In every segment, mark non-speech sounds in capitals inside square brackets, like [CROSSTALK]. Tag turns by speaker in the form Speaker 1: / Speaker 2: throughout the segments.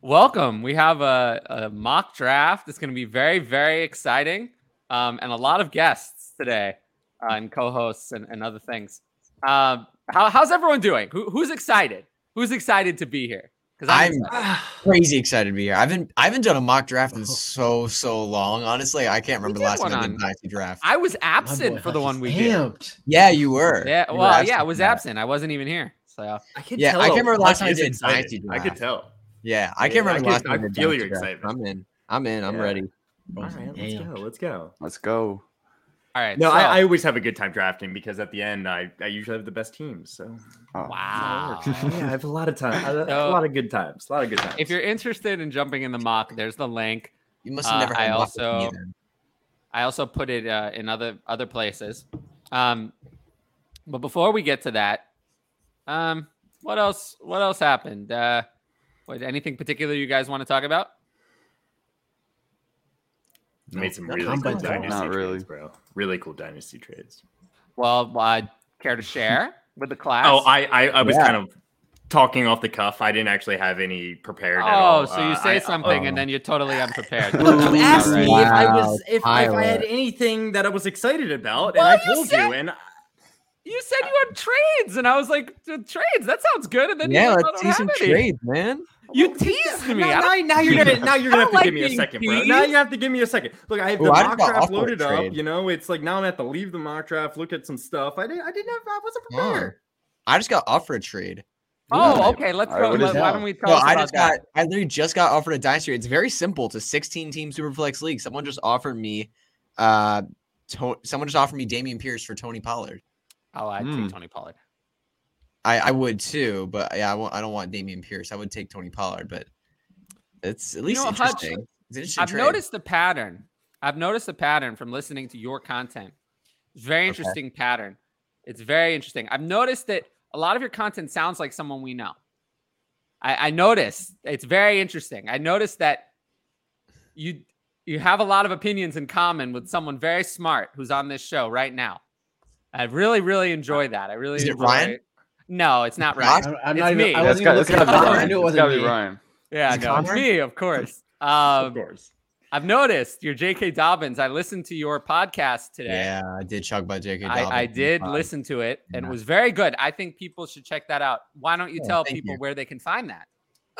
Speaker 1: welcome. We have a, a mock draft. It's going to be very, very exciting, um, and a lot of guests today, uh, and co-hosts and, and other things. Um, how, how's everyone doing? Who, who's excited? Who's excited to be here? Because
Speaker 2: I'm [SIGHS] crazy excited to be here. I've been I haven't done a mock draft in so so long. Honestly, I can't remember the
Speaker 1: Oh. did
Speaker 2: last time
Speaker 1: one
Speaker 2: I did
Speaker 1: on-
Speaker 2: an dynasty draft.
Speaker 1: I was
Speaker 3: My boy
Speaker 1: absent for the
Speaker 3: Hutch is
Speaker 1: one we did.
Speaker 3: amped.
Speaker 2: Yeah, you were.
Speaker 1: Yeah,
Speaker 2: You were
Speaker 1: well, yeah, I
Speaker 2: absent
Speaker 1: was
Speaker 2: from that.
Speaker 1: absent. I wasn't even here. So
Speaker 4: I can
Speaker 2: Yeah,
Speaker 4: tell.
Speaker 2: I can't remember the last
Speaker 4: Hutch
Speaker 2: time I
Speaker 4: is
Speaker 2: did
Speaker 4: excited.
Speaker 2: dynasty
Speaker 4: I could
Speaker 2: draft.
Speaker 4: tell.
Speaker 2: Yeah, I
Speaker 4: Yeah,
Speaker 2: can't
Speaker 4: I
Speaker 2: remember the
Speaker 4: can-
Speaker 2: last time
Speaker 4: I
Speaker 2: did
Speaker 4: feel your
Speaker 2: dynasty draft.
Speaker 4: excitement.
Speaker 2: I'm in. I'm in. I'm
Speaker 4: Yeah.
Speaker 2: ready.
Speaker 4: All
Speaker 3: Boy's
Speaker 4: right, let's
Speaker 3: amped.
Speaker 4: go. Let's go.
Speaker 5: Let's go.
Speaker 1: all right.
Speaker 4: No,
Speaker 1: so-
Speaker 4: I, I always have a good time drafting because at the end I, I usually have the best teams. So
Speaker 5: Oh.
Speaker 1: [LAUGHS]
Speaker 2: [LAUGHS]
Speaker 1: wow.
Speaker 4: [LAUGHS] yeah, I have a lot of time. I [LAUGHS] have
Speaker 1: So-
Speaker 4: a lot of good times. A lot of good times.
Speaker 1: if you're interested in jumping in the mock, there's the link.
Speaker 2: You must have
Speaker 1: Uh,
Speaker 2: never had
Speaker 1: I
Speaker 2: luck with me
Speaker 1: also-
Speaker 2: then.
Speaker 1: I also put it uh, in other other places. Um, but before we get to that, um, what else? What else happened? Uh, what, anything particular you guys want to talk about?
Speaker 4: made some
Speaker 2: No,
Speaker 4: really
Speaker 3: I'm
Speaker 4: cool
Speaker 3: not
Speaker 4: dynasty
Speaker 5: really.
Speaker 4: trades, bro. Really cool dynasty trades.
Speaker 1: Well, uh, care to [LAUGHS] share with the class?
Speaker 4: Oh, I I, I was
Speaker 2: Yeah.
Speaker 4: kind of talking off the cuff. I didn't actually have any prepared. at
Speaker 1: Oh,
Speaker 4: all.
Speaker 1: so you
Speaker 4: Uh,
Speaker 1: say
Speaker 4: I-
Speaker 1: something
Speaker 2: oh.
Speaker 1: and then you're totally
Speaker 2: [LAUGHS]
Speaker 1: unprepared.
Speaker 4: Well, you asked me if I
Speaker 2: Wow,
Speaker 4: was if, if I had
Speaker 2: Tyler.
Speaker 4: anything that I was excited about,
Speaker 1: Well,
Speaker 4: and I
Speaker 1: you
Speaker 4: told
Speaker 1: said-
Speaker 4: you, and
Speaker 1: You said you had trades, and I was like, "The trades? That sounds good. And then
Speaker 2: Yeah,
Speaker 1: you
Speaker 2: let's
Speaker 1: don't
Speaker 2: see
Speaker 1: have
Speaker 2: some
Speaker 1: any.
Speaker 2: trades, man.
Speaker 1: You teased
Speaker 2: [LAUGHS]
Speaker 1: me.
Speaker 4: Now,
Speaker 1: I don't-
Speaker 4: now, now you're gonna now you're gonna
Speaker 1: I
Speaker 4: have
Speaker 1: don't
Speaker 4: to give
Speaker 1: like
Speaker 4: me a
Speaker 1: being
Speaker 4: second, bro. Now
Speaker 1: teased.
Speaker 4: you have to give me a second. Look, I have
Speaker 2: Ooh,
Speaker 4: the
Speaker 2: I
Speaker 4: mock
Speaker 2: got off
Speaker 4: draft
Speaker 2: on a
Speaker 4: loaded
Speaker 2: trade.
Speaker 4: up. You know, it's like now I'm gonna have to leave the mock draft, look at some stuff. I didn't I didn't have I wasn't
Speaker 2: Yeah.
Speaker 4: prepared.
Speaker 2: I just got offered a trade.
Speaker 1: oh, okay. Let's.
Speaker 5: I
Speaker 1: Throw,
Speaker 5: would
Speaker 1: let,
Speaker 5: as
Speaker 1: why
Speaker 2: well.
Speaker 1: don't we talk
Speaker 2: No,
Speaker 1: about
Speaker 2: I just
Speaker 1: that?
Speaker 2: got I literally just got offered a dynasty. It's very simple. To 16 team superflex league. Someone just offered me uh to- someone just offered me Damian Pierce for Tony Pollard.
Speaker 1: Oh, I
Speaker 5: Hmm.
Speaker 1: take Tony Pollard.
Speaker 2: I, I would too, but yeah, I won't, I don't want Damian Pierce. I would take Tony Pollard, but it's at least
Speaker 1: know, Hutch,
Speaker 2: interesting. it's an interesting
Speaker 1: I've
Speaker 2: trade.
Speaker 1: noticed a pattern. I've noticed a pattern from listening to your content. It's very interesting pattern. It's very interesting. I've noticed that a lot of your content sounds like someone we know. I, I noticed. It's very interesting. I noticed that you you have a lot of opinions in common with someone very smart who's on this show right now. I really, really enjoy that. I really
Speaker 2: Uh, Is it
Speaker 1: enjoy
Speaker 2: Ryan?
Speaker 1: No, it's not Ryan.
Speaker 2: Not?
Speaker 3: I'm, I'm
Speaker 1: It's
Speaker 3: not
Speaker 1: me.
Speaker 3: even. I
Speaker 1: That's
Speaker 3: wasn't even looking at the
Speaker 2: gotta-
Speaker 3: I knew it
Speaker 5: It's gotta
Speaker 3: wasn't
Speaker 5: be
Speaker 3: me.
Speaker 5: Ryan.
Speaker 1: Yeah,
Speaker 2: Is it
Speaker 1: no, it's
Speaker 2: Connor?
Speaker 1: me, of course.
Speaker 4: of
Speaker 1: Um,
Speaker 4: course.
Speaker 1: I've noticed your J.K. Dobbins. I listened to your podcast today.
Speaker 2: Yeah, I did chug by J.K. Dobbins.
Speaker 1: I, I did
Speaker 2: Um,
Speaker 1: listen to it, and it
Speaker 2: yeah.
Speaker 1: was very good. I think people should check that out. Why don't you
Speaker 2: Oh,
Speaker 1: tell
Speaker 2: thank
Speaker 1: people
Speaker 2: you.
Speaker 1: where they can find that?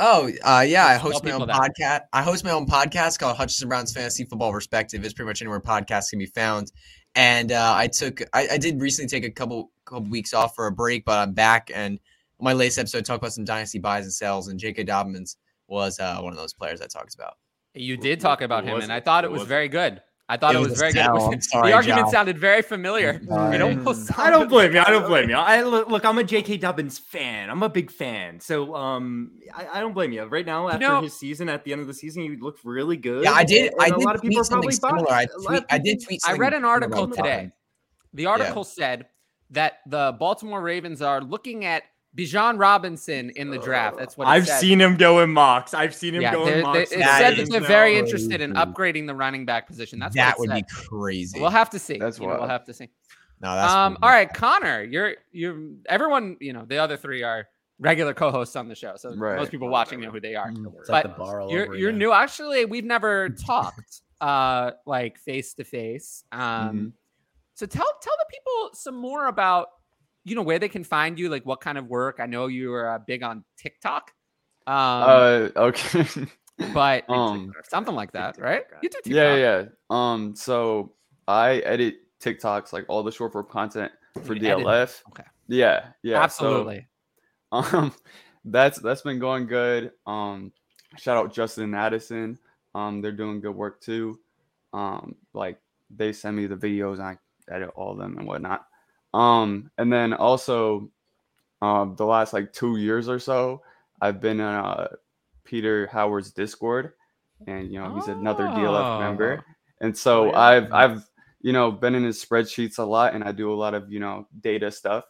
Speaker 2: Oh, uh, yeah. I
Speaker 1: Just tell
Speaker 2: host my
Speaker 1: people
Speaker 2: own
Speaker 1: that.
Speaker 2: podcast. I host my own podcast called Hutchinson Brown's Fantasy Football Perspective. It's pretty much anywhere podcasts can be found. And uh, I took, I, I did recently take a couple couple weeks off for a break, but I'm back. And my latest episode talked about some dynasty buys and sells, and J.K. Dobbins was uh, one of those players I talked about.
Speaker 1: You
Speaker 4: Wh-
Speaker 1: did
Speaker 4: wh-
Speaker 1: talk
Speaker 4: who
Speaker 1: about him,
Speaker 4: was
Speaker 1: and
Speaker 4: it?
Speaker 1: I thought it
Speaker 4: Who
Speaker 1: was
Speaker 4: was it?
Speaker 1: very good. I thought it was, very good. It [LAUGHS] was-
Speaker 2: I'm sorry,
Speaker 1: the argument
Speaker 2: Jal.
Speaker 1: sounded very familiar. It
Speaker 2: Sorry.
Speaker 1: almost
Speaker 4: I don't
Speaker 1: sounded
Speaker 4: blame you. I don't
Speaker 1: familiar.
Speaker 4: blame you. I look, look, I'm a J.K. Dobbins fan. I'm a big fan. So um, I, I don't blame you. Right now, after
Speaker 1: know-
Speaker 4: his season, at the end of the season, he looked really good.
Speaker 2: Yeah, I did.
Speaker 4: and
Speaker 2: I did
Speaker 4: a lot of people
Speaker 2: tweet
Speaker 4: are probably
Speaker 2: something similar. I,
Speaker 4: biased. A lot
Speaker 2: tweet,
Speaker 4: of
Speaker 2: I did
Speaker 4: people-
Speaker 2: tweet.
Speaker 1: I
Speaker 2: something
Speaker 1: read an
Speaker 2: similar
Speaker 1: article
Speaker 2: about
Speaker 1: today.
Speaker 2: Dobbins.
Speaker 1: The article said that the Baltimore Ravens are looking at Bijan Robinson in the draft. That's what it
Speaker 4: I've
Speaker 1: said.
Speaker 4: seen him go in mocks. I've seen him
Speaker 1: Yeah,
Speaker 4: go
Speaker 1: they're-
Speaker 4: in
Speaker 1: they-
Speaker 4: mocks.
Speaker 1: it
Speaker 2: That
Speaker 1: said that
Speaker 2: is
Speaker 1: they're
Speaker 4: now. mm-hmm.
Speaker 1: very interested in
Speaker 2: crazy.
Speaker 1: upgrading the running back position. That's
Speaker 2: that
Speaker 1: what
Speaker 2: would
Speaker 1: it
Speaker 2: be
Speaker 1: said.
Speaker 2: crazy.
Speaker 1: We'll have to see.
Speaker 5: That's
Speaker 1: You know, we'll
Speaker 5: wild.
Speaker 1: have to see.
Speaker 2: no, that's
Speaker 1: Um,
Speaker 2: pretty
Speaker 1: all
Speaker 2: good.
Speaker 1: right, Connor, you're you're everyone. You know the other three are regular co-hosts on the show, so most
Speaker 5: Right.
Speaker 1: people watching know who they are.
Speaker 3: It's like the
Speaker 1: But
Speaker 3: bar Mm-hmm. all
Speaker 1: You're
Speaker 3: over
Speaker 1: you're
Speaker 3: again.
Speaker 1: new. Actually, we've never talked uh like face to face. Um, so tell tell the people some more about you know where they can find you, like what kind of work. I know you are uh, big on TikTok. Um,
Speaker 5: Uh,
Speaker 3: [LAUGHS]
Speaker 5: okay.
Speaker 1: but
Speaker 5: um,
Speaker 1: something like that, right? You do TikTok.
Speaker 5: yeah, yeah. Um, so I edit TikToks, like all the short form content for
Speaker 1: You edit it.
Speaker 5: DLF.
Speaker 1: Okay.
Speaker 5: Yeah, yeah. so,
Speaker 1: Absolutely.
Speaker 5: [LAUGHS] um, that's that's been going good. Um, shout out Justin and Addison. Um, they're doing good work too. Um, like they send me the videos and I edit all of them and whatnot. Um, and then also, um, the last like two years or so, I've been in uh, Peter Howard's Discord, and you know he's another DLF member. And so
Speaker 1: Oh, yeah.
Speaker 5: I've I've you know been in his spreadsheets a lot, and I do a lot of you know data stuff.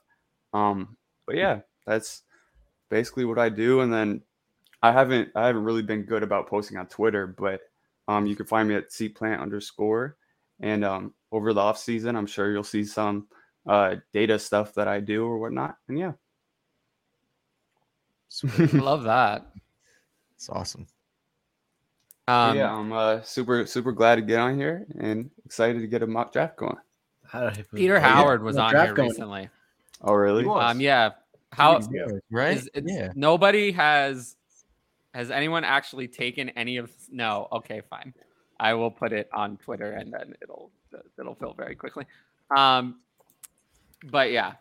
Speaker 5: Um, but yeah, that's basically what I do. And then I haven't I haven't really been good about posting on Twitter, but um, you can find me at cplant underscore. And um, over the off season, I'm sure you'll see some uh, data stuff that I do or whatnot. And yeah,
Speaker 2: Sweet.
Speaker 5: [LAUGHS]
Speaker 1: Love that.
Speaker 2: It's awesome.
Speaker 1: Um,
Speaker 5: yeah, I'm uh, super super glad to get on here and excited to get a mock draft going.
Speaker 3: [LAUGHS] How did I forget?
Speaker 1: Peter
Speaker 3: Oh, yeah.
Speaker 1: Howard was
Speaker 3: Yeah,
Speaker 1: on
Speaker 3: draft
Speaker 1: here
Speaker 3: going.
Speaker 1: recently.
Speaker 5: Oh really?
Speaker 4: You are-
Speaker 1: Um, yeah. How
Speaker 3: Yeah.
Speaker 2: right?
Speaker 1: is it's,
Speaker 2: [LAUGHS] yeah.
Speaker 1: nobody has has anyone actually taken any of no okay fine i will put it on twitter and then it'll it'll fill very quickly um but yeah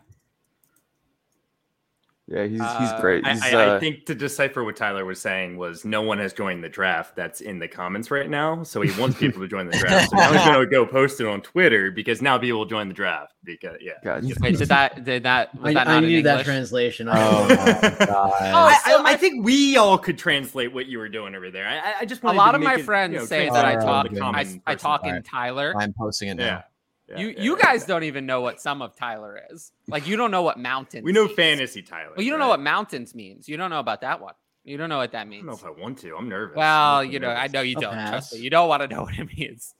Speaker 5: Yeah, he's
Speaker 1: Uh,
Speaker 5: he's great. He's,
Speaker 4: I, I, I
Speaker 5: uh,
Speaker 4: think to decipher what Tyler was saying was no one has joined the draft that's in the comments right now. So he
Speaker 5: [LAUGHS]
Speaker 4: wants people to join the draft. So now he's going to go post it on Twitter because now people will join the draft. Because yeah,
Speaker 5: gotcha.
Speaker 1: wait did that did that was that
Speaker 3: I, I
Speaker 1: not in
Speaker 3: knew that
Speaker 1: English?
Speaker 3: translation.
Speaker 5: Oh my
Speaker 4: I,
Speaker 1: Oh,
Speaker 3: god.
Speaker 1: so
Speaker 4: Oh, I-
Speaker 1: my-
Speaker 4: I think we all could translate what you were doing over there. I- I, I just
Speaker 1: a
Speaker 4: wanted
Speaker 1: lot
Speaker 4: to
Speaker 1: of
Speaker 4: make
Speaker 1: my
Speaker 4: it,
Speaker 1: friends
Speaker 4: you know,
Speaker 1: say that i
Speaker 4: translate
Speaker 1: talk
Speaker 3: translate to the
Speaker 4: the
Speaker 1: I,
Speaker 4: common
Speaker 1: I
Speaker 4: person.
Speaker 1: talk in
Speaker 2: Alright.
Speaker 1: tyler
Speaker 2: I'm posting it now.
Speaker 4: Yeah. Yeah,
Speaker 1: you
Speaker 4: yeah,
Speaker 1: you
Speaker 4: yeah,
Speaker 1: guys
Speaker 4: yeah.
Speaker 1: don't even know what some of tyler is like you don't know what mountains
Speaker 4: We know
Speaker 1: means.
Speaker 4: fantasy, Tyler.
Speaker 1: well you don't know
Speaker 4: right?
Speaker 1: what mountains means you don't know about that one you don't know what that
Speaker 4: I
Speaker 1: means
Speaker 4: don't know if I want to. I'm nervous.
Speaker 1: Well,
Speaker 4: I'm
Speaker 1: you know, I
Speaker 4: nervous.
Speaker 1: know you
Speaker 3: I'll
Speaker 1: don't. Trust
Speaker 3: pass.
Speaker 1: me, you don't want to know what it means,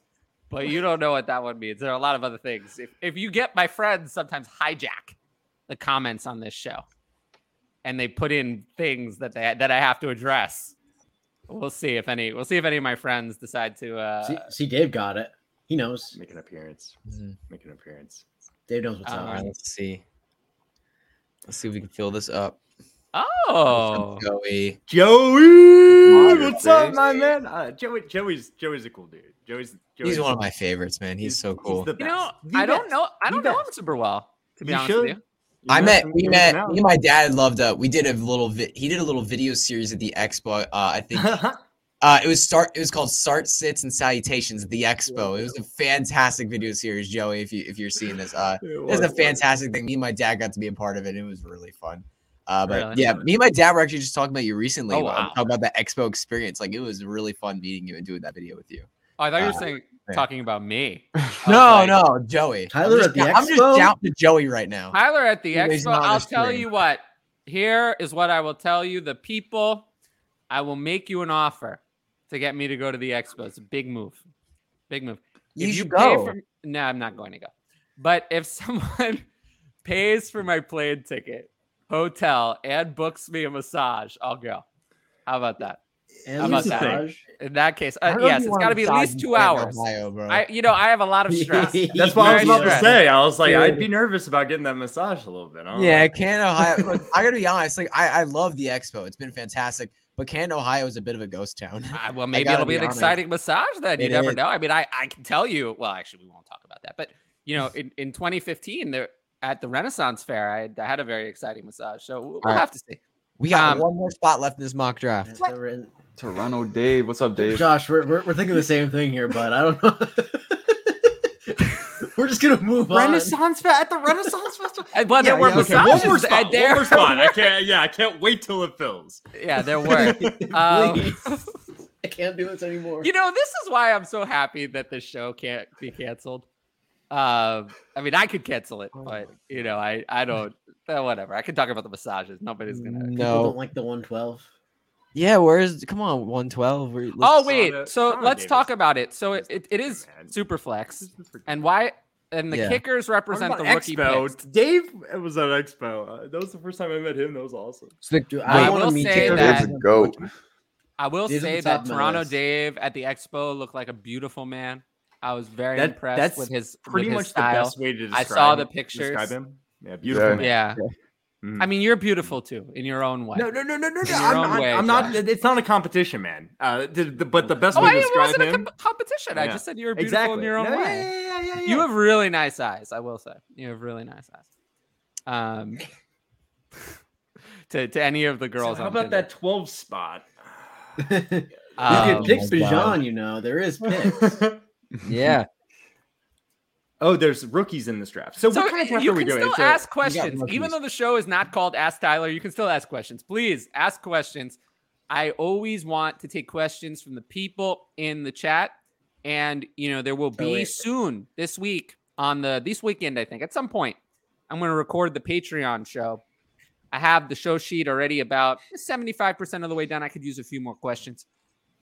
Speaker 1: but you don't know what that one means. There are a lot of other things. If if you get my friends sometimes hijack the comments on this show, and they put in things that they that I have to address. We'll see if any. We'll see if any of my friends decide to. Uh,
Speaker 3: See, see, Dave got it. He knows.
Speaker 4: Make an appearance. Make an appearance.
Speaker 3: Dave knows what's
Speaker 1: Uh,
Speaker 2: All right,
Speaker 3: up.
Speaker 2: let's see. Let's see if we can fill this up.
Speaker 1: oh,
Speaker 2: Joey.
Speaker 4: Joey,
Speaker 5: Modern
Speaker 4: what's up,
Speaker 5: day.
Speaker 4: my man? Uh, Joey, Joey's Joey's a cool dude. Joey's, Joey's
Speaker 2: He's one of my favorites, man. He's so cool.
Speaker 4: the
Speaker 1: you know,
Speaker 4: best. The
Speaker 1: I don't
Speaker 4: best.
Speaker 1: know. I
Speaker 4: The
Speaker 1: don't know him
Speaker 4: best.
Speaker 1: super well. To be
Speaker 4: You
Speaker 1: honest
Speaker 4: should.
Speaker 1: with you,
Speaker 4: You
Speaker 2: I
Speaker 4: know,
Speaker 2: met,
Speaker 4: from
Speaker 2: we
Speaker 4: here
Speaker 2: met,
Speaker 4: on
Speaker 2: me and my dad loved, uh, we did a little, vi- he did a little video series at the expo. Uh, I think
Speaker 4: out.
Speaker 2: Uh, it was start. It was called "Start Sits and Salutations" at the Expo. It was a fantastic video series, Joey. If you if you're seeing this,
Speaker 1: [LAUGHS]
Speaker 2: uh,
Speaker 4: [LAUGHS] It
Speaker 2: it was a
Speaker 4: was-
Speaker 2: fantastic thing. Me and my dad got to be a part of it. It was really fun. Uh, but
Speaker 1: Really?
Speaker 2: yeah, me and my dad were actually just talking about you recently.
Speaker 1: Oh,
Speaker 2: uh,
Speaker 1: wow.
Speaker 2: talking about the Expo experience. Like it was really fun meeting you and doing that video with you.
Speaker 1: oh, I thought you were
Speaker 2: Uh,
Speaker 1: saying
Speaker 2: yeah.
Speaker 1: talking about me. [LAUGHS] I was
Speaker 2: No,
Speaker 1: like,
Speaker 2: no, Joey. I'm
Speaker 3: Tyler
Speaker 2: just
Speaker 3: at the
Speaker 2: dou- I'm
Speaker 3: Expo?
Speaker 2: just down to Joey right now.
Speaker 1: Tyler at the
Speaker 2: Anyways,
Speaker 1: expo.
Speaker 2: not
Speaker 1: I'll
Speaker 2: this
Speaker 1: tell
Speaker 2: year.
Speaker 1: you what. Here is what I will tell you. The people, I will make you an offer to get me to go to the expo. It's a big move. Big move.
Speaker 2: You should
Speaker 1: pay
Speaker 2: go.
Speaker 1: for- no, I'm not going to go. But if [LAUGHS] someone pays for my plane ticket, hotel, and books me a massage, I'll go. How about that?
Speaker 3: And
Speaker 1: How about that?
Speaker 3: massage.
Speaker 1: In that case,
Speaker 2: I
Speaker 1: uh,
Speaker 2: don't know if
Speaker 1: yes,
Speaker 2: you
Speaker 1: it's
Speaker 2: want
Speaker 1: got to be at
Speaker 2: massage
Speaker 1: least
Speaker 2: in
Speaker 1: two
Speaker 2: Canton,
Speaker 1: hours.
Speaker 2: Ohio, bro.
Speaker 1: I, you know, I have a lot of
Speaker 2: [LAUGHS]
Speaker 1: stress.
Speaker 4: That's what I
Speaker 1: Very
Speaker 4: was about to
Speaker 1: stressed.
Speaker 4: say. I was like, I'd
Speaker 3: Dude.
Speaker 4: be nervous about getting that massage a little bit. I don't
Speaker 2: Yeah,
Speaker 4: know.
Speaker 2: Canton, Ohio.
Speaker 1: [LAUGHS]
Speaker 2: look, I gotta be honest. Like, I, I love the expo. It's been fantastic. But Canton, Ohio is a bit of a ghost town. [LAUGHS]
Speaker 1: Ah, well, maybe
Speaker 2: gotta
Speaker 1: it'll be,
Speaker 2: be
Speaker 1: an
Speaker 2: honest.
Speaker 1: exciting massage then. You
Speaker 2: It
Speaker 1: never
Speaker 2: is.
Speaker 1: know. I mean, I, I can tell you. Well, actually, we won't talk about that. But you know, in, in 2015, there at the Renaissance Fair, I, had- I had a very exciting massage. So we'll, we'll
Speaker 2: Alright.
Speaker 1: have to see.
Speaker 2: We got
Speaker 1: Um,
Speaker 2: one more spot left in this mock draft.
Speaker 3: That's never in-
Speaker 5: Toronto Dave, what's up, Dave?
Speaker 3: Josh, we're, we're, we're thinking the same thing here, but I don't know. [LAUGHS] we're just gonna move on.
Speaker 4: Fe- at the Renaissance Festival.
Speaker 1: [LAUGHS] And, but there
Speaker 3: Yeah,
Speaker 1: were
Speaker 3: yeah, okay.
Speaker 4: Okay, one
Speaker 1: massages.
Speaker 4: more
Speaker 1: and
Speaker 4: spot.
Speaker 1: there,
Speaker 4: One more spot. [LAUGHS] I can't. Yeah, I can't wait till it fills.
Speaker 1: [LAUGHS] yeah, there
Speaker 2: [LAUGHS]
Speaker 1: were. Um,
Speaker 3: Please. I can't do this anymore.
Speaker 1: you know, this is why I'm so happy that this show can't be canceled. Um, I mean, I could cancel
Speaker 4: Oh
Speaker 1: it, but you know, I I don't. uh, Whatever. I can talk about the massages. Nobody's gonna.
Speaker 4: Mm,
Speaker 3: People
Speaker 2: No.
Speaker 3: don't like the 112.
Speaker 2: Yeah, where's come on, 112. We're,
Speaker 1: Oh
Speaker 2: let's-
Speaker 1: wait,
Speaker 4: Sana-
Speaker 1: so
Speaker 4: Sana
Speaker 1: let's
Speaker 4: Davis.
Speaker 1: talk about it. So it,
Speaker 4: Just
Speaker 1: it, it is
Speaker 4: man.
Speaker 1: super flex, and why? And the
Speaker 2: Yeah.
Speaker 1: kickers represent the
Speaker 4: Talking
Speaker 1: rookie
Speaker 4: about
Speaker 1: picks.
Speaker 4: Expo. Dave was at Expo. Uh, that was the first time I met him. That was awesome.
Speaker 3: Dude,
Speaker 1: I
Speaker 3: wanna
Speaker 1: will
Speaker 3: meet
Speaker 1: say
Speaker 3: Taylor
Speaker 1: that-
Speaker 3: Swift.
Speaker 5: Dave's a goat.
Speaker 1: I will
Speaker 3: Dave's at
Speaker 1: say
Speaker 3: the top
Speaker 1: that
Speaker 3: of my
Speaker 1: Toronto
Speaker 3: list.
Speaker 1: Dave at the Expo looked like a beautiful man. I was very
Speaker 4: That-
Speaker 1: impressed
Speaker 4: that's
Speaker 1: with his with
Speaker 4: Pretty
Speaker 1: his
Speaker 4: much
Speaker 1: style.
Speaker 4: the best way to describe.
Speaker 1: I saw the
Speaker 4: Describe
Speaker 1: pictures.
Speaker 4: him. Yeah, beautiful.
Speaker 5: Yeah.
Speaker 4: man.
Speaker 1: Yeah,
Speaker 4: Mhm.
Speaker 1: I mean you're beautiful too in your own way.
Speaker 4: No, no, no, no, no, no.
Speaker 1: Mm. In your
Speaker 4: I'm
Speaker 1: own
Speaker 4: not.
Speaker 1: way,
Speaker 4: I'm not
Speaker 1: Josh.
Speaker 4: it's not a competition, man. Uh, the, the, but the best
Speaker 1: oh,
Speaker 4: way
Speaker 1: I,
Speaker 4: to
Speaker 1: it
Speaker 4: describe
Speaker 1: wasn't a
Speaker 4: him.
Speaker 1: com- competition. I
Speaker 4: Yeah.
Speaker 1: just said you were beautiful
Speaker 4: Exactly.
Speaker 1: in your own
Speaker 4: No, yeah,
Speaker 1: way.
Speaker 4: yeah, yeah, yeah,
Speaker 1: You
Speaker 4: yeah.
Speaker 1: have really nice eyes. I will say you have really nice eyes.
Speaker 4: [LAUGHS]
Speaker 1: Um, to to any of the
Speaker 4: So
Speaker 1: girls.
Speaker 4: How
Speaker 1: on
Speaker 4: about
Speaker 1: Tinder.
Speaker 4: that 12 spot?
Speaker 3: you
Speaker 1: Um,
Speaker 3: can pick
Speaker 2: my
Speaker 3: Bijan,
Speaker 2: God.
Speaker 3: you know. There
Speaker 4: [LAUGHS]
Speaker 3: is
Speaker 4: Um,
Speaker 3: picks.
Speaker 2: yeah.
Speaker 4: [LAUGHS] oh, there's rookies in this draft. So,
Speaker 1: So
Speaker 4: what kind of draft
Speaker 1: you
Speaker 4: are we
Speaker 1: can
Speaker 4: doing?
Speaker 1: still
Speaker 4: So-
Speaker 1: ask questions, even
Speaker 2: rookies.
Speaker 1: though the show is not called Ask Tyler. You can still ask questions. Please ask questions. I always want to take questions from the people in the chat, and you know there will
Speaker 3: Oh,
Speaker 1: be
Speaker 3: wait.
Speaker 1: soon this week on the this weekend. I think at some point I'm going to record the Patreon show. I have the show sheet already about 75 percent of the way done. I could use a few more questions,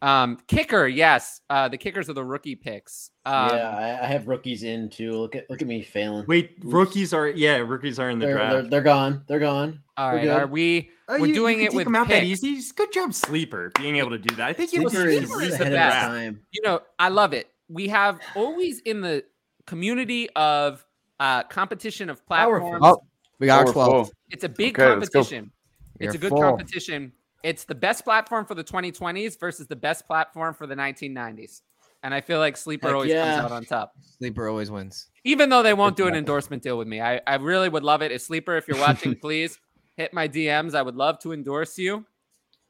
Speaker 1: Um, kicker, yes. Uh, the kickers are the rookie picks. Um,
Speaker 3: yeah, I, I have rookies in too. Look at look at me failing.
Speaker 4: Wait, rookies are yeah, rookies are in the
Speaker 3: they're,
Speaker 4: draft.
Speaker 3: they're, they're gone. They're gone.
Speaker 1: All
Speaker 3: we're
Speaker 1: right,
Speaker 3: good.
Speaker 1: are we?
Speaker 4: Oh,
Speaker 1: We're doing
Speaker 4: can
Speaker 1: it
Speaker 4: take
Speaker 1: with
Speaker 4: them out that
Speaker 1: picks.
Speaker 4: easy. Just Good job, sleeper, being able to do that. I think you
Speaker 3: Sleeper is
Speaker 4: sleeper is the
Speaker 3: ahead of
Speaker 1: best.
Speaker 4: best.
Speaker 3: time.
Speaker 1: You know, I love it. We have always in the community of uh, competition of
Speaker 3: Powerful.
Speaker 1: platforms.
Speaker 2: Oh. We got
Speaker 5: Four,
Speaker 2: 12.
Speaker 5: four.
Speaker 1: It's a big
Speaker 5: Okay, let's go.
Speaker 1: competition. It's a good competition. It's the best platform for the 2020s versus the best platform for the 1990s. And I feel like Sleeper
Speaker 3: Heck
Speaker 1: always
Speaker 3: yeah.
Speaker 1: comes out on top.
Speaker 2: Sleeper always wins.
Speaker 1: Even though they won't do an endorsement deal with me, I, I really would love it. If Sleeper, if you're watching,
Speaker 2: [LAUGHS]
Speaker 1: please hit my DMs. I would love to endorse you.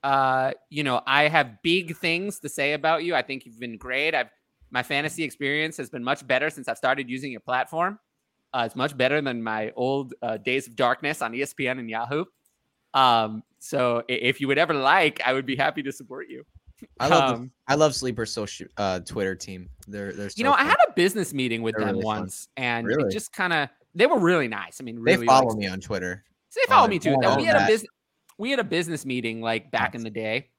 Speaker 1: Uh, you know, I have big things to say about you. I think you've been great. I've my fantasy experience has been much better since I've started using your platform. Uh, it's much better than my old uh, days of darkness on ESPN and Yahoo. Um, so i- if you would ever like, I would be happy to support you.
Speaker 2: I love the-
Speaker 1: Um,
Speaker 2: I love Sleeper's social uh, Twitter team. They're they're so
Speaker 1: you know, I
Speaker 2: fun.
Speaker 1: had a business meeting with
Speaker 2: They're
Speaker 1: them
Speaker 2: really fun.
Speaker 1: once, and it
Speaker 2: Really?
Speaker 1: just kind of they were really nice. I mean,
Speaker 2: they
Speaker 1: really like,
Speaker 2: follow me on Twitter.
Speaker 1: So they follow
Speaker 2: Oh,
Speaker 1: me
Speaker 2: I
Speaker 1: too.
Speaker 2: love
Speaker 1: we had a
Speaker 2: that.
Speaker 1: business we had a business meeting like back in the day,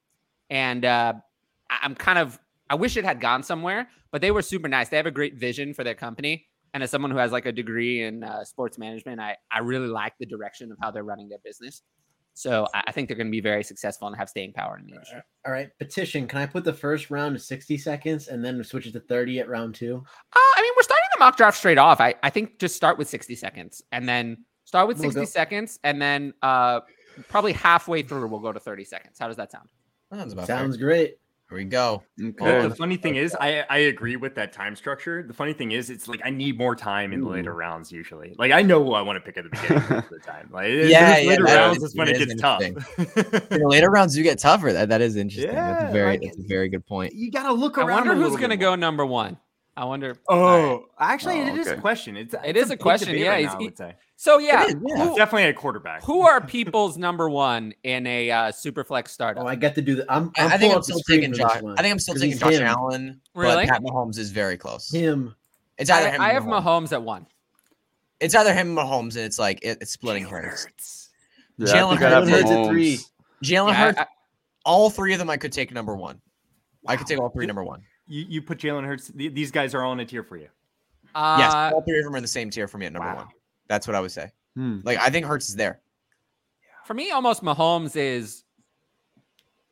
Speaker 1: and uh, I- I'm kind of I wish it had gone somewhere, but they were super nice. They have a great vision for their company, and as someone who has like a degree in uh, sports management, I I really like the direction of how they're running their business. So I, I think they're going to be very successful and have staying power in the industry.
Speaker 3: All right, petition. Can I put the first round to 60 seconds and then switch it to 30 at round two?
Speaker 1: Uh, I mean, we're starting the mock draft straight off. I, I think just start with 60 seconds and then start with
Speaker 3: We'll
Speaker 1: 60
Speaker 3: go-
Speaker 1: seconds and then uh, probably halfway through we'll go to 30 seconds. How does that sound?
Speaker 2: Sounds about
Speaker 3: Sounds
Speaker 2: Sounds
Speaker 3: great.
Speaker 2: Here we go.
Speaker 4: Well,
Speaker 5: Okay.
Speaker 4: the funny thing is, I I agree with that time structure. The funny thing is, it's like I need more time in the later
Speaker 1: Mm.
Speaker 4: rounds usually. Like I know who I want to pick at the beginning most of the time. Like it-
Speaker 2: Yeah,
Speaker 4: those
Speaker 2: yeah,
Speaker 4: later
Speaker 2: that
Speaker 4: rounds
Speaker 2: is-
Speaker 4: is when
Speaker 2: that
Speaker 4: it
Speaker 2: is
Speaker 4: gets tough. [LAUGHS]
Speaker 2: The later rounds do get tougher. That that is interesting. that's
Speaker 4: Yeah,
Speaker 2: a very
Speaker 4: like-
Speaker 2: that's a very good point.
Speaker 4: you gotta look
Speaker 1: I
Speaker 4: around.
Speaker 1: wonder
Speaker 4: a
Speaker 1: who's
Speaker 4: little
Speaker 1: going to
Speaker 4: bit
Speaker 1: go
Speaker 4: more.
Speaker 1: number one. I wonder.
Speaker 4: Oh, actually,
Speaker 5: Oh,
Speaker 4: it is a
Speaker 5: okay.
Speaker 4: question. It's
Speaker 1: It
Speaker 4: it's
Speaker 1: is a
Speaker 4: big
Speaker 1: question,
Speaker 4: debate
Speaker 1: yeah,
Speaker 4: right
Speaker 1: he's-
Speaker 4: now, I would say.
Speaker 1: So yeah,
Speaker 2: is, yeah.
Speaker 1: Who,
Speaker 4: definitely a quarterback.
Speaker 1: who are people's number one in a uh, super flex startup?
Speaker 3: Oh, I got to do the. I'm,
Speaker 2: I-
Speaker 3: I'm
Speaker 2: I think
Speaker 3: full
Speaker 2: I'm
Speaker 3: up to
Speaker 2: still
Speaker 3: screen
Speaker 2: taking
Speaker 3: for this
Speaker 2: Josh.
Speaker 3: one.
Speaker 2: I think I'm still
Speaker 3: 'Cause
Speaker 2: taking
Speaker 3: he's
Speaker 2: Josh
Speaker 3: him.
Speaker 2: Allen.
Speaker 1: Really?
Speaker 2: But Pat Mahomes is very close.
Speaker 3: Him.
Speaker 2: It's either
Speaker 1: I,
Speaker 2: him.
Speaker 1: I
Speaker 2: or
Speaker 1: have
Speaker 2: Mahomes.
Speaker 1: Mahomes at one.
Speaker 2: It's either him or Mahomes, and it's like it, it's splitting hairs.
Speaker 5: Yeah,
Speaker 2: Jalen
Speaker 5: I think I'd have
Speaker 3: Hurts at
Speaker 5: Mahomes.
Speaker 3: three.
Speaker 1: Yeah,
Speaker 2: Jalen
Speaker 1: I-
Speaker 2: Hurts.
Speaker 1: I-
Speaker 2: all three of them, I could take number one. I could take all three number one.
Speaker 4: You, you put Jalen Hurts. th- These guys are all in a tier for you.
Speaker 2: yes,
Speaker 1: uh,
Speaker 2: all three of them are in the same tier for me at number
Speaker 4: wow.
Speaker 2: one. That's what I would say.
Speaker 5: Hmm.
Speaker 2: Like I think Hurts is there.
Speaker 1: For me, almost Mahomes is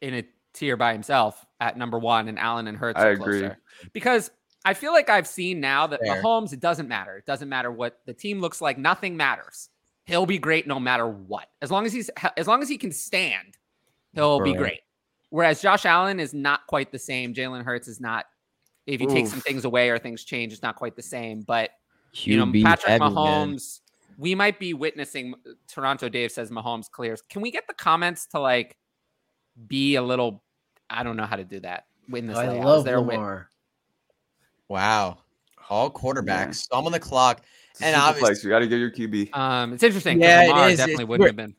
Speaker 1: in a tier by himself at number one, and Allen and Hurts
Speaker 5: I
Speaker 1: are
Speaker 5: agree.
Speaker 1: closer. Because I feel like I've seen now that
Speaker 2: Fair.
Speaker 1: Mahomes, it doesn't matter. It doesn't matter what the team looks like. Nothing matters. He'll be great no matter what. As long as he's as long as he can stand, he'll be
Speaker 2: Right.
Speaker 1: great. Whereas Josh Allen is not quite the same. Jalen Hurts is not. If you take some
Speaker 5: Oof.
Speaker 1: things away or things change, it's not quite the same. But you know, Patrick Mahomes. We might be witnessing Toronto. Dave says Mahomes clears. Can we get the comments to like be a little? I don't know how to do that. Win this
Speaker 3: I
Speaker 1: layout. Is
Speaker 3: love
Speaker 1: there a way-
Speaker 3: Lamar.
Speaker 2: Wow. All quarterbacks. Some on the clock. And obviously-
Speaker 5: you got to give your QB.
Speaker 1: Um, it's interesting. 'cause
Speaker 2: Yeah, it
Speaker 1: Lamar
Speaker 2: is.
Speaker 1: definitely
Speaker 2: It's
Speaker 1: wouldn't
Speaker 2: weird.
Speaker 1: have been.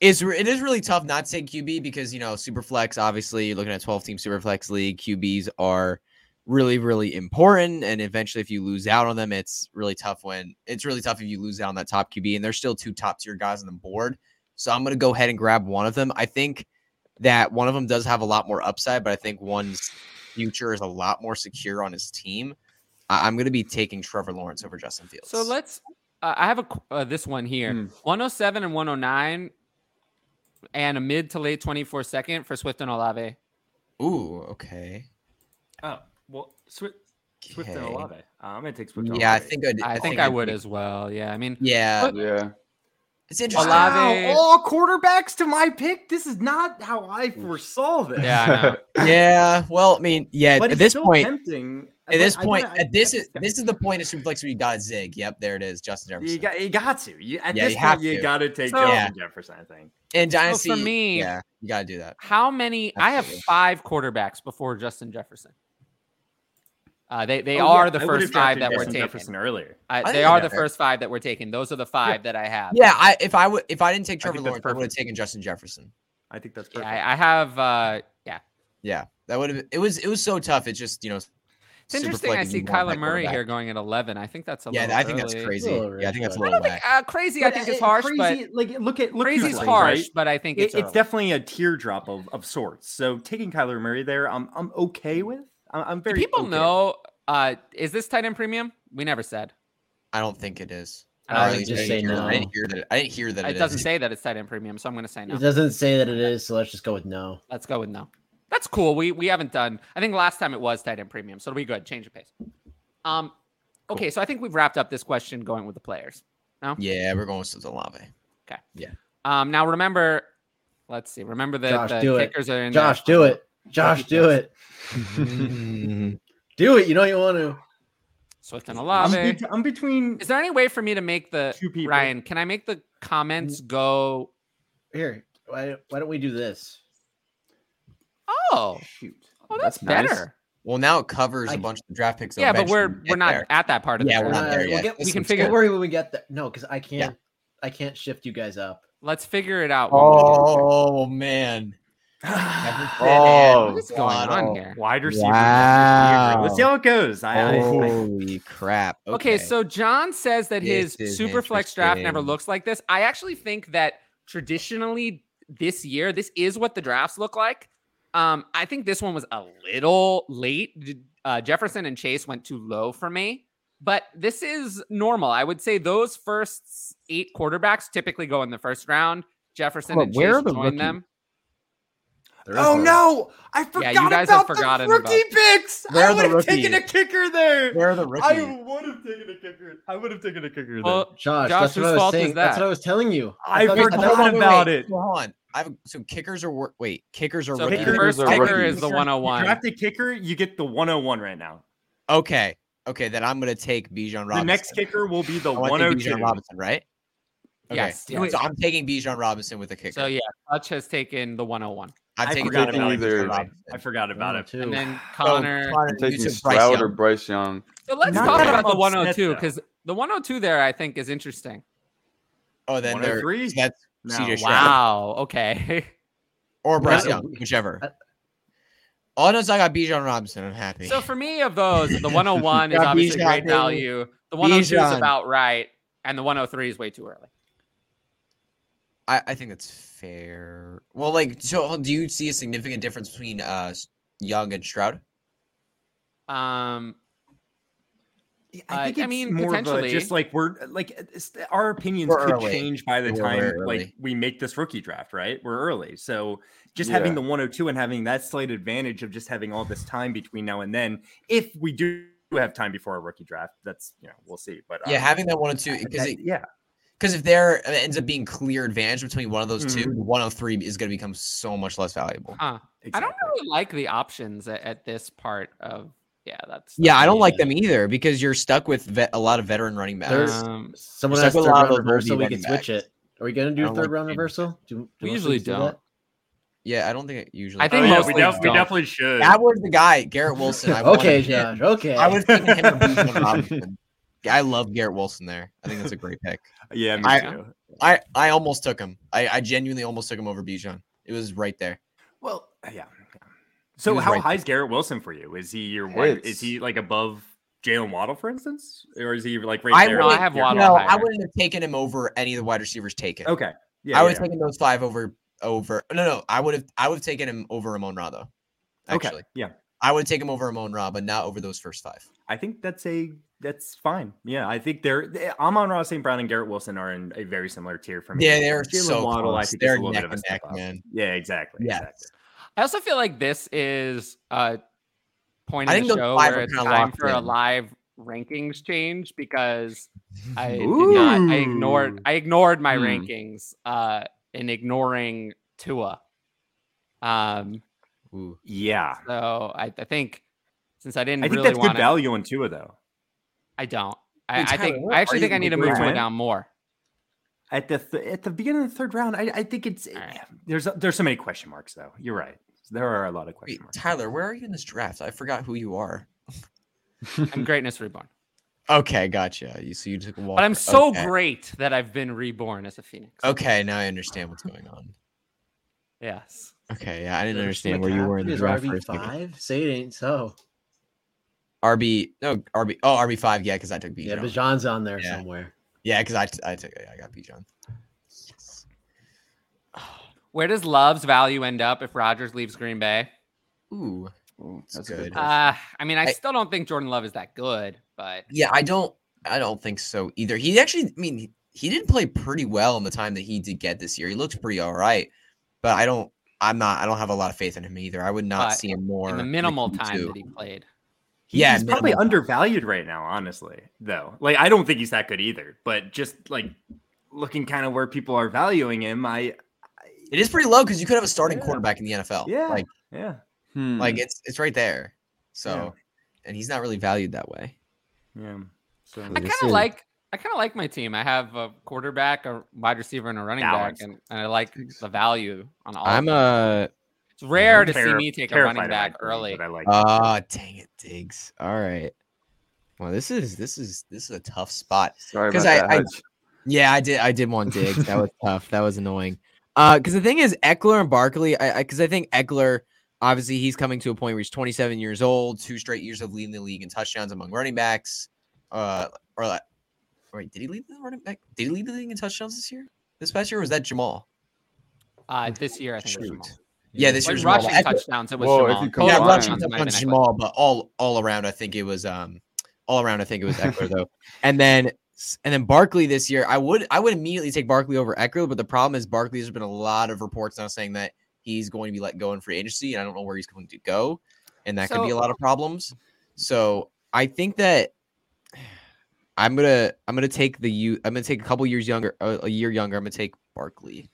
Speaker 2: Is it is really tough not to take QB because you know Superflex. Obviously, you're looking at 12 team Superflex league. QBs are really really important, and eventually, if you lose out on them, it's really tough. When it's really tough if you lose out on that top QB, and there's still two top tier guys on the board. So I'm gonna go ahead and grab one of them. I think that one of them does have a lot more upside, but I think one's future is a lot more secure on his team. I- I'm gonna be taking Trevor Lawrence over Justin Fields.
Speaker 1: So let's. Uh, I have a qu- uh, this one here.
Speaker 5: Hmm.
Speaker 1: 107 and 109, and a mid to late 24 second for Swift and Olave.
Speaker 2: Ooh, okay.
Speaker 4: Oh well, Swift, Swift and
Speaker 2: Okay.
Speaker 4: Olave. Uh, I'm gonna take Swift. and
Speaker 2: Yeah, I
Speaker 4: Olave.
Speaker 2: think I'd,
Speaker 1: I think I
Speaker 2: I'd
Speaker 1: would
Speaker 2: take-
Speaker 1: as well. Yeah, I
Speaker 2: [LAUGHS]
Speaker 1: mean,
Speaker 2: Yeah,
Speaker 5: Yeah.
Speaker 2: it's interesting.
Speaker 1: Olave-
Speaker 4: Wow, all quarterbacks to my pick. This is not how I foresaw this.
Speaker 1: yeah, I know.
Speaker 2: Yeah, well, I mean, yeah.
Speaker 4: But
Speaker 2: at
Speaker 4: it's
Speaker 2: this
Speaker 4: still
Speaker 2: point,
Speaker 4: tempting.
Speaker 2: at this
Speaker 4: I- I
Speaker 2: point,
Speaker 4: gotta- I-
Speaker 2: at this is this is the point of Superflex where you got Zig. Yep, there it is, Justin Jefferson.
Speaker 4: You got, you got to. You, at
Speaker 2: Yeah,
Speaker 4: this
Speaker 2: you
Speaker 4: point,
Speaker 2: have
Speaker 4: you
Speaker 2: to.
Speaker 4: got to take
Speaker 1: So-
Speaker 4: Justin Jefferson. I think.
Speaker 2: and Dynasty,
Speaker 1: me-
Speaker 2: yeah, you got to do that.
Speaker 1: How
Speaker 2: [LAUGHS]
Speaker 1: many? I have
Speaker 2: Absolutely.
Speaker 1: five quarterbacks before Justin Jefferson. Uh, they they
Speaker 4: Oh,
Speaker 1: are
Speaker 4: yeah,
Speaker 1: the
Speaker 4: I would've
Speaker 1: first five
Speaker 4: drafted
Speaker 1: that we're
Speaker 4: Justin
Speaker 1: taking.
Speaker 4: Jefferson earlier.
Speaker 1: I,
Speaker 2: I
Speaker 1: they
Speaker 2: think
Speaker 1: are
Speaker 2: I
Speaker 1: the
Speaker 2: got it.
Speaker 1: first five that we're taking. Those are the five that I have.
Speaker 2: Yeah, I if I would if I didn't take
Speaker 4: I think
Speaker 2: Trevor
Speaker 4: that's
Speaker 2: Lawrence, I would have
Speaker 4: perfect.
Speaker 2: taken Justin Jefferson.
Speaker 4: I think that's
Speaker 1: Yeah,
Speaker 4: perfect.
Speaker 1: I, I have. Uh, yeah,
Speaker 2: Yeah, that would have. It was it was so tough. It's just you know.
Speaker 1: It's interesting. I
Speaker 2: Superflex,
Speaker 1: see
Speaker 2: you want
Speaker 1: Kyler
Speaker 2: that
Speaker 1: Murray
Speaker 2: quarterback.
Speaker 1: here going at 11. I think that's a
Speaker 2: Yeah,
Speaker 1: little
Speaker 2: I think that's
Speaker 1: early.
Speaker 2: crazy.
Speaker 3: Little
Speaker 2: Yeah, I think that's a
Speaker 1: I
Speaker 2: little
Speaker 1: don't
Speaker 2: whack.
Speaker 1: think uh, crazy. I
Speaker 6: But,
Speaker 1: think
Speaker 6: uh,
Speaker 1: is harsh,
Speaker 6: crazy, like look at look
Speaker 1: but crazy's
Speaker 4: Right.
Speaker 6: Crazy
Speaker 1: harsh. But I think
Speaker 4: It-
Speaker 1: it's,
Speaker 4: it's, definitely a teardrop of, of sorts. So taking Kyler Murray there, I'm I'm okay with. I'm, I'm
Speaker 1: Do
Speaker 4: very.
Speaker 1: people
Speaker 4: okay.
Speaker 1: know? Uh, is this tight end premium? We never said.
Speaker 2: I don't think it is.
Speaker 1: I don't
Speaker 2: Or at
Speaker 1: think
Speaker 2: least
Speaker 3: just
Speaker 2: I
Speaker 3: say
Speaker 2: didn't hear-
Speaker 3: no.
Speaker 2: I didn't hear that. I didn't hear that.
Speaker 1: It
Speaker 2: It,
Speaker 1: doesn't
Speaker 2: is.
Speaker 1: say that it's tight end premium, so I'm going to say no.
Speaker 3: It doesn't say that it is, so let's just go with no.
Speaker 1: Let's go with no. That's cool. We we haven't done. I think last time it was tight end premium, so we good. Change of pace. Um, okay, so I think we've wrapped up this question going with the players.
Speaker 2: Yeah, we're going with Zalave.
Speaker 1: Um, now remember, let's see. Remember that
Speaker 3: Josh,
Speaker 1: the
Speaker 3: do it.
Speaker 1: kickers are in.
Speaker 3: Josh,
Speaker 1: there.
Speaker 3: do it. Josh, do it. [LAUGHS]
Speaker 1: Mm-hmm.
Speaker 3: Do it. You know you want to.
Speaker 1: Swift and
Speaker 4: I'm,
Speaker 1: Olave.
Speaker 4: bet- I'm between
Speaker 1: Is there any way for me to make the
Speaker 4: two people.
Speaker 1: Ryan? Can I make the comments go?
Speaker 3: Here, why, why don't we do this?
Speaker 1: Oh,
Speaker 5: Shoot.
Speaker 1: oh, that's,
Speaker 5: nice.
Speaker 1: better.
Speaker 2: Well, now it covers a
Speaker 3: I-
Speaker 2: bunch of the draft picks.
Speaker 1: Yeah, but
Speaker 2: eventually
Speaker 1: we're
Speaker 2: get
Speaker 1: we're not
Speaker 4: [LAUGHS]
Speaker 2: there.
Speaker 1: at that part of the
Speaker 2: Yeah, we're
Speaker 1: draft.
Speaker 2: not there
Speaker 3: we'll
Speaker 2: yet.
Speaker 3: get-
Speaker 1: we
Speaker 2: This
Speaker 1: can
Speaker 2: one's
Speaker 1: figure
Speaker 3: Don't
Speaker 2: good.
Speaker 3: worry when we get that. No, because I can't. I can't shift you guys up.
Speaker 1: Let's figure it out. when we get there.
Speaker 2: Oh man.
Speaker 4: [SIGHS]
Speaker 5: Oh,
Speaker 1: what is going on here?
Speaker 4: wide receiver.
Speaker 2: Wow. Oh.
Speaker 4: Let's see how it goes. I, I, I,
Speaker 2: Holy crap.
Speaker 1: Okay. so John says that his
Speaker 2: This is
Speaker 1: super flex draft never
Speaker 2: interesting.
Speaker 1: looks like this. I actually think that traditionally this year, this is what the drafts look like. Um, I think this one was a little late. D- Uh, Jefferson and Chase went too low for me, but this is normal. I would say those first s- eight quarterbacks typically go in the first round. Jefferson
Speaker 2: But
Speaker 1: and
Speaker 2: where
Speaker 1: Chase
Speaker 2: are the
Speaker 1: join
Speaker 2: rookies?
Speaker 1: them.
Speaker 4: oh no! I
Speaker 1: Yeah,
Speaker 4: forgot
Speaker 1: you guys have
Speaker 4: about
Speaker 1: forgotten
Speaker 4: the rookie picks.
Speaker 2: Where
Speaker 4: I
Speaker 2: are the
Speaker 4: would have taken a
Speaker 2: rookies?
Speaker 4: kicker there.
Speaker 2: where are the
Speaker 4: I
Speaker 2: rookies?
Speaker 4: would have taken a kicker. I would have taken a kicker there.
Speaker 1: Well, Josh,
Speaker 3: Josh, that's
Speaker 1: whose
Speaker 3: what I was
Speaker 1: fault
Speaker 3: saying.
Speaker 1: is
Speaker 3: That's
Speaker 1: that?
Speaker 3: what I was telling you.
Speaker 4: I
Speaker 3: thought-
Speaker 4: forgot
Speaker 3: thought-
Speaker 2: wait,
Speaker 4: about
Speaker 2: wait,
Speaker 4: it.
Speaker 2: Hold on. I have, so kickers are wor- wait. Kickers are
Speaker 1: so
Speaker 2: rookies.
Speaker 1: the
Speaker 4: Kickers
Speaker 1: first
Speaker 5: are
Speaker 1: kicker
Speaker 5: rookies.
Speaker 1: is the
Speaker 4: You
Speaker 2: oh
Speaker 4: You
Speaker 1: 101.
Speaker 4: draft a kicker, you get the 101 right now.
Speaker 2: Okay. Okay. Then I'm gonna take Bijan Robinson.
Speaker 4: The next kicker oh will be the
Speaker 2: I want to take
Speaker 4: 102.
Speaker 2: Bijan Robinson, right? Okay.
Speaker 1: Yes, yes.
Speaker 2: So I'm taking Bijan Robinson with a kicker.
Speaker 1: So yeah, Touch has taken the 101.
Speaker 2: I'm
Speaker 4: I
Speaker 2: taking
Speaker 4: forgot
Speaker 2: Bijan
Speaker 4: about it.
Speaker 5: either.
Speaker 2: Robinson.
Speaker 4: I forgot about it.
Speaker 1: And then
Speaker 2: Oh,
Speaker 1: Connor.
Speaker 5: I'm
Speaker 2: you
Speaker 5: taking
Speaker 2: took Bryce
Speaker 5: Stroud or
Speaker 2: Young.
Speaker 5: Bryce Young.
Speaker 1: So let's
Speaker 4: Not
Speaker 1: talk
Speaker 4: that I'm
Speaker 1: about the
Speaker 4: upset,
Speaker 1: 102
Speaker 4: though.
Speaker 1: because the 102 there I think is interesting.
Speaker 2: Oh, then there.
Speaker 4: 103?
Speaker 2: so That's
Speaker 4: No.
Speaker 2: CJ Stroud.
Speaker 1: Wow.
Speaker 2: [LAUGHS]
Speaker 1: Uh, Okay.
Speaker 2: or Bryce
Speaker 3: Wow.
Speaker 2: Young, whichever.
Speaker 3: I-
Speaker 2: All I know is I got Bijan Robinson. I'm happy.
Speaker 1: So for me, of those,
Speaker 2: [LAUGHS]
Speaker 1: the 101 is
Speaker 2: Got
Speaker 1: obviously
Speaker 2: Bijan,
Speaker 1: great
Speaker 2: baby.
Speaker 1: value. The 102 is
Speaker 2: Bijan.
Speaker 1: about right, and the 103 is way too early.
Speaker 2: I, I think that's fair. Well, like, so uh, do you see a significant difference between uh S- Young and Stroud?
Speaker 1: Uh, Um,
Speaker 4: I think
Speaker 1: Uh, I
Speaker 4: it's
Speaker 1: mean,
Speaker 4: more of a,
Speaker 1: potentially.
Speaker 4: just like we're like it's- our opinions
Speaker 2: We're
Speaker 4: could
Speaker 2: early.
Speaker 4: change by the
Speaker 2: We're
Speaker 4: time
Speaker 2: early.
Speaker 4: like we make this rookie draft, right? We're early, so just
Speaker 5: Yeah.
Speaker 4: having the 102 and having that slight advantage of just having all this time between now and then, if we do have time before our rookie draft, that's you know we'll see. But
Speaker 2: Yeah,
Speaker 4: um,
Speaker 2: having that one and two,
Speaker 4: that-
Speaker 2: because
Speaker 4: yeah,
Speaker 2: because if there uh, ends up being clear advantage between one of those two,
Speaker 1: Mm-hmm.
Speaker 4: Mhm.
Speaker 2: the 103 is going to become so much less valuable.
Speaker 1: huh. I don't
Speaker 4: exactly.
Speaker 1: really like the options at, at this part of. Yeah, that's.
Speaker 2: Yeah, I don't like
Speaker 3: Yeah.
Speaker 2: them either because you're stuck with vet, a lot of veteran running backs.
Speaker 3: There's-
Speaker 1: Um,
Speaker 3: Someone
Speaker 2: It's
Speaker 3: has
Speaker 2: like
Speaker 3: third
Speaker 2: a lot of
Speaker 3: round
Speaker 2: those old
Speaker 3: reversal. We
Speaker 2: running
Speaker 3: can switch
Speaker 2: backs.
Speaker 3: it. Are we gonna
Speaker 2: I
Speaker 3: do
Speaker 2: don't
Speaker 3: third
Speaker 2: like
Speaker 3: round
Speaker 2: changes.
Speaker 3: reversal? Do, do
Speaker 1: We
Speaker 3: most
Speaker 1: usually
Speaker 3: leagues do
Speaker 1: don't.
Speaker 3: that?
Speaker 2: yeah, I don't think it usually.
Speaker 1: I
Speaker 4: Oh,
Speaker 1: think
Speaker 4: yeah,
Speaker 1: most
Speaker 4: we,
Speaker 1: leagues
Speaker 4: def- we
Speaker 1: don't.
Speaker 4: definitely should.
Speaker 2: that was the
Speaker 1: [LAUGHS]
Speaker 2: guy, Garrett Wilson. I wanted
Speaker 3: okay,
Speaker 2: him.
Speaker 3: Josh. Okay.
Speaker 2: I would have taken him or Bijan [LAUGHS] Robinson. I love Garrett Wilson there. I think that's a great pick.
Speaker 4: yeah, me
Speaker 2: I-
Speaker 4: too.
Speaker 2: I, I almost took him. I, I genuinely almost took him over Bijan. It was right there.
Speaker 4: Well, yeah. So
Speaker 2: was
Speaker 4: how
Speaker 2: right
Speaker 4: high is Garrett Wilson for you? Is he your wide?
Speaker 5: Hits.
Speaker 4: Is he like above Jalen Waddle, for instance, or is he like right
Speaker 2: I
Speaker 4: there?
Speaker 2: would-
Speaker 4: like,
Speaker 1: I have
Speaker 4: your-
Speaker 1: Waddle.
Speaker 2: No, I
Speaker 1: higher.
Speaker 2: wouldn't have taken him over any of the wide receivers taken.
Speaker 4: Okay. Yeah.
Speaker 2: I
Speaker 4: yeah,
Speaker 2: was
Speaker 4: yeah.
Speaker 2: taking those five over over. No, no, I would have I would have taken him over Ramon Ra though. Actually,
Speaker 4: Okay. Yeah.
Speaker 2: I would take him over Ramon Ra, but not over those first five.
Speaker 4: I think that's a that's fine. Yeah, I think they're they, Amon Ross St. Brown and Garrett Wilson are in a very similar tier for me.
Speaker 2: Yeah, they're
Speaker 4: Jalen
Speaker 2: so
Speaker 4: Waddle, I
Speaker 2: close.
Speaker 4: think, is
Speaker 2: They're
Speaker 4: a little
Speaker 2: neck
Speaker 4: bit of a
Speaker 2: and
Speaker 4: step
Speaker 2: neck,
Speaker 4: up. [LAUGHS]
Speaker 2: man.
Speaker 4: Yeah, exactly.
Speaker 2: Yes.
Speaker 4: exactly.
Speaker 1: I also feel like this is a point
Speaker 2: I
Speaker 1: in
Speaker 2: think
Speaker 1: the
Speaker 2: those
Speaker 1: show
Speaker 2: five
Speaker 1: where
Speaker 2: are
Speaker 1: it's
Speaker 2: kinda
Speaker 1: time
Speaker 2: locked
Speaker 1: for a
Speaker 2: in.
Speaker 1: live rankings change because I did not. I ignored.
Speaker 4: Ooh.
Speaker 1: I ignored my
Speaker 5: Hmm.
Speaker 1: rankings uh, in ignoring Tua. Um.
Speaker 2: Ooh. Ah.
Speaker 4: Yeah,
Speaker 1: So I, I think since I didn't
Speaker 4: I think
Speaker 1: really
Speaker 4: that's good
Speaker 1: want to,
Speaker 4: value on Tua though.
Speaker 1: I don't. I,
Speaker 4: Wait,
Speaker 1: I
Speaker 4: Tyler,
Speaker 1: think.
Speaker 4: what
Speaker 1: I
Speaker 4: are
Speaker 1: actually
Speaker 4: you
Speaker 1: think I need to
Speaker 4: looking
Speaker 1: move Tua
Speaker 4: at?
Speaker 1: down
Speaker 2: [LAUGHS]
Speaker 1: more.
Speaker 4: At the th- at the beginning of the third round, I, I think it's
Speaker 1: right.
Speaker 4: there's there's so many question marks though. You're right. There are a lot of
Speaker 2: Wait,
Speaker 4: question marks.
Speaker 2: Tyler, where are you in this draft? I forgot who you are.
Speaker 1: I'm greatness reborn,
Speaker 2: Okay, gotcha. You so you took a walk.
Speaker 1: but I'm so
Speaker 2: okay.
Speaker 1: great that I've been reborn as a phoenix.
Speaker 2: Okay, now I understand what's going on.
Speaker 1: Yes.
Speaker 2: Okay, yeah, I didn't understand where you were in the draft
Speaker 3: McCaffrey
Speaker 2: for a
Speaker 3: is
Speaker 2: second.
Speaker 3: RB5? Say it ain't so.
Speaker 2: RB no RB oh RB five yeah because I took Bijan
Speaker 3: Yeah, Bijan's on there
Speaker 2: Yeah.
Speaker 3: somewhere.
Speaker 2: yeah because I t- I took yeah, I got Bijan
Speaker 1: Where does Love's value end up if Rogers leaves Green Bay?
Speaker 2: ooh
Speaker 5: Ooh,
Speaker 2: That's
Speaker 5: that's a good.
Speaker 2: good.
Speaker 5: question.
Speaker 1: Uh, I mean, I
Speaker 2: I-
Speaker 1: still don't think Jordan Love is that good, but
Speaker 2: yeah I don't I don't think so either he actually I mean he, he did play pretty well in the time that he did get this year he looks pretty all right but I don't I'm not I don't have a lot of faith in him either I would not
Speaker 1: But
Speaker 2: see him more
Speaker 1: in the
Speaker 2: than
Speaker 1: minimal
Speaker 2: Q2.
Speaker 1: time that he played.
Speaker 4: He's
Speaker 2: Yeah,
Speaker 4: probably
Speaker 2: minimal.
Speaker 4: undervalued right now, honestly, though. Like, I don't think he's that good either, but just like looking kind of where people are valuing him, I,
Speaker 2: it is pretty low because you could have a starting
Speaker 4: Yeah.
Speaker 2: quarterback in the NFL
Speaker 4: Yeah.
Speaker 2: like
Speaker 4: yeah.
Speaker 5: Hmm.
Speaker 2: like it's it's right there so and he's not really valued that way
Speaker 4: Yeah. So,
Speaker 1: I
Speaker 3: We'll
Speaker 1: kind
Speaker 3: see.
Speaker 1: of like. I kind of like my team. I have a quarterback, a wide receiver, and a running
Speaker 4: Balance.
Speaker 1: back, and, and I like the value on all.
Speaker 2: I'm
Speaker 1: of them.
Speaker 2: a
Speaker 1: It's rare
Speaker 4: I'm
Speaker 1: to see
Speaker 4: terri-
Speaker 1: me take a
Speaker 4: terrified
Speaker 1: running
Speaker 4: of
Speaker 1: back
Speaker 4: Mike Green,
Speaker 1: early.
Speaker 4: but I
Speaker 2: [LAUGHS]
Speaker 4: like
Speaker 2: Ah, dang it, Diggs. All right. Well, this is this is this is a tough spot.
Speaker 5: Sorry
Speaker 2: 'Cause
Speaker 5: about that.
Speaker 2: I- I-
Speaker 5: Hutch.
Speaker 2: Yeah, I did I did want Diggs. [LAUGHS] That was tough. That was annoying. Uh, because the thing is, Eckler and Barkley. I because I, think Eckler, obviously, he's coming to a point where he's 27 years old, two straight years of leading the league in touchdowns among running backs. Uh, or like, wait, did he lead the running back? Did he lead the league in touchdowns this year? This past year or was that Jamal?
Speaker 1: Uh, this year, I think. it was
Speaker 2: Shoot.
Speaker 1: Jamal.
Speaker 2: Yeah, this
Speaker 1: Like
Speaker 2: year's
Speaker 1: rushing
Speaker 2: Jamal. Eckler-
Speaker 1: touchdowns, it was
Speaker 5: Well, if
Speaker 1: Jamal.
Speaker 5: you
Speaker 1: Total
Speaker 2: Yeah,
Speaker 5: combine-
Speaker 1: touchdowns
Speaker 2: rushing
Speaker 1: might have been
Speaker 2: touchdowns,
Speaker 1: Eckler.
Speaker 2: Jamal, but all all around, I think it was um all around. I think it was Eckler though, and then and then Barkley this year. I would I would immediately take Barkley over Eckler, but the problem is Barkley. There's been a lot of reports now saying that he's going to be let go in free agency, and I don't know where he's going to go, and that could be a
Speaker 1: So-
Speaker 2: lot of problems. So I think that I'm gonna I'm gonna take the you I'm gonna take a couple years younger a, a year younger. I'm gonna take Barkley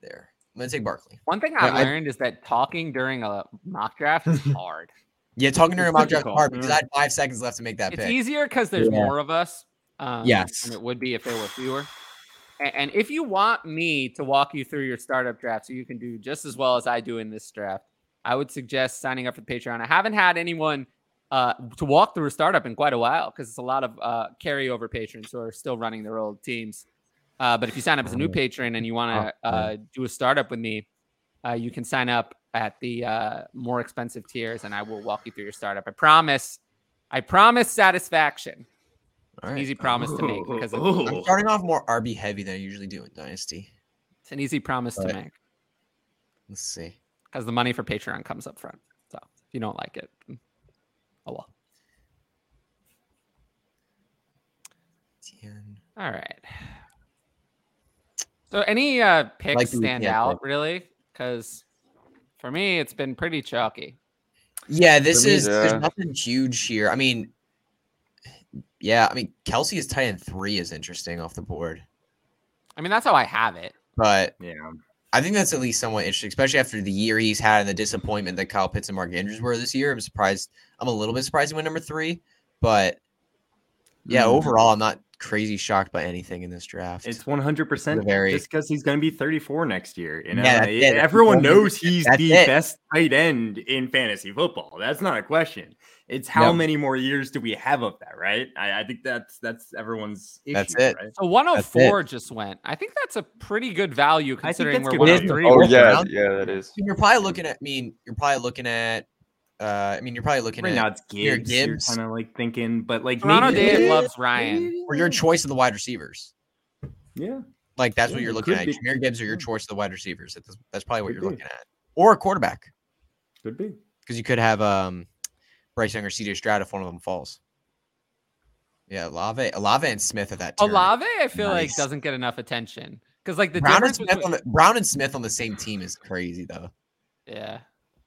Speaker 2: there. I'm gonna take Barkley.
Speaker 1: One thing
Speaker 2: I-
Speaker 1: I
Speaker 2: I-
Speaker 1: learned is that talking during a mock draft
Speaker 2: [LAUGHS]
Speaker 1: is hard.
Speaker 2: Yeah, talking to
Speaker 5: It's
Speaker 2: him about draft
Speaker 5: difficult,
Speaker 2: hard because
Speaker 5: yeah.
Speaker 2: I had five seconds left to make that
Speaker 1: it's
Speaker 2: pick.
Speaker 1: easier because there's
Speaker 2: Yeah.
Speaker 1: more of us. Um,
Speaker 2: Yes.
Speaker 1: than it would be if there were fewer. And, and if you want me to walk you through your startup draft so you can do just as well as I do in this draft, I would suggest signing up for the Patreon. I haven't had anyone uh, to walk through a startup in quite a while because it's a lot of uh, carryover patrons who are still running their old teams. Uh, but if you sign up as a new patron and you want to uh, do a startup with me, uh, you can sign up at the uh, more expensive tiers and I will walk you through your startup. I promise. I promise satisfaction.
Speaker 2: All
Speaker 1: An
Speaker 2: right.
Speaker 1: easy promise to make because it's,
Speaker 2: [LAUGHS] I'm
Speaker 4: Ooh.
Speaker 1: [LAUGHS]
Speaker 2: starting off more RB heavy than I usually do in Dynasty.
Speaker 1: it's an easy promise to
Speaker 2: Right.
Speaker 1: make
Speaker 2: Let's see.
Speaker 1: because the money for Patreon comes up front. So if you don't like it, oh well.
Speaker 2: Ten.
Speaker 1: All right. So any uh, picks
Speaker 2: Like the-
Speaker 1: stand
Speaker 2: yeah,
Speaker 1: out really? Because for me, it's been pretty chalky.
Speaker 2: Yeah, this
Speaker 5: me,
Speaker 2: is
Speaker 5: yeah.
Speaker 2: there's nothing huge here. I mean, yeah, I mean Kelsey is tight end three is interesting off the board,
Speaker 1: I mean, that's how I have it.
Speaker 2: but
Speaker 4: yeah.
Speaker 2: I think that's at least somewhat interesting, especially after the year he's had and the disappointment that Kyle Pitts and Mark Andrews were this year. I'm surprised. I'm a little bit surprised he went number three, but yeah,
Speaker 5: Mhm.
Speaker 2: overall, I'm not crazy shocked by anything in this draft.
Speaker 4: It's 100%
Speaker 2: The very-
Speaker 4: just because he's going to be 34 next year. You
Speaker 2: Yeah,
Speaker 4: know? Eh,
Speaker 2: that's it. That's the
Speaker 4: Everyone
Speaker 2: only-
Speaker 4: knows he's
Speaker 2: that's
Speaker 4: the
Speaker 2: it.
Speaker 4: best tight end in fantasy football. That's not a question. It's how
Speaker 2: No.
Speaker 4: many more years do we have of that, right? I, I think that's that's everyone's issue.
Speaker 2: That's it.
Speaker 4: Right?
Speaker 1: So 104 just went. I think that's a pretty good value
Speaker 4: think
Speaker 1: considering
Speaker 4: that's
Speaker 1: where
Speaker 4: good
Speaker 2: value.
Speaker 1: 103
Speaker 5: Oh
Speaker 1: was.
Speaker 5: yeah,
Speaker 2: around.
Speaker 5: yeah, that is.
Speaker 2: you're probably looking at. I mean, you're probably looking at. Uh, I mean, you're probably looking
Speaker 4: Right
Speaker 2: at
Speaker 4: now it's
Speaker 2: Here,
Speaker 4: Gibbs. You're
Speaker 2: Gibbs.
Speaker 4: kind of like thinking, but like
Speaker 1: Toronto
Speaker 4: maybe-
Speaker 1: Dave
Speaker 4: [LAUGHS]
Speaker 1: loves Ryan.
Speaker 2: or your choice of the wide receivers.
Speaker 4: Yeah.
Speaker 2: Like that's what
Speaker 4: Yeah,
Speaker 2: you're
Speaker 4: it
Speaker 2: looking
Speaker 4: could
Speaker 2: at.
Speaker 4: be.
Speaker 2: Jameer Gibbs or your choice of the wide receivers. That's, that's probably what
Speaker 4: Could
Speaker 2: you're
Speaker 4: be.
Speaker 2: looking at, or a quarterback
Speaker 4: Could be.
Speaker 2: because you could have um Bryce Young or CJ Stroud if one of them falls. Yeah, Olave, Olave and Smith at that. tournament.
Speaker 1: Olave, I feel like
Speaker 2: Nice.
Speaker 1: doesn't get enough attention because like the
Speaker 2: Brown and
Speaker 1: difference
Speaker 2: Smith
Speaker 1: between-
Speaker 2: on the, Brown and Smith on the same team is crazy though.
Speaker 1: yeah,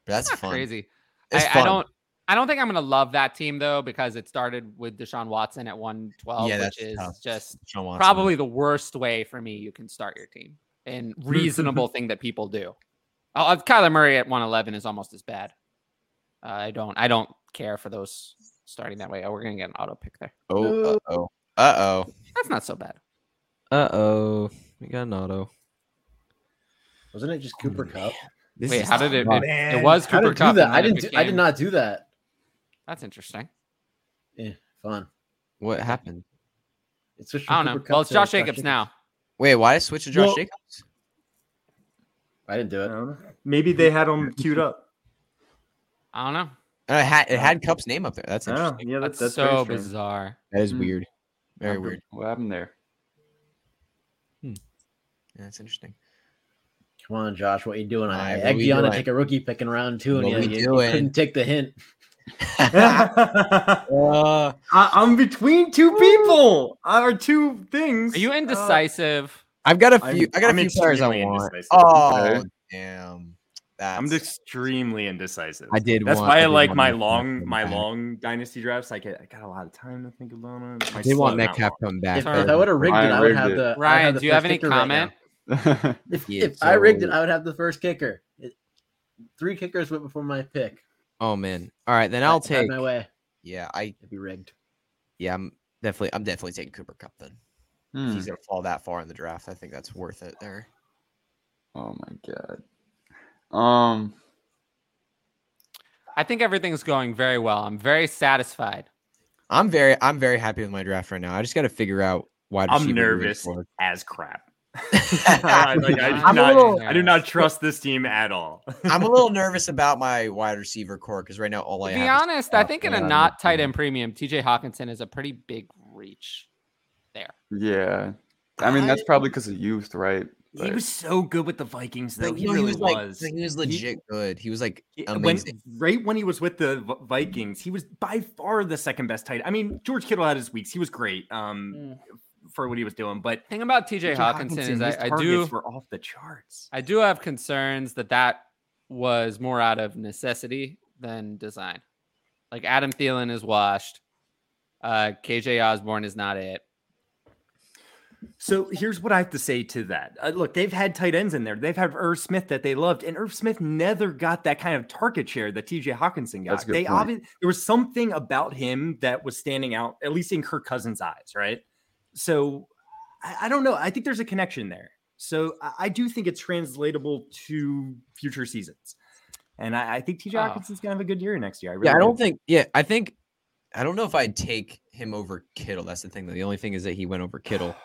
Speaker 2: But that's
Speaker 1: not
Speaker 2: fun.
Speaker 1: crazy.
Speaker 2: It's
Speaker 1: I,
Speaker 2: fun.
Speaker 1: I don't. I don't think I'm gonna love that team though because it started with Deshaun Watson at 112,
Speaker 2: Yeah,
Speaker 1: which
Speaker 2: that's
Speaker 1: is
Speaker 2: tough.
Speaker 1: just
Speaker 2: Sean Watson.
Speaker 1: probably the worst way for me you can start your team
Speaker 3: [LAUGHS]
Speaker 1: and reasonable thing that people do. Oh, Kyler Murray at 111 is almost as bad. Uh, I don't. I don't care for those starting that way. Oh, we're gonna get an auto pick there.
Speaker 2: Oh, uh oh, uh oh,
Speaker 1: That's not so bad.
Speaker 2: uh oh. We got an auto.
Speaker 3: Wasn't it just Cooper Cup?
Speaker 2: This
Speaker 1: Wait,
Speaker 2: is
Speaker 1: how did it?
Speaker 2: tough.
Speaker 1: It, it was
Speaker 3: How
Speaker 1: Cooper
Speaker 3: did I
Speaker 1: Cup.
Speaker 3: do that?
Speaker 1: and
Speaker 3: I
Speaker 1: then it
Speaker 3: didn't. Do, I did
Speaker 1: became-
Speaker 3: not do that.
Speaker 1: That's interesting.
Speaker 3: Yeah, fun.
Speaker 2: What happened?
Speaker 3: It switched.
Speaker 1: I don't
Speaker 3: from
Speaker 1: know.
Speaker 3: Cooper Kupp
Speaker 1: Well, it's
Speaker 3: to
Speaker 1: Josh Jacobs now.
Speaker 2: Wait, why did I switch to Josh
Speaker 3: Well-
Speaker 2: Jacobs?
Speaker 3: I didn't do
Speaker 4: I
Speaker 3: it.
Speaker 4: don't know. Maybe they had him queued up.
Speaker 1: I don't know.
Speaker 2: And Oh, it had, it
Speaker 4: uh,
Speaker 2: had Cup's name up there. That's
Speaker 4: Oh,
Speaker 2: interesting.
Speaker 4: yeah,
Speaker 1: That's,
Speaker 4: that's, that's very
Speaker 1: so
Speaker 4: strange.
Speaker 1: bizarre.
Speaker 2: That is
Speaker 1: Hmm.
Speaker 2: weird. Very
Speaker 5: What
Speaker 2: weird.
Speaker 5: What happened there? [LAUGHS]
Speaker 2: Yeah, that's interesting.
Speaker 3: Come on, Josh, what you doing? I
Speaker 2: Alright, what
Speaker 3: egged
Speaker 2: we
Speaker 3: you on to
Speaker 2: doing?
Speaker 3: take a rookie pick in round two, and
Speaker 2: What
Speaker 3: you,
Speaker 2: we
Speaker 3: you- you
Speaker 2: doing?
Speaker 3: couldn't take the hint.
Speaker 4: [LAUGHS] I,
Speaker 2: Uh,
Speaker 4: I'm between two people or two things.
Speaker 1: Are you
Speaker 4: Uh,
Speaker 1: indecisive?
Speaker 2: I've got a
Speaker 4: I'm-
Speaker 2: few. i got a
Speaker 4: I'm
Speaker 2: few players I
Speaker 4: extremely
Speaker 2: want.
Speaker 4: indecisive.
Speaker 2: Oh,
Speaker 5: Okay.
Speaker 2: damn. That's,
Speaker 4: I'm extremely indecisive.
Speaker 2: I did.
Speaker 4: That's
Speaker 2: want-
Speaker 4: why I
Speaker 2: did
Speaker 4: like
Speaker 2: want
Speaker 4: my
Speaker 2: Metcalf
Speaker 4: long
Speaker 2: coming
Speaker 4: my
Speaker 2: back.
Speaker 4: long dynasty drafts. I get I got a lot of time to think about it.
Speaker 2: I
Speaker 4: My
Speaker 2: did want
Speaker 4: slot, not
Speaker 2: Metcalf
Speaker 4: long.
Speaker 2: coming back.
Speaker 3: If,
Speaker 1: Sorry.
Speaker 3: if I would have rigged it,
Speaker 5: Ryan
Speaker 3: I would
Speaker 5: rigged
Speaker 3: have
Speaker 5: it.
Speaker 3: the I would
Speaker 1: Ryan,
Speaker 3: have the
Speaker 1: do you have
Speaker 3: first
Speaker 1: any
Speaker 3: kicker right now.
Speaker 1: comment?
Speaker 3: if
Speaker 2: Yeah,
Speaker 3: if I rigged it,
Speaker 2: so-
Speaker 3: I would have the first kicker. It- three kickers went before my pick.
Speaker 2: oh man. All right, then I'll
Speaker 3: That- that
Speaker 2: take.
Speaker 3: my way.
Speaker 2: Yeah, I.
Speaker 3: It'd be rigged.
Speaker 2: Yeah, I'm definitely. I'm definitely taking Cooper Cup then. If
Speaker 1: Hmm.
Speaker 2: He's gonna fall that far in the draft. I think that's worth it there.
Speaker 5: Oh my god. Um.
Speaker 1: I think everything's going very well. I'm very satisfied.
Speaker 2: I'm very. I'm very happy with my draft right now. I just got to figure out why.
Speaker 4: I'm nervous
Speaker 2: [LAUGHS]
Speaker 4: as crap. [LAUGHS] I, like, I, do
Speaker 1: I'm a
Speaker 4: not,
Speaker 1: little-
Speaker 4: I do not trust this team at all. [LAUGHS]
Speaker 2: I'm a little nervous about my wide receiver core because right now all I
Speaker 1: To
Speaker 2: have.
Speaker 1: be
Speaker 2: is-
Speaker 1: honest, I think in a
Speaker 2: Yeah,
Speaker 1: not tight
Speaker 2: yeah.
Speaker 1: end premium, TJ Hawkinson is a pretty big reach there.
Speaker 5: Yeah. I mean, that's probably because of youth, right?
Speaker 4: he
Speaker 5: But-
Speaker 4: was so good with the Vikings, though.
Speaker 2: Like,
Speaker 4: he
Speaker 2: no,
Speaker 4: really
Speaker 2: was, like-
Speaker 4: was.
Speaker 2: like, he was legit good. He was like
Speaker 4: Yeah, When,
Speaker 2: amazing.
Speaker 4: right when he was with the V- Vikings, he was by far the second best tight. I mean, George Kittle had his weeks; he was great um,
Speaker 1: Mm.
Speaker 4: for what he was doing. But
Speaker 1: Thing about TJ Hawkinson, is
Speaker 4: his
Speaker 1: I, I
Speaker 4: targets
Speaker 1: do
Speaker 4: were off the charts.
Speaker 1: I do have concerns that that was more out of necessity than design. Like Adam Thielen is washed. Uh, KJ Osborne is not it.
Speaker 4: So here's what I have to say to that. Uh, look, they've had tight ends in there. They've had Irv Smith that they loved, and Irv Smith never got that kind of target share that TJ Hawkinson got.
Speaker 5: That's a good
Speaker 4: They
Speaker 5: point.
Speaker 4: obviously there was something about him that was standing out, at least in Kirk Cousins' eyes, right? So I, I don't know. I think there's a connection there. So I, I do think it's translatable to future seasons. And I, I think TJ
Speaker 1: Ah.
Speaker 4: Hawkinson's gonna have a good year next year. I really
Speaker 2: Yeah, I
Speaker 4: do.
Speaker 2: don't think. Yeah, I think. I don't know if I'd take him over Kittle. That's the thing. Though. The only thing is that he went over [SIGHS] Kittle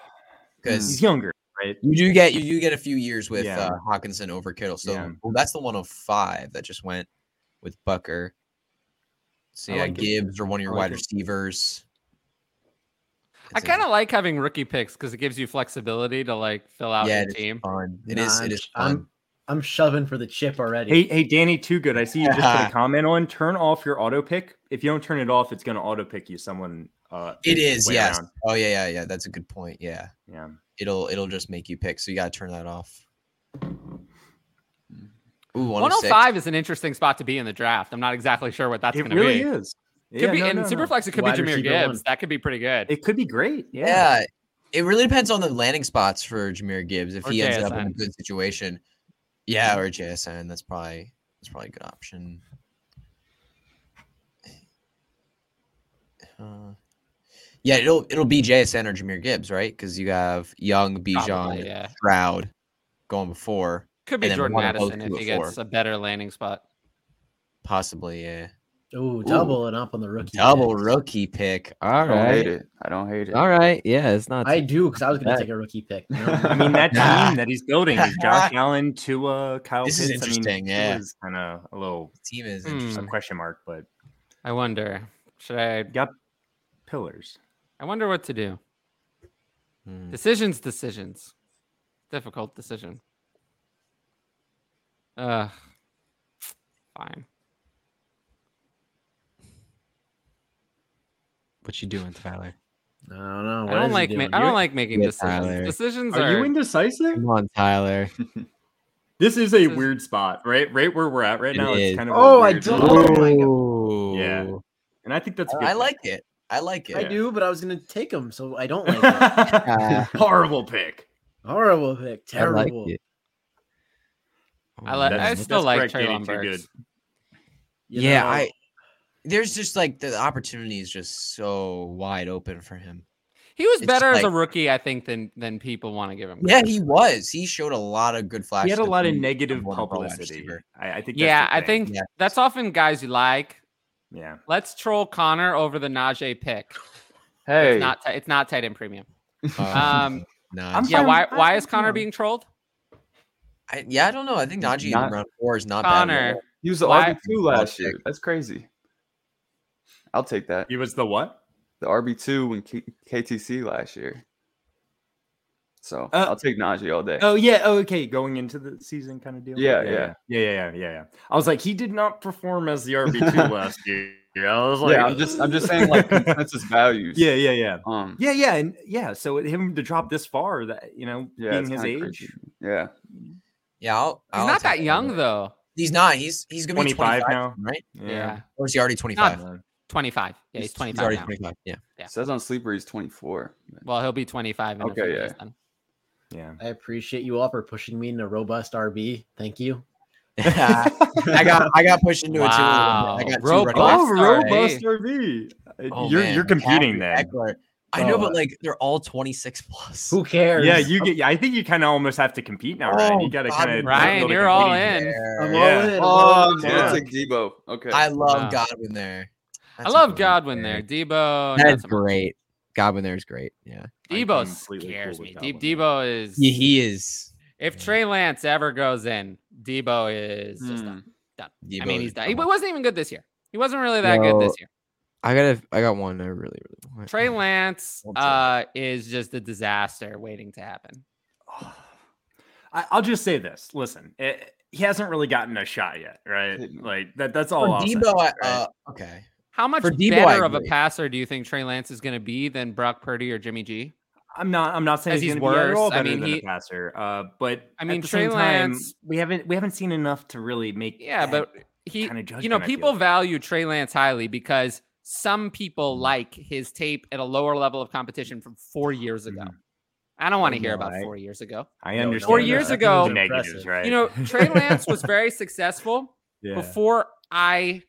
Speaker 2: because
Speaker 4: he's younger, right?
Speaker 2: you do get you do get a few years with
Speaker 4: Yeah.
Speaker 2: uh, Hawkinson over Kittle. So
Speaker 4: Yeah.
Speaker 2: well, that's the 105 that just went with Bucker. So
Speaker 4: I
Speaker 2: yeah,
Speaker 4: like it.
Speaker 2: Gibbs or one of your
Speaker 4: I like
Speaker 2: wide
Speaker 4: it.
Speaker 2: receivers.
Speaker 1: I
Speaker 2: It's a-
Speaker 1: kind of like having rookie picks because it gives you flexibility to like fill out your
Speaker 2: Yeah, it is
Speaker 1: team.
Speaker 2: fun. It
Speaker 3: Nah,
Speaker 2: is.
Speaker 3: I'm-
Speaker 2: It is fun.
Speaker 3: I'm I'm shoving for the chip already.
Speaker 4: Hey, hey, Danny, too good. I see you just put a
Speaker 2: [LAUGHS]
Speaker 4: comment on. Turn off your auto pick. If you don't turn it off, it's going to auto pick you someone. Uh,
Speaker 2: It is,
Speaker 4: way
Speaker 2: yes.
Speaker 4: around.
Speaker 2: Oh yeah, yeah, yeah. That's a good point. Yeah,
Speaker 4: Yeah.
Speaker 2: it'll it'll just make you pick. So you gotta turn that off. Ooh, 106.
Speaker 1: 105 is an interesting spot to be in the draft. I'm not exactly sure what that's
Speaker 4: it
Speaker 1: going to
Speaker 4: really
Speaker 1: be.
Speaker 4: is.
Speaker 1: Could
Speaker 4: Yeah,
Speaker 1: be
Speaker 4: no,
Speaker 1: in
Speaker 4: no, no.
Speaker 1: Superflex. It could
Speaker 3: Wide
Speaker 1: be Jameer
Speaker 3: receiver
Speaker 1: Gibbs.
Speaker 3: one.
Speaker 1: That could be pretty good.
Speaker 4: It could be great. Yeah.
Speaker 2: Yeah, it really depends on the landing spots for Jameer Gibbs. If
Speaker 1: Or
Speaker 2: he ends up in a
Speaker 1: JSN.
Speaker 2: good situation, yeah, or JSN, that's probably that's probably a good option. Uh, yeah, it'll it'll be JSN or Jameer Gibbs, right? Because you have Young,
Speaker 1: Probably,
Speaker 2: Bijan,
Speaker 1: yeah.
Speaker 2: Stroud going before,
Speaker 1: Could be
Speaker 2: and then
Speaker 1: Jordan
Speaker 2: one of those
Speaker 1: Madison
Speaker 2: two
Speaker 1: if he
Speaker 2: at four.
Speaker 1: gets a better landing spot.
Speaker 2: possibly. Yeah,
Speaker 3: Ooh, double and up on the rookie.
Speaker 2: double
Speaker 3: picks.
Speaker 2: rookie pick.
Speaker 5: I
Speaker 2: All
Speaker 5: don't hate
Speaker 2: right,
Speaker 5: it. I don't hate it.
Speaker 2: all right. Yeah, it's not.
Speaker 3: I do because I was going
Speaker 2: That-
Speaker 3: to take a rookie
Speaker 2: [LAUGHS]
Speaker 3: pick. No,
Speaker 4: I mean, that
Speaker 2: Yeah.
Speaker 4: team that he's building is
Speaker 2: [LAUGHS]
Speaker 4: Josh Allen to uh, Kyle
Speaker 2: This is
Speaker 4: Pitts. I mean,
Speaker 2: interesting,
Speaker 4: Tua
Speaker 2: yeah.
Speaker 4: is kind of a little
Speaker 2: team is
Speaker 1: Hmm.
Speaker 2: interesting.
Speaker 4: a question mark, but
Speaker 1: I wonder. Should I?
Speaker 4: got pillars.
Speaker 1: I wonder what to do.
Speaker 2: Hmm.
Speaker 1: Decisions, decisions. Difficult decision. Uh fine.
Speaker 2: What you doing, Tyler?
Speaker 3: I don't know.
Speaker 1: I
Speaker 3: What is
Speaker 1: don't
Speaker 3: he
Speaker 1: like ma-
Speaker 3: doing?
Speaker 1: I don't
Speaker 3: You're-
Speaker 1: like making
Speaker 2: Yeah,
Speaker 1: decisions.
Speaker 2: Tyler.
Speaker 1: Decisions
Speaker 4: Are
Speaker 1: are,
Speaker 4: you indecisive?
Speaker 2: Come on, Tyler.
Speaker 4: This is a
Speaker 1: This is-
Speaker 4: weird spot, right? Right where we're at right
Speaker 2: It
Speaker 4: now.
Speaker 2: is.
Speaker 4: It's kind of a
Speaker 3: Oh, I
Speaker 4: weird
Speaker 3: don't-
Speaker 4: spot.
Speaker 3: Oh my God.
Speaker 4: Yeah. and I think that's. a good
Speaker 2: I
Speaker 4: thing.
Speaker 2: like it. I like it.
Speaker 3: I
Speaker 4: Yeah.
Speaker 3: do, but I was going to take him, so I don't like it.
Speaker 1: [LAUGHS]
Speaker 4: [LAUGHS] Horrible pick.
Speaker 3: Horrible pick. Terrible.
Speaker 2: I like it.
Speaker 1: I like I
Speaker 4: That's-
Speaker 1: still
Speaker 4: that's
Speaker 1: like
Speaker 4: correct,
Speaker 1: Traylon
Speaker 4: Danny, too good.
Speaker 1: Burks.
Speaker 3: You
Speaker 2: yeah,
Speaker 3: know,
Speaker 2: I. There's just like the opportunity is just so wide open for him.
Speaker 1: He was
Speaker 2: It's
Speaker 1: better as a
Speaker 2: like-
Speaker 1: rookie, I think, than than people want to give him.
Speaker 2: Yeah,
Speaker 1: credit
Speaker 2: he
Speaker 1: for.
Speaker 2: was. He showed a lot of good flashes.
Speaker 4: He had a
Speaker 2: of
Speaker 4: lot of
Speaker 2: being
Speaker 4: negative
Speaker 2: one of our wide
Speaker 4: publicity.
Speaker 2: receiver.
Speaker 4: I, I think. That's
Speaker 1: Yeah,
Speaker 4: the
Speaker 1: I
Speaker 4: thing.
Speaker 1: think
Speaker 2: Yeah.
Speaker 1: that's often guys you like.
Speaker 4: Yeah.
Speaker 1: Let's troll Connor over the Najee pick.
Speaker 5: [LAUGHS] Hey.
Speaker 1: It's not ti- it's not tight end premium.
Speaker 2: Uh,
Speaker 1: Um,
Speaker 2: Najee.
Speaker 4: I'm
Speaker 1: yeah,
Speaker 4: fine
Speaker 1: why
Speaker 4: with
Speaker 1: why
Speaker 4: Najee
Speaker 1: is Connor
Speaker 4: Dillon.
Speaker 1: being trolled?
Speaker 2: I, yeah, I don't know. I think Najee in
Speaker 5: Not-
Speaker 2: round four is not bad. at
Speaker 1: Connor.
Speaker 2: all.
Speaker 5: he was the
Speaker 1: why-
Speaker 5: RB2 last year. That's crazy. I'll take that.
Speaker 4: He was the what?
Speaker 5: The RB two in K- KTC last year. So
Speaker 4: Uh,
Speaker 5: I'll take Najee all day.
Speaker 4: Oh yeah. Oh, okay. Going into the season kind of deal.
Speaker 5: Yeah,
Speaker 4: yeah, yeah, yeah, yeah, yeah. I was like, he did not perform as the
Speaker 5: [LAUGHS]
Speaker 4: RB two last year. I was like,
Speaker 5: yeah, I'm just I'm just
Speaker 4: [LAUGHS]
Speaker 5: saying like consensus values.
Speaker 4: yeah, yeah, yeah.
Speaker 5: Um.
Speaker 4: Yeah, yeah, and yeah. So it- him to drop this far, that you know,
Speaker 5: Yeah.
Speaker 4: being
Speaker 5: it's
Speaker 4: his age,
Speaker 5: kinda crazy. Yeah.
Speaker 2: Yeah, I'll,
Speaker 1: He's
Speaker 2: I'll
Speaker 1: not
Speaker 2: take
Speaker 1: that young though.
Speaker 2: He's not. He's he's gonna be
Speaker 4: 25
Speaker 2: 25
Speaker 4: now.
Speaker 2: right?
Speaker 1: Yeah,
Speaker 2: Or is he already 25?
Speaker 1: twenty-five. Yeah, he's
Speaker 2: He's
Speaker 1: twenty-five
Speaker 2: already
Speaker 1: now.
Speaker 2: 25. Yeah.
Speaker 1: Yeah.
Speaker 5: Says on sleeper he's 24.
Speaker 1: Well, he'll be twenty-five. In a
Speaker 5: Okay,
Speaker 1: few
Speaker 5: yeah.
Speaker 1: years then. [LAUGHS]
Speaker 4: yeah.
Speaker 3: I appreciate you all for pushing me into robust RB. Thank you.
Speaker 4: [LAUGHS]
Speaker 2: [LAUGHS] I got I got pushed into
Speaker 1: Wow.
Speaker 2: it too. a little bit. I got two
Speaker 1: Robust.
Speaker 2: running backs.
Speaker 4: Oh,
Speaker 1: Black Star,
Speaker 4: robust
Speaker 1: eh?
Speaker 4: RV.
Speaker 2: Oh,
Speaker 4: you're
Speaker 2: man,
Speaker 4: you're computing
Speaker 2: Patrick
Speaker 4: that.
Speaker 2: Eckler. I know,
Speaker 4: Oh.
Speaker 2: but like they're all 26 plus.
Speaker 3: Who cares?
Speaker 4: Yeah, you get. yeah, I think you kind of almost have to compete now, Ryan.
Speaker 2: Oh,
Speaker 4: You got to
Speaker 2: God,
Speaker 4: kind of.
Speaker 1: Ryan, you're all in.
Speaker 2: There.
Speaker 3: I'm
Speaker 4: Yeah.
Speaker 3: all in. I'm all
Speaker 5: Oh,
Speaker 3: in.
Speaker 5: I'm
Speaker 4: yeah.
Speaker 5: gonna take Debo. Okay.
Speaker 2: I love
Speaker 1: Wow.
Speaker 2: Godwin there.
Speaker 1: I
Speaker 2: That's
Speaker 1: love
Speaker 2: a-
Speaker 1: Godwin there. Debo. not
Speaker 2: That's
Speaker 1: so much.
Speaker 2: great. Godwin there is great. Yeah.
Speaker 4: I'm
Speaker 1: Debo
Speaker 4: completely cool
Speaker 1: scares
Speaker 4: with
Speaker 1: me.
Speaker 4: that
Speaker 1: Deep
Speaker 4: one.
Speaker 1: Debo is.
Speaker 2: He, he is.
Speaker 1: If Trey Lance ever goes in, Debo is just
Speaker 5: Hmm.
Speaker 1: done. I
Speaker 2: Debo
Speaker 1: mean,
Speaker 2: is
Speaker 1: he's done. He
Speaker 2: phenomenal.
Speaker 1: wasn't even good this year. He wasn't really that good this year.
Speaker 2: I got I got one. I really really want.
Speaker 1: Trey Lance
Speaker 2: Don't say
Speaker 1: uh, is just a disaster waiting to happen.
Speaker 4: [SIGHS] I, I'll just say this. Listen, it, he hasn't really gotten a shot yet, right?
Speaker 5: Didn't.
Speaker 4: Like that. That's Oh, all.
Speaker 2: For
Speaker 4: I'll say,
Speaker 2: Debo, I,
Speaker 4: right?
Speaker 2: uh, okay.
Speaker 1: How much
Speaker 2: For Debo, I
Speaker 1: better of a
Speaker 2: agree.
Speaker 1: passer do you think Trey Lance is going to be than Brock Purdy or Jimmy G?
Speaker 4: I'm not. I'm not saying
Speaker 1: As
Speaker 4: he's,
Speaker 1: he's
Speaker 4: going to be at all
Speaker 1: worse, I
Speaker 4: better
Speaker 1: mean,
Speaker 4: than
Speaker 1: he-
Speaker 4: a passer. Uh, but
Speaker 1: I mean,
Speaker 4: at the
Speaker 1: Trey
Speaker 4: same time,
Speaker 1: Lance-
Speaker 4: we haven't we haven't seen enough to really make.
Speaker 1: Yeah,
Speaker 4: that
Speaker 1: but he,
Speaker 4: kind of
Speaker 1: you know,
Speaker 4: judgment, I feel.
Speaker 1: people value Trey Lance highly because some people like his tape at a lower level of competition from four years ago.
Speaker 4: Mhm.
Speaker 1: I don't want
Speaker 4: I
Speaker 1: to hear
Speaker 4: know,
Speaker 1: about
Speaker 4: right?
Speaker 1: four years ago.
Speaker 4: I
Speaker 3: No,
Speaker 4: understand.
Speaker 1: Four
Speaker 4: that.
Speaker 1: years
Speaker 3: that
Speaker 1: ago-
Speaker 3: was
Speaker 4: negatives,
Speaker 3: impressive.
Speaker 4: right?
Speaker 1: You know, Trey Lance was very successful
Speaker 4: [LAUGHS] Yeah.
Speaker 1: before I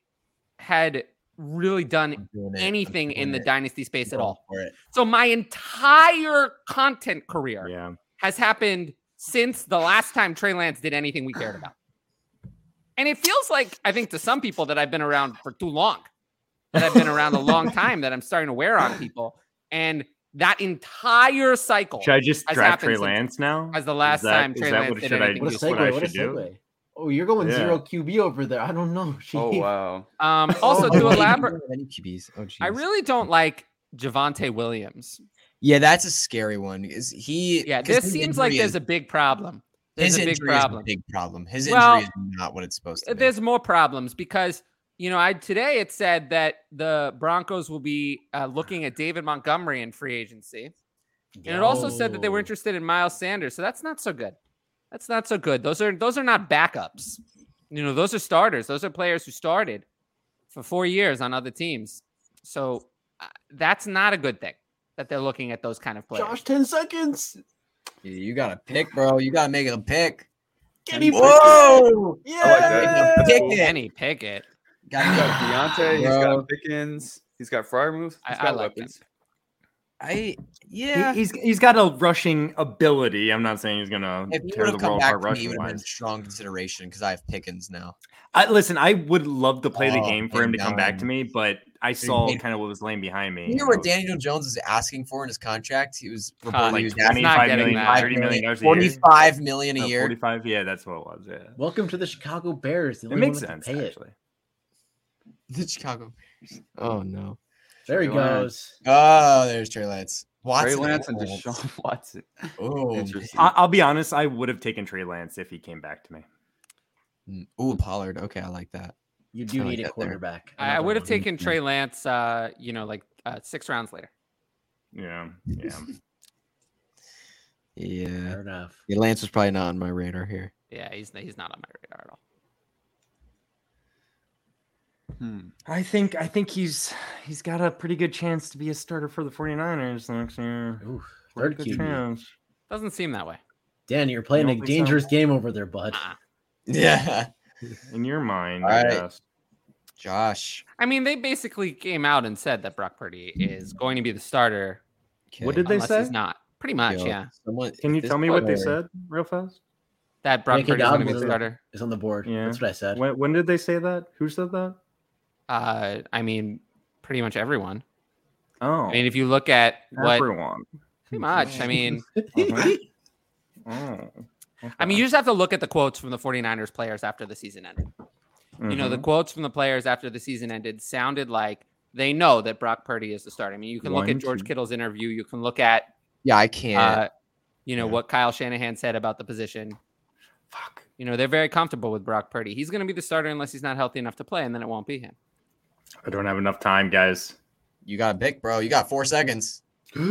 Speaker 1: had really done
Speaker 2: I'm doing it. I'm
Speaker 1: anything in the
Speaker 2: doing it.
Speaker 1: dynasty space at
Speaker 2: Going
Speaker 1: all.
Speaker 2: for it.
Speaker 1: So my entire content career
Speaker 4: yeah.
Speaker 1: has happened since the last time Trey Lance did anything we cared about. And it feels like I think to some people that I've been around for too long, that I've been around a
Speaker 4: [LAUGHS]
Speaker 1: long time, that I'm starting to wear on people, and that entire cycle
Speaker 4: Should I just
Speaker 1: has
Speaker 4: draft
Speaker 1: happened
Speaker 4: Trey
Speaker 1: since-
Speaker 4: Lance now?
Speaker 1: as the
Speaker 4: Is
Speaker 1: last
Speaker 4: that-
Speaker 1: time
Speaker 4: is
Speaker 1: Trey
Speaker 4: that
Speaker 1: Lance
Speaker 4: what
Speaker 1: did
Speaker 4: should I-
Speaker 1: anything
Speaker 3: What a
Speaker 1: is
Speaker 4: what
Speaker 3: segue.
Speaker 4: I
Speaker 3: What, a
Speaker 4: should do?
Speaker 3: segue. Oh, you're going
Speaker 4: Yeah.
Speaker 3: zero QB over there. I don't know.
Speaker 4: [LAUGHS]
Speaker 5: Oh
Speaker 3: Chief.
Speaker 5: wow.
Speaker 1: Um, also,
Speaker 3: Oh,
Speaker 1: to
Speaker 3: wait.
Speaker 1: elaborate,
Speaker 2: Any QBs. Oh, jeez.
Speaker 1: I really don't like Javante Williams.
Speaker 2: Yeah, that's a scary one. Is he?
Speaker 1: Yeah,
Speaker 2: 'cause
Speaker 1: this
Speaker 2: his
Speaker 1: seems like
Speaker 2: injury
Speaker 1: there's
Speaker 2: is-
Speaker 1: a big problem. There's
Speaker 2: his
Speaker 1: a big
Speaker 2: injury is
Speaker 1: problem.
Speaker 2: big problem. His
Speaker 1: Well, uh,
Speaker 2: injury is not what it's supposed to be.
Speaker 1: There's more problems because you know I today it said that the Broncos will be uh, looking at David Montgomery in free agency, and it also said that they were
Speaker 3: Yo.
Speaker 1: interested in Miles Sanders. So that's not so good. That's not so good. Those are those are not backups. You know, those are starters. Those are players who started for four years on other teams. So uh, that's not a good thing that they're looking at those kind of players.
Speaker 3: Josh, 10 seconds.
Speaker 2: Yeah, you got to pick, bro. You got to make a pick.
Speaker 3: Get him.
Speaker 2: Whoa!
Speaker 5: that.
Speaker 2: Pick
Speaker 5: Cool.
Speaker 2: it.
Speaker 1: Kenny Pickett.
Speaker 5: He's got
Speaker 2: Gotta
Speaker 5: Deontay. He's
Speaker 2: Bro.
Speaker 5: got Pickens. He's got Fryermuth.
Speaker 1: I-
Speaker 5: He's
Speaker 1: I
Speaker 5: got
Speaker 1: like
Speaker 5: weapons.
Speaker 2: go. I
Speaker 4: He-
Speaker 2: yeah.
Speaker 4: he's he's got a rushing ability. I'm not saying he's gonna
Speaker 2: If he
Speaker 4: tear
Speaker 2: would
Speaker 4: the
Speaker 2: have come
Speaker 4: world
Speaker 2: back
Speaker 4: apart
Speaker 2: to me, he
Speaker 4: rushing
Speaker 2: would have been
Speaker 4: wise.
Speaker 2: strong consideration because I have Pickens now.
Speaker 4: I, listen, I would love to play the
Speaker 2: Oh,
Speaker 4: game for him to come back
Speaker 2: no.
Speaker 4: to me, but I saw
Speaker 2: Dude,
Speaker 4: kind of what was laying behind me.
Speaker 2: You know
Speaker 4: and I
Speaker 2: what
Speaker 4: was
Speaker 2: Daniel Jones is asking for in his contract? He was reported
Speaker 1: like
Speaker 2: he was
Speaker 1: That's
Speaker 2: asking
Speaker 1: not
Speaker 4: 25
Speaker 1: getting
Speaker 4: million,
Speaker 1: that.
Speaker 4: 30 million dollars a year.
Speaker 2: forty-five million a
Speaker 4: No,
Speaker 2: year.
Speaker 4: 45, yeah, that's what it was. Yeah,
Speaker 3: Welcome to the Chicago Bears. The
Speaker 4: it
Speaker 3: only
Speaker 4: makes
Speaker 3: one that can
Speaker 4: sense
Speaker 3: pay it.
Speaker 4: actually.
Speaker 2: [LAUGHS] The Chicago. Bears. Oh no.
Speaker 3: There he
Speaker 5: Trey Lance.
Speaker 3: goes.
Speaker 2: Oh, there's Trey Lance. Watson.
Speaker 5: Trey Lance and
Speaker 2: Oh.
Speaker 5: Deshaun [LAUGHS] Watson.
Speaker 2: Oh,
Speaker 5: Interesting.
Speaker 4: I, I'll be honest, I would have taken Trey Lance if he came back to me.
Speaker 2: man. Ooh, Pollard. Okay, I like that.
Speaker 3: You do
Speaker 2: I like
Speaker 3: need
Speaker 2: that
Speaker 3: a
Speaker 2: there.
Speaker 3: quarterback.
Speaker 1: I, I
Speaker 3: Another
Speaker 1: would have
Speaker 3: one.
Speaker 1: taken Trey Lance. Uh, you know, like uh, six rounds later.
Speaker 4: Yeah, yeah.
Speaker 2: Yeah.
Speaker 3: Fair enough.
Speaker 2: yeah. Lance was probably not on my radar here.
Speaker 1: Yeah, he's he's not on my radar at all.
Speaker 5: Hmm.
Speaker 4: [LAUGHS] I think I think he's he's got a pretty good chance to be a starter for the 49ers next year.
Speaker 3: Ooh,
Speaker 4: Pretty
Speaker 3: third
Speaker 4: good
Speaker 3: QB.
Speaker 4: chance.
Speaker 1: Doesn't seem that way.
Speaker 3: Dan, you're playing
Speaker 4: don't
Speaker 3: a
Speaker 4: think so?
Speaker 3: dangerous game over there, bud.
Speaker 1: Uh-uh.
Speaker 2: Yeah.
Speaker 4: In your mind,
Speaker 2: All
Speaker 4: I
Speaker 2: right.
Speaker 4: guess.
Speaker 2: [LAUGHS] Josh.
Speaker 1: I mean, they basically came out and said that Brock Purdy is going to be the starter
Speaker 4: What did they
Speaker 1: unless he's
Speaker 4: say?
Speaker 1: not. Pretty much,
Speaker 2: Yo,
Speaker 1: yeah.
Speaker 2: someone-
Speaker 4: Can you
Speaker 2: this
Speaker 4: tell me what they
Speaker 2: player-
Speaker 4: said real fast?
Speaker 1: That Brock
Speaker 3: J.K.
Speaker 1: Purdy's going to be the
Speaker 3: Dobbins is-
Speaker 1: starter.
Speaker 3: It's on the board.
Speaker 4: Yeah.
Speaker 3: That's what I said. [LAUGHS]
Speaker 4: When, when did they say that? Who said that?
Speaker 1: Uh, I mean, pretty much everyone.
Speaker 4: Oh,
Speaker 1: I mean, if you look at what
Speaker 4: everyone.
Speaker 1: pretty much, I
Speaker 4: [LAUGHS]
Speaker 1: mean,
Speaker 4: Uh-huh. Oh,
Speaker 1: I mean, you just have to look at the quotes from the 49ers
Speaker 4: Mm-hmm.
Speaker 1: players after the season ended. you know the quotes from the players after the season ended sounded like they know that Brock Purdy is the starter. I mean, you can look
Speaker 4: One,
Speaker 1: at George
Speaker 4: two.
Speaker 1: Kittle's interview. You can look at,
Speaker 2: Yeah, I can't.
Speaker 1: uh, you know,
Speaker 4: Yeah.
Speaker 1: what Kyle Shanahan said about the position.
Speaker 4: Fuck.
Speaker 1: You know, they're very comfortable with Brock Purdy. He's going to be the starter unless he's not healthy enough to play, and then it won't be him.
Speaker 4: I don't have enough time, guys.
Speaker 2: you got a pick, bro. You got four seconds.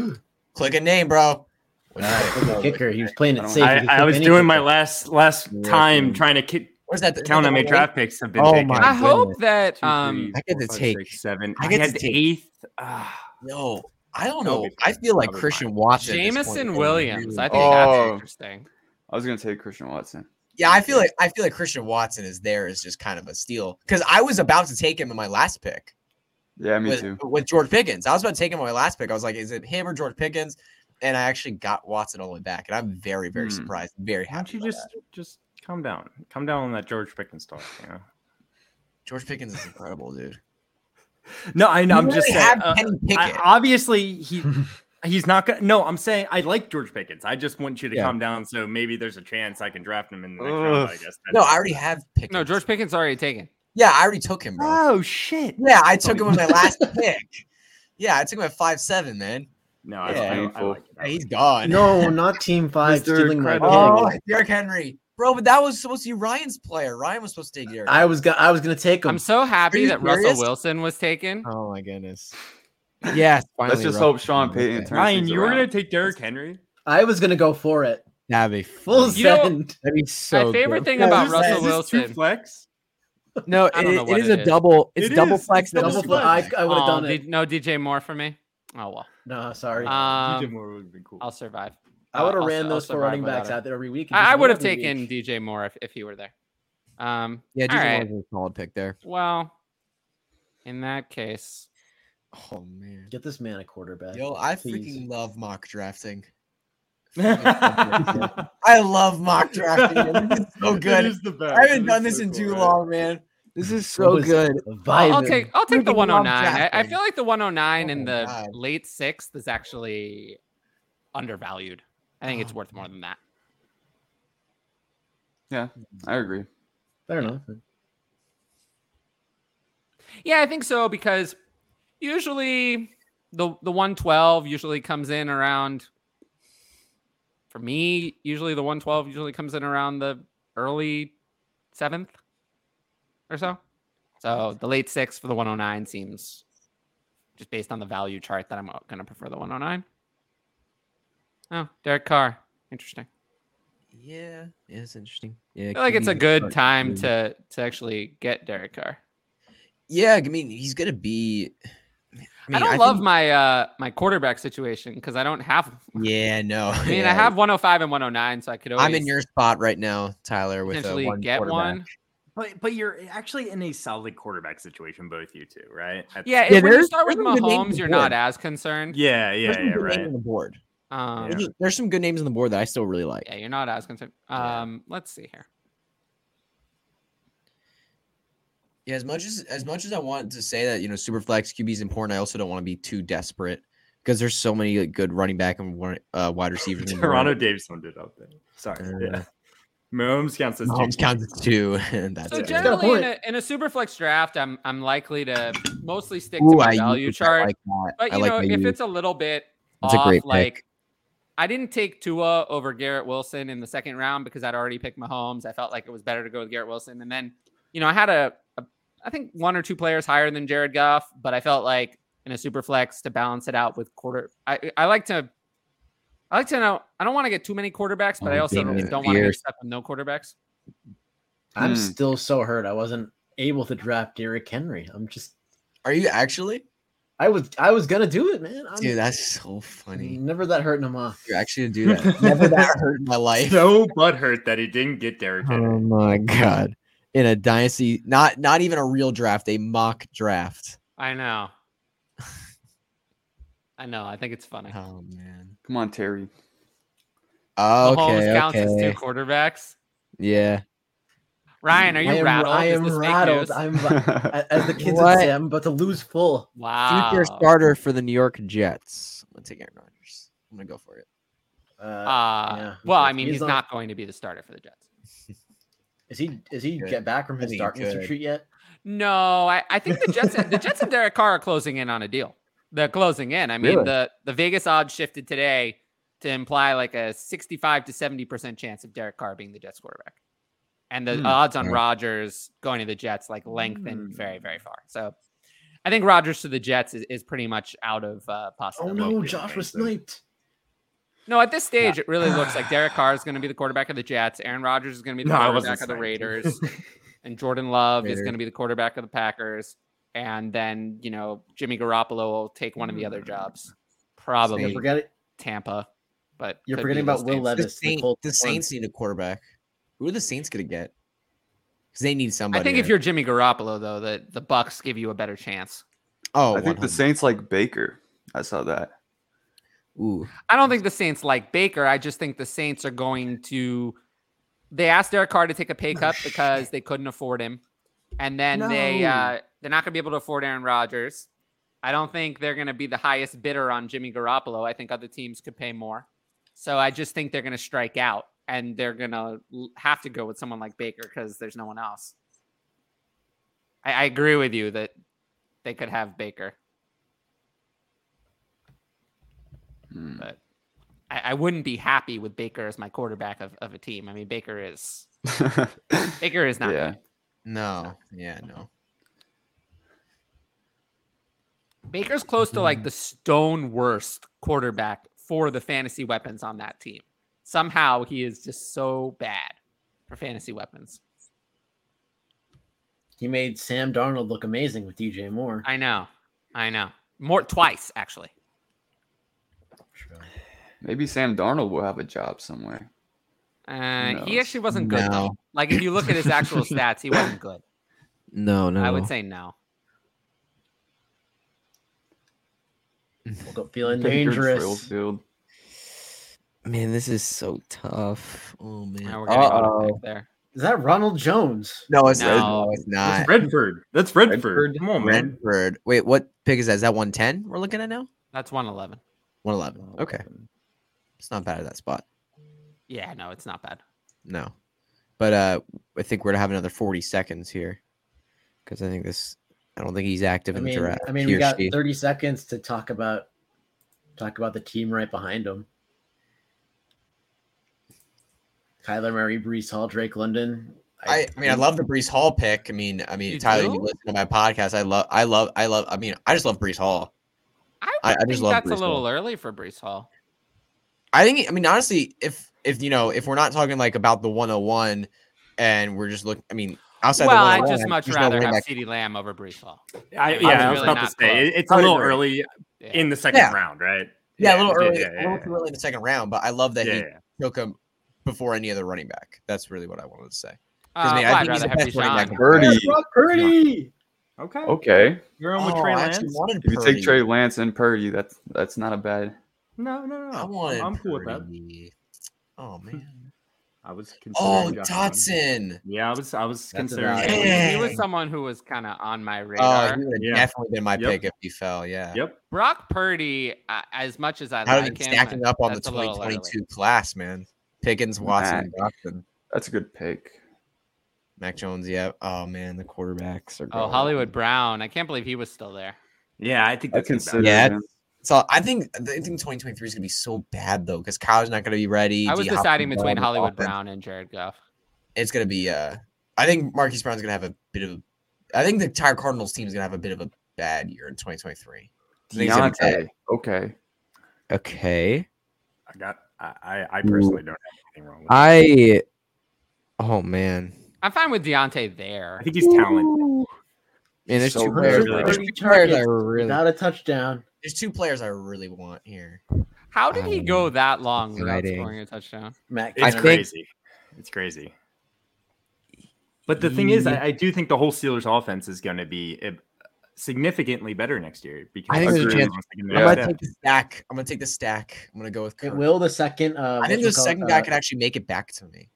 Speaker 4: [GASPS]
Speaker 2: Click a name, bro. What's [LAUGHS] that?
Speaker 3: The kicker. He was playing
Speaker 5: I
Speaker 3: it
Speaker 5: don't-
Speaker 3: safe. He
Speaker 4: I,
Speaker 3: could
Speaker 4: I
Speaker 3: pick
Speaker 4: was
Speaker 3: any
Speaker 4: doing my
Speaker 3: kicker.
Speaker 4: last last
Speaker 5: Yeah,
Speaker 4: time
Speaker 5: dude.
Speaker 4: trying to ki-
Speaker 2: Where's that?
Speaker 4: count how many
Speaker 2: Oh,
Speaker 4: draft picks have been
Speaker 2: Oh
Speaker 4: taken.
Speaker 2: my
Speaker 1: I
Speaker 2: goodness.
Speaker 1: hope that
Speaker 5: Two,
Speaker 1: um,
Speaker 5: three,
Speaker 2: I get
Speaker 5: four,
Speaker 2: to
Speaker 5: five,
Speaker 2: take-
Speaker 5: six, seven.
Speaker 4: I,
Speaker 2: I get
Speaker 4: had
Speaker 2: to
Speaker 4: the
Speaker 2: take-
Speaker 4: eighth. ah.
Speaker 2: No, I don't
Speaker 4: No,
Speaker 2: know.
Speaker 4: it's
Speaker 2: I feel like
Speaker 4: probably
Speaker 2: Christian Watson. at this point is
Speaker 1: Jamison
Speaker 2: really-
Speaker 1: Williams. I think
Speaker 5: Oh.
Speaker 1: that's interesting.
Speaker 5: I was gonna take Christian Watson.
Speaker 2: Yeah, I feel like I feel like Christian Watson is there is just kind of a steal because I was about to take him in my last pick
Speaker 5: Yeah, me
Speaker 2: with,
Speaker 5: too.
Speaker 2: with George Pickens. I was about to take him in my last pick. I was like, is it him or George Pickens? And I actually got Watson all the way back, and I'm very, very
Speaker 5: Hmm.
Speaker 2: surprised, very
Speaker 4: Why don't
Speaker 2: happy.
Speaker 4: you
Speaker 2: about
Speaker 4: just
Speaker 2: that.
Speaker 4: just calm down? Calm down on that George Pickens talk. You know?
Speaker 2: George Pickens is incredible, dude.
Speaker 4: No, I know. I'm just
Speaker 2: You
Speaker 4: saying.
Speaker 2: really have
Speaker 4: uh,
Speaker 2: Kenny
Speaker 4: I-
Speaker 2: Pickett.
Speaker 4: obviously, he he's not gonna. No, I'm saying I like George Pickens. I just want you to
Speaker 2: Yeah.
Speaker 4: calm down. So maybe there's a chance I can draft him in the next round. I
Speaker 5: Ugh.
Speaker 4: guess.
Speaker 2: no, [LAUGHS] I already have Pickens.
Speaker 1: No, George Pickens already taken.
Speaker 2: Yeah, I already took him, bro.
Speaker 4: Oh shit!
Speaker 2: Yeah, I took him in my last pick. Yeah, I took him at five seven, man.
Speaker 4: No, I,
Speaker 2: Yeah.
Speaker 4: I, I,
Speaker 5: Painful.
Speaker 4: like
Speaker 2: Yeah,
Speaker 4: it.
Speaker 2: he's gone.
Speaker 3: No, not Team Five
Speaker 5: Mr.
Speaker 3: stealing my
Speaker 5: Incredible.
Speaker 2: Oh,
Speaker 3: pick.
Speaker 2: Derrick Henry, bro. But that was supposed to be Ryan's player. Ryan was supposed to take Derrick.
Speaker 3: I was go- I was gonna take him.
Speaker 1: I'm so happy
Speaker 2: you
Speaker 1: that
Speaker 2: serious?
Speaker 1: Russell Wilson was taken.
Speaker 2: oh my goodness. Yes.
Speaker 5: Let's
Speaker 2: finally,
Speaker 5: just
Speaker 2: Russell
Speaker 5: hope Sean
Speaker 2: Wilson.
Speaker 5: Payton turns
Speaker 4: Ryan,
Speaker 5: things
Speaker 4: you were
Speaker 5: around.
Speaker 4: gonna take Derrick Henry.
Speaker 3: I was gonna go for it.
Speaker 2: That'd be
Speaker 3: Full
Speaker 1: You know-
Speaker 3: send.
Speaker 2: That'd be so.
Speaker 1: My favorite
Speaker 2: good.
Speaker 1: thing
Speaker 3: Yeah,
Speaker 1: about
Speaker 3: this-
Speaker 1: Uh, Russell
Speaker 3: this
Speaker 1: Wilson.
Speaker 4: flex.
Speaker 2: No,
Speaker 1: I don't
Speaker 2: it-
Speaker 1: know
Speaker 2: it
Speaker 1: what
Speaker 2: is
Speaker 1: it
Speaker 2: a
Speaker 1: is.
Speaker 2: double. It's
Speaker 4: It
Speaker 2: double
Speaker 4: is.
Speaker 2: flex.
Speaker 4: It's
Speaker 2: Double
Speaker 3: Double
Speaker 4: Double
Speaker 3: flip. I, I would have
Speaker 1: Oh,
Speaker 3: done
Speaker 1: D-
Speaker 3: it.
Speaker 1: no DJ Moore for me. Oh well.
Speaker 3: No, sorry.
Speaker 1: Um,
Speaker 4: DJ Moore would have been cool.
Speaker 1: I'll
Speaker 4: [LAUGHS]
Speaker 1: survive.
Speaker 3: I would have
Speaker 1: I'll-
Speaker 3: ran
Speaker 1: I'll
Speaker 3: those four
Speaker 1: survive
Speaker 3: running backs
Speaker 1: without
Speaker 3: out there every week. and
Speaker 1: I,
Speaker 3: just
Speaker 1: I would have
Speaker 3: won every
Speaker 1: taken
Speaker 3: week.
Speaker 1: DJ Moore if, if he were there. Um,
Speaker 2: Yeah, DJ
Speaker 1: all right.
Speaker 2: Moore was a solid pick there.
Speaker 1: Well, in that case,
Speaker 2: Oh man.
Speaker 3: Get this man a quarterback.
Speaker 2: Yo, I
Speaker 3: please.
Speaker 2: freaking love mock drafting.
Speaker 4: It
Speaker 2: I love mock drafting. man. This is [LAUGHS] so Oh, good.
Speaker 4: is the best.
Speaker 2: I haven't
Speaker 4: It
Speaker 2: done this
Speaker 4: is so
Speaker 2: in
Speaker 4: cool,
Speaker 2: too
Speaker 4: man.
Speaker 2: long, man. This is
Speaker 3: What
Speaker 2: so
Speaker 3: was
Speaker 2: good.
Speaker 1: I'll, I'll
Speaker 3: Vibing.
Speaker 1: take I'll take the
Speaker 2: Freaking love
Speaker 1: 109. I, I
Speaker 2: drafting.
Speaker 1: feel like the 109 in
Speaker 2: Oh,
Speaker 1: the
Speaker 2: God.
Speaker 1: late sixth is actually undervalued. I think it's worth more than that.
Speaker 5: I agree.
Speaker 3: Fair enough.
Speaker 1: Yeah, I think so because usually the the 112 usually comes in around for me, usually the 112 usually comes in around the early 7th or so. So the late 6 for the 109 seems just based on the value chart that I'm going to prefer the 109. Oh, Derek Carr. Interesting.
Speaker 2: Yeah, yeah, it's interesting. Yeah,
Speaker 1: I feel like it's a good time to to actually get Derek Carr.
Speaker 2: Yeah, I mean, he's gonna be.
Speaker 1: I, don't love my uh my quarterback situation because I don't have.
Speaker 2: my. Yeah, no.
Speaker 1: I mean, I have 105 and 109, so I could always
Speaker 2: I'm in your spot right now, Tyler. With a
Speaker 1: potentially
Speaker 2: one
Speaker 1: get
Speaker 2: quarterback.
Speaker 1: one.
Speaker 4: But but you're actually in a solid quarterback situation, both you two, right? At the
Speaker 1: Yeah,
Speaker 4: same-
Speaker 2: Yeah,
Speaker 1: if when you
Speaker 2: there's-
Speaker 1: start with
Speaker 2: there's some good names
Speaker 1: Mahomes,
Speaker 2: on
Speaker 1: you're
Speaker 2: the board.
Speaker 1: not as concerned.
Speaker 4: yeah,
Speaker 2: There's
Speaker 4: yeah,
Speaker 2: some
Speaker 4: yeah,
Speaker 2: good names
Speaker 4: right.
Speaker 2: on the board.
Speaker 1: Um,
Speaker 2: There's,
Speaker 1: yeah.
Speaker 2: just- there's some good names on the board that I still really like.
Speaker 1: you're not as concerned.
Speaker 2: Yeah.
Speaker 1: Um, let's see here.
Speaker 2: Yeah, as much as as much as I want to say that you know superflex QB is important, I also don't want to be too desperate because there's so many like, good running back and wi- uh, wide receivers. in the world.
Speaker 4: Toronto Davis one did up there. Sorry.
Speaker 2: Uh,
Speaker 4: yeah. Mahomes counts as
Speaker 2: Mahomes counts as two, [LAUGHS] and that's
Speaker 1: So
Speaker 2: it.
Speaker 3: gen-
Speaker 1: generally, in
Speaker 3: point.
Speaker 1: a, in a super flex draft, I'm I'm likely to mostly stick to
Speaker 2: Ooh,
Speaker 1: my
Speaker 2: I
Speaker 1: value
Speaker 2: used- I
Speaker 1: chart.
Speaker 2: like that.
Speaker 1: But
Speaker 2: I
Speaker 1: you
Speaker 2: like
Speaker 1: know,
Speaker 2: that
Speaker 1: if
Speaker 2: you-
Speaker 1: it's a little bit
Speaker 2: That's a
Speaker 1: off,
Speaker 2: great pick.
Speaker 1: like I didn't take Tua over Garrett Wilson in the second round because I'd already picked Mahomes. I felt like it was better to go with Garrett Wilson. And then, you know, I had a, a I think one or two players higher than Jared Goff, but I felt like in a super flex to balance it out with quarter. I I like to I like to know I don't want to get too many quarterbacks, but I
Speaker 2: Oh,
Speaker 1: also
Speaker 2: David
Speaker 1: don't want to
Speaker 2: Pierce.
Speaker 1: get stuck with no quarterbacks.
Speaker 3: I'm
Speaker 5: Hmm.
Speaker 3: still so hurt. I wasn't able to draft Derrick Henry. I'm just.
Speaker 2: Are you actually?
Speaker 3: I was. I was gonna do it, man. I'm
Speaker 1: Um,
Speaker 2: Dude, that's so funny.
Speaker 3: never that hurting him off.
Speaker 2: You're actually gonna
Speaker 1: [LAUGHS]
Speaker 2: do that. Never that hurt in my [LAUGHS] life.
Speaker 4: so butthurt that he didn't get Derrick
Speaker 2: Oh
Speaker 4: Henry.
Speaker 2: my god. In a dynasty, not not even a real draft, a mock draft.
Speaker 1: I know. [LAUGHS] I know. I think it's funny.
Speaker 2: Oh man.
Speaker 5: Come on, Terry.
Speaker 2: Okay.
Speaker 1: Mahomes counts as
Speaker 2: okay.
Speaker 1: two quarterbacks.
Speaker 2: Yeah.
Speaker 1: Ryan, are you
Speaker 3: I am,
Speaker 1: rattled?
Speaker 3: I
Speaker 1: Is
Speaker 3: am
Speaker 1: this fake
Speaker 3: rattled.
Speaker 1: news?
Speaker 3: I'm
Speaker 5: [LAUGHS]
Speaker 3: as the kids
Speaker 2: What?
Speaker 3: would say, I'm about to lose full.
Speaker 1: wow.
Speaker 2: Future starter for the New York Jets. I'm gonna take Aaron Rodgers. I'm gonna go for it.
Speaker 1: Uh,
Speaker 3: Uh, yeah,
Speaker 2: Ah.
Speaker 1: well, I
Speaker 3: he's-
Speaker 1: mean,
Speaker 3: he's
Speaker 1: he's
Speaker 3: not-
Speaker 1: not going to be the starter for the Jets.
Speaker 3: Is he is he
Speaker 2: Good.
Speaker 3: get back from
Speaker 2: I
Speaker 3: his
Speaker 2: think he
Speaker 3: darkness
Speaker 2: could.
Speaker 3: retreat yet?
Speaker 1: No, I, I think the Jets the Jets and Derek Carr are closing in on a deal. They're closing in. I mean,
Speaker 5: Really?
Speaker 1: the the Vegas odds shifted today to imply like a 65 to 70 percent chance of Derek Carr being the Jets quarterback, and the
Speaker 5: Hmm.
Speaker 1: odds on
Speaker 2: Wow.
Speaker 1: Rodgers going to the Jets like lengthened
Speaker 4: Hmm.
Speaker 1: very very far. So, I think Rodgers to the Jets is, is pretty much out of uh,
Speaker 3: Oh
Speaker 1: possibility.
Speaker 3: no, Josh was sniped.
Speaker 1: No, at this stage, it really looks like Derek Carr is going to be the quarterback of the Jets. Aaron Rodgers is going to be the
Speaker 4: No, I wasn't
Speaker 1: quarterback of the
Speaker 3: [LAUGHS]
Speaker 4: sniped.
Speaker 1: Raiders, and Jordan Love is
Speaker 2: Raiders.
Speaker 1: going to be the quarterback of the Packers. And then you know Jimmy Garoppolo will take one of the other jobs,
Speaker 3: Mm. You're
Speaker 1: probably
Speaker 3: forgetting
Speaker 1: Tampa. But
Speaker 3: you're
Speaker 1: could
Speaker 3: forgetting
Speaker 1: be the
Speaker 3: about Will
Speaker 1: Saints.
Speaker 2: The,
Speaker 3: Levis. the
Speaker 2: Saint,
Speaker 3: Colts
Speaker 2: the
Speaker 3: won.
Speaker 2: Saints need a quarterback. Who are the Saints gonna get? Because they need somebody.
Speaker 1: I think if
Speaker 2: there.
Speaker 1: you're Jimmy Garoppolo though, the the Bucks give you a better chance.
Speaker 2: oh,
Speaker 5: I think the
Speaker 2: 100.
Speaker 5: Saints like Baker. I saw that.
Speaker 2: Ooh,
Speaker 1: I don't think the Saints like Baker. I just think the Saints are going to. They asked Derek Carr to take a pay
Speaker 2: No
Speaker 1: cut because
Speaker 2: shit.
Speaker 1: they couldn't afford him, and then they
Speaker 4: No.
Speaker 1: uh, they're not going to be able to afford Aaron Rodgers. I don't think they're going to be the highest bidder on Jimmy Garoppolo. I think other teams could pay more, so I just think they're going to strike out and they're going to have to go with someone like Baker because there's no one else. I, I agree with you that they could have Baker.
Speaker 5: Hmm.
Speaker 1: but I, I wouldn't be happy with Baker as my quarterback of, of a team. I mean, Baker is
Speaker 5: Hmm. [LAUGHS]
Speaker 1: Baker is not.
Speaker 5: yeah.
Speaker 1: good.
Speaker 2: no, yeah, no.
Speaker 1: Baker's close to like the stone worst quarterback for the fantasy weapons on that team. Somehow he is just so bad for fantasy weapons.
Speaker 3: He made Sam Darnold look amazing with DJ Moore.
Speaker 1: I know, I know. More twice actually.
Speaker 5: Maybe Sam Darnold will have a job somewhere.
Speaker 1: Uh, He
Speaker 5: No.
Speaker 1: actually wasn't good. though.
Speaker 2: No.
Speaker 1: Like if you look at his
Speaker 2: [LAUGHS]
Speaker 1: actual stats, he wasn't good.
Speaker 2: No, no.
Speaker 1: I would say no.
Speaker 3: Woke up feeling
Speaker 5: Baker
Speaker 3: dangerous.
Speaker 5: Slayfield.
Speaker 2: man, this is so tough.
Speaker 1: Now
Speaker 2: Oh man.
Speaker 1: we're gonna go to
Speaker 5: Uh-oh.
Speaker 1: pick there.
Speaker 3: Is that Ronald Jones?
Speaker 2: No, it's
Speaker 1: No.
Speaker 2: no, it's not.
Speaker 4: That's Redford. That's Redford.
Speaker 5: Redford.
Speaker 4: Come on, man.
Speaker 2: Redford. Wait, what pick is that? Is that one ten? We're looking at now.
Speaker 1: That's one eleven.
Speaker 2: One eleven. Okay, it's not bad at that spot.
Speaker 1: Yeah, no, it's not bad.
Speaker 2: No. But uh I think we're gonna have another 40 seconds here. Because I think this I don't think he's active
Speaker 3: I
Speaker 2: in
Speaker 3: mean,
Speaker 2: the draft.
Speaker 3: I mean,
Speaker 2: he
Speaker 3: we
Speaker 2: or
Speaker 3: got
Speaker 2: she.
Speaker 3: 30 seconds to talk about talk about the team right behind him. Kyler Murray, Brees Hall, Drake London.
Speaker 2: I, I mean, I love the Brees Hall pick. I mean, I mean,
Speaker 1: You
Speaker 2: Tyler,
Speaker 1: do?
Speaker 2: you listen to my podcast. I love, I love, I love. I mean, I just love Brees Hall.
Speaker 1: I,
Speaker 2: I-
Speaker 1: would
Speaker 2: I
Speaker 1: think
Speaker 2: just love
Speaker 1: that's a
Speaker 2: Breece
Speaker 1: little
Speaker 2: Hall.
Speaker 1: early for Brees Hall.
Speaker 2: I think. I mean, honestly, if if you know, if we're not talking like about the 101, and we're just looking, I mean, outside
Speaker 1: well,
Speaker 2: the
Speaker 1: I'd
Speaker 2: 101,
Speaker 1: just much
Speaker 2: there's no
Speaker 1: rather
Speaker 2: way
Speaker 1: have
Speaker 2: that-
Speaker 1: CeeDee Lamb over Brees Hall.
Speaker 4: I,
Speaker 1: was
Speaker 4: yeah, I was
Speaker 1: really
Speaker 4: about to
Speaker 1: not
Speaker 4: say
Speaker 1: close.
Speaker 4: it- it's
Speaker 2: I
Speaker 4: a
Speaker 2: would
Speaker 4: little
Speaker 2: agree.
Speaker 4: early
Speaker 1: Yeah.
Speaker 4: in the second
Speaker 2: Yeah.
Speaker 4: round, right?
Speaker 2: yeah, a little early,
Speaker 4: Yeah,
Speaker 2: a little too early in the second round. But I love that
Speaker 4: yeah,
Speaker 2: he
Speaker 4: yeah.
Speaker 2: took him before any other running back. That's really what I wanted to say.
Speaker 1: Uh,
Speaker 2: I mean, I
Speaker 1: well, I'd
Speaker 2: think
Speaker 1: rather
Speaker 2: he's the
Speaker 1: have
Speaker 2: best running
Speaker 1: Bijan.
Speaker 2: back.
Speaker 5: Purdy.
Speaker 3: Brock Purdy.
Speaker 4: Okay.
Speaker 5: Okay.
Speaker 4: You're on with
Speaker 2: Oh,
Speaker 4: Trey
Speaker 2: I actually
Speaker 4: Lance?
Speaker 2: wanted
Speaker 5: If you
Speaker 2: Purdy.
Speaker 5: take Trey Lance and Purdy, that's that's not a bad.
Speaker 4: No, no, no.
Speaker 2: I
Speaker 4: I'm-
Speaker 2: wanted
Speaker 4: Oh, I'm cool with that.
Speaker 2: Purdy.
Speaker 4: [LAUGHS]
Speaker 2: Oh man.
Speaker 4: I was
Speaker 2: Oh,
Speaker 4: considering Josh Allen.
Speaker 2: Dotson.
Speaker 4: Yeah, I was I was
Speaker 3: That's
Speaker 4: considering.
Speaker 3: about
Speaker 4: Josh
Speaker 2: it.
Speaker 4: Allen.
Speaker 1: He was
Speaker 2: Dang.
Speaker 1: someone who was kind of on my
Speaker 2: Oh,
Speaker 1: radar.
Speaker 2: he would have
Speaker 4: Yeah.
Speaker 2: definitely been my
Speaker 4: Yep.
Speaker 2: pick if he fell. Yeah.
Speaker 4: Yep.
Speaker 1: Brock Purdy, uh, as much as I
Speaker 2: How
Speaker 1: like
Speaker 2: did
Speaker 1: him,
Speaker 2: stacking up on the
Speaker 1: that's a little early.
Speaker 2: 2022 class, man? Pickens, Watson, Dotson,
Speaker 5: That's a good pick.
Speaker 2: Mac Jones. Yeah. Oh man, the quarterbacks are.
Speaker 1: Oh,
Speaker 2: going.
Speaker 1: Hollywood Brown. I can't believe he was still there.
Speaker 4: Yeah, I think
Speaker 5: I
Speaker 4: that's
Speaker 5: consider.
Speaker 4: about it.
Speaker 2: Yeah,
Speaker 5: him.
Speaker 2: So I think I think 2023 is gonna be so bad though, because Kyle's not gonna be ready.
Speaker 1: I was
Speaker 2: D Hop's
Speaker 1: deciding
Speaker 2: gonna be
Speaker 1: between
Speaker 2: gone, the
Speaker 1: Hollywood
Speaker 2: offense-
Speaker 1: Brown and Jared Goff.
Speaker 2: It's gonna be. Uh, I think Marquise Brown's gonna have a bit of. a- I think the entire Cardinals team is gonna have a bit of a bad year in 2023. I think it's gonna be bad.
Speaker 5: Deontay. Okay.
Speaker 2: Okay.
Speaker 4: I got. I I, I personally don't have anything wrong with. it.
Speaker 2: I. Oh man.
Speaker 1: I'm fine with Deontay there.
Speaker 4: I think he's talented.
Speaker 2: Man, there's
Speaker 5: So
Speaker 2: two players.
Speaker 5: rare, bro.
Speaker 2: There's two players I really.
Speaker 3: Not a touchdown.
Speaker 2: There's two players I really want here.
Speaker 1: How did he
Speaker 2: Um,
Speaker 1: go that long without
Speaker 2: exciting.
Speaker 1: scoring a touchdown?
Speaker 3: Matt
Speaker 4: It's
Speaker 2: I
Speaker 3: Canada.
Speaker 2: think-
Speaker 4: crazy. It's crazy. But the thing is, I, I do think the whole Steelers offense is going to be eh, significantly better next year because
Speaker 2: I think
Speaker 5: there's a
Speaker 4: Agreed.
Speaker 2: chance-
Speaker 4: Second
Speaker 5: Yeah.
Speaker 2: I'm
Speaker 4: half.
Speaker 2: gonna take the stack. I'm gonna take the stack. I'm gonna go with.
Speaker 3: it
Speaker 2: Kirk.
Speaker 3: will the second. Uh,
Speaker 2: I think
Speaker 3: whatchamacallit,
Speaker 2: the second guy
Speaker 3: uh,
Speaker 2: could actually make it back to me.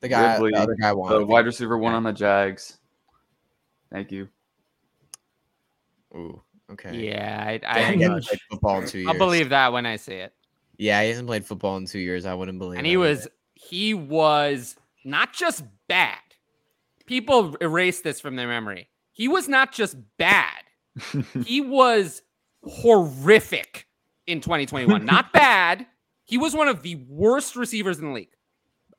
Speaker 2: The guy,
Speaker 5: Ridley,
Speaker 2: the other guy,
Speaker 5: The
Speaker 2: won.
Speaker 5: wide receiver one on the Jags. Thank you.
Speaker 2: Ooh, okay.
Speaker 1: Yeah, I,
Speaker 2: Dang,
Speaker 1: I,
Speaker 2: he
Speaker 3: Dang.
Speaker 2: hasn't played football in two years.
Speaker 1: I'll believe that when I see it.
Speaker 2: Yeah, he hasn't played football in two years. I wouldn't believe.
Speaker 1: and
Speaker 2: it
Speaker 1: he
Speaker 2: either.
Speaker 1: was he was not just bad people erase this from their memory. He was not just bad, he was horrific in 2021. not bad. He was one of the worst receivers in the league,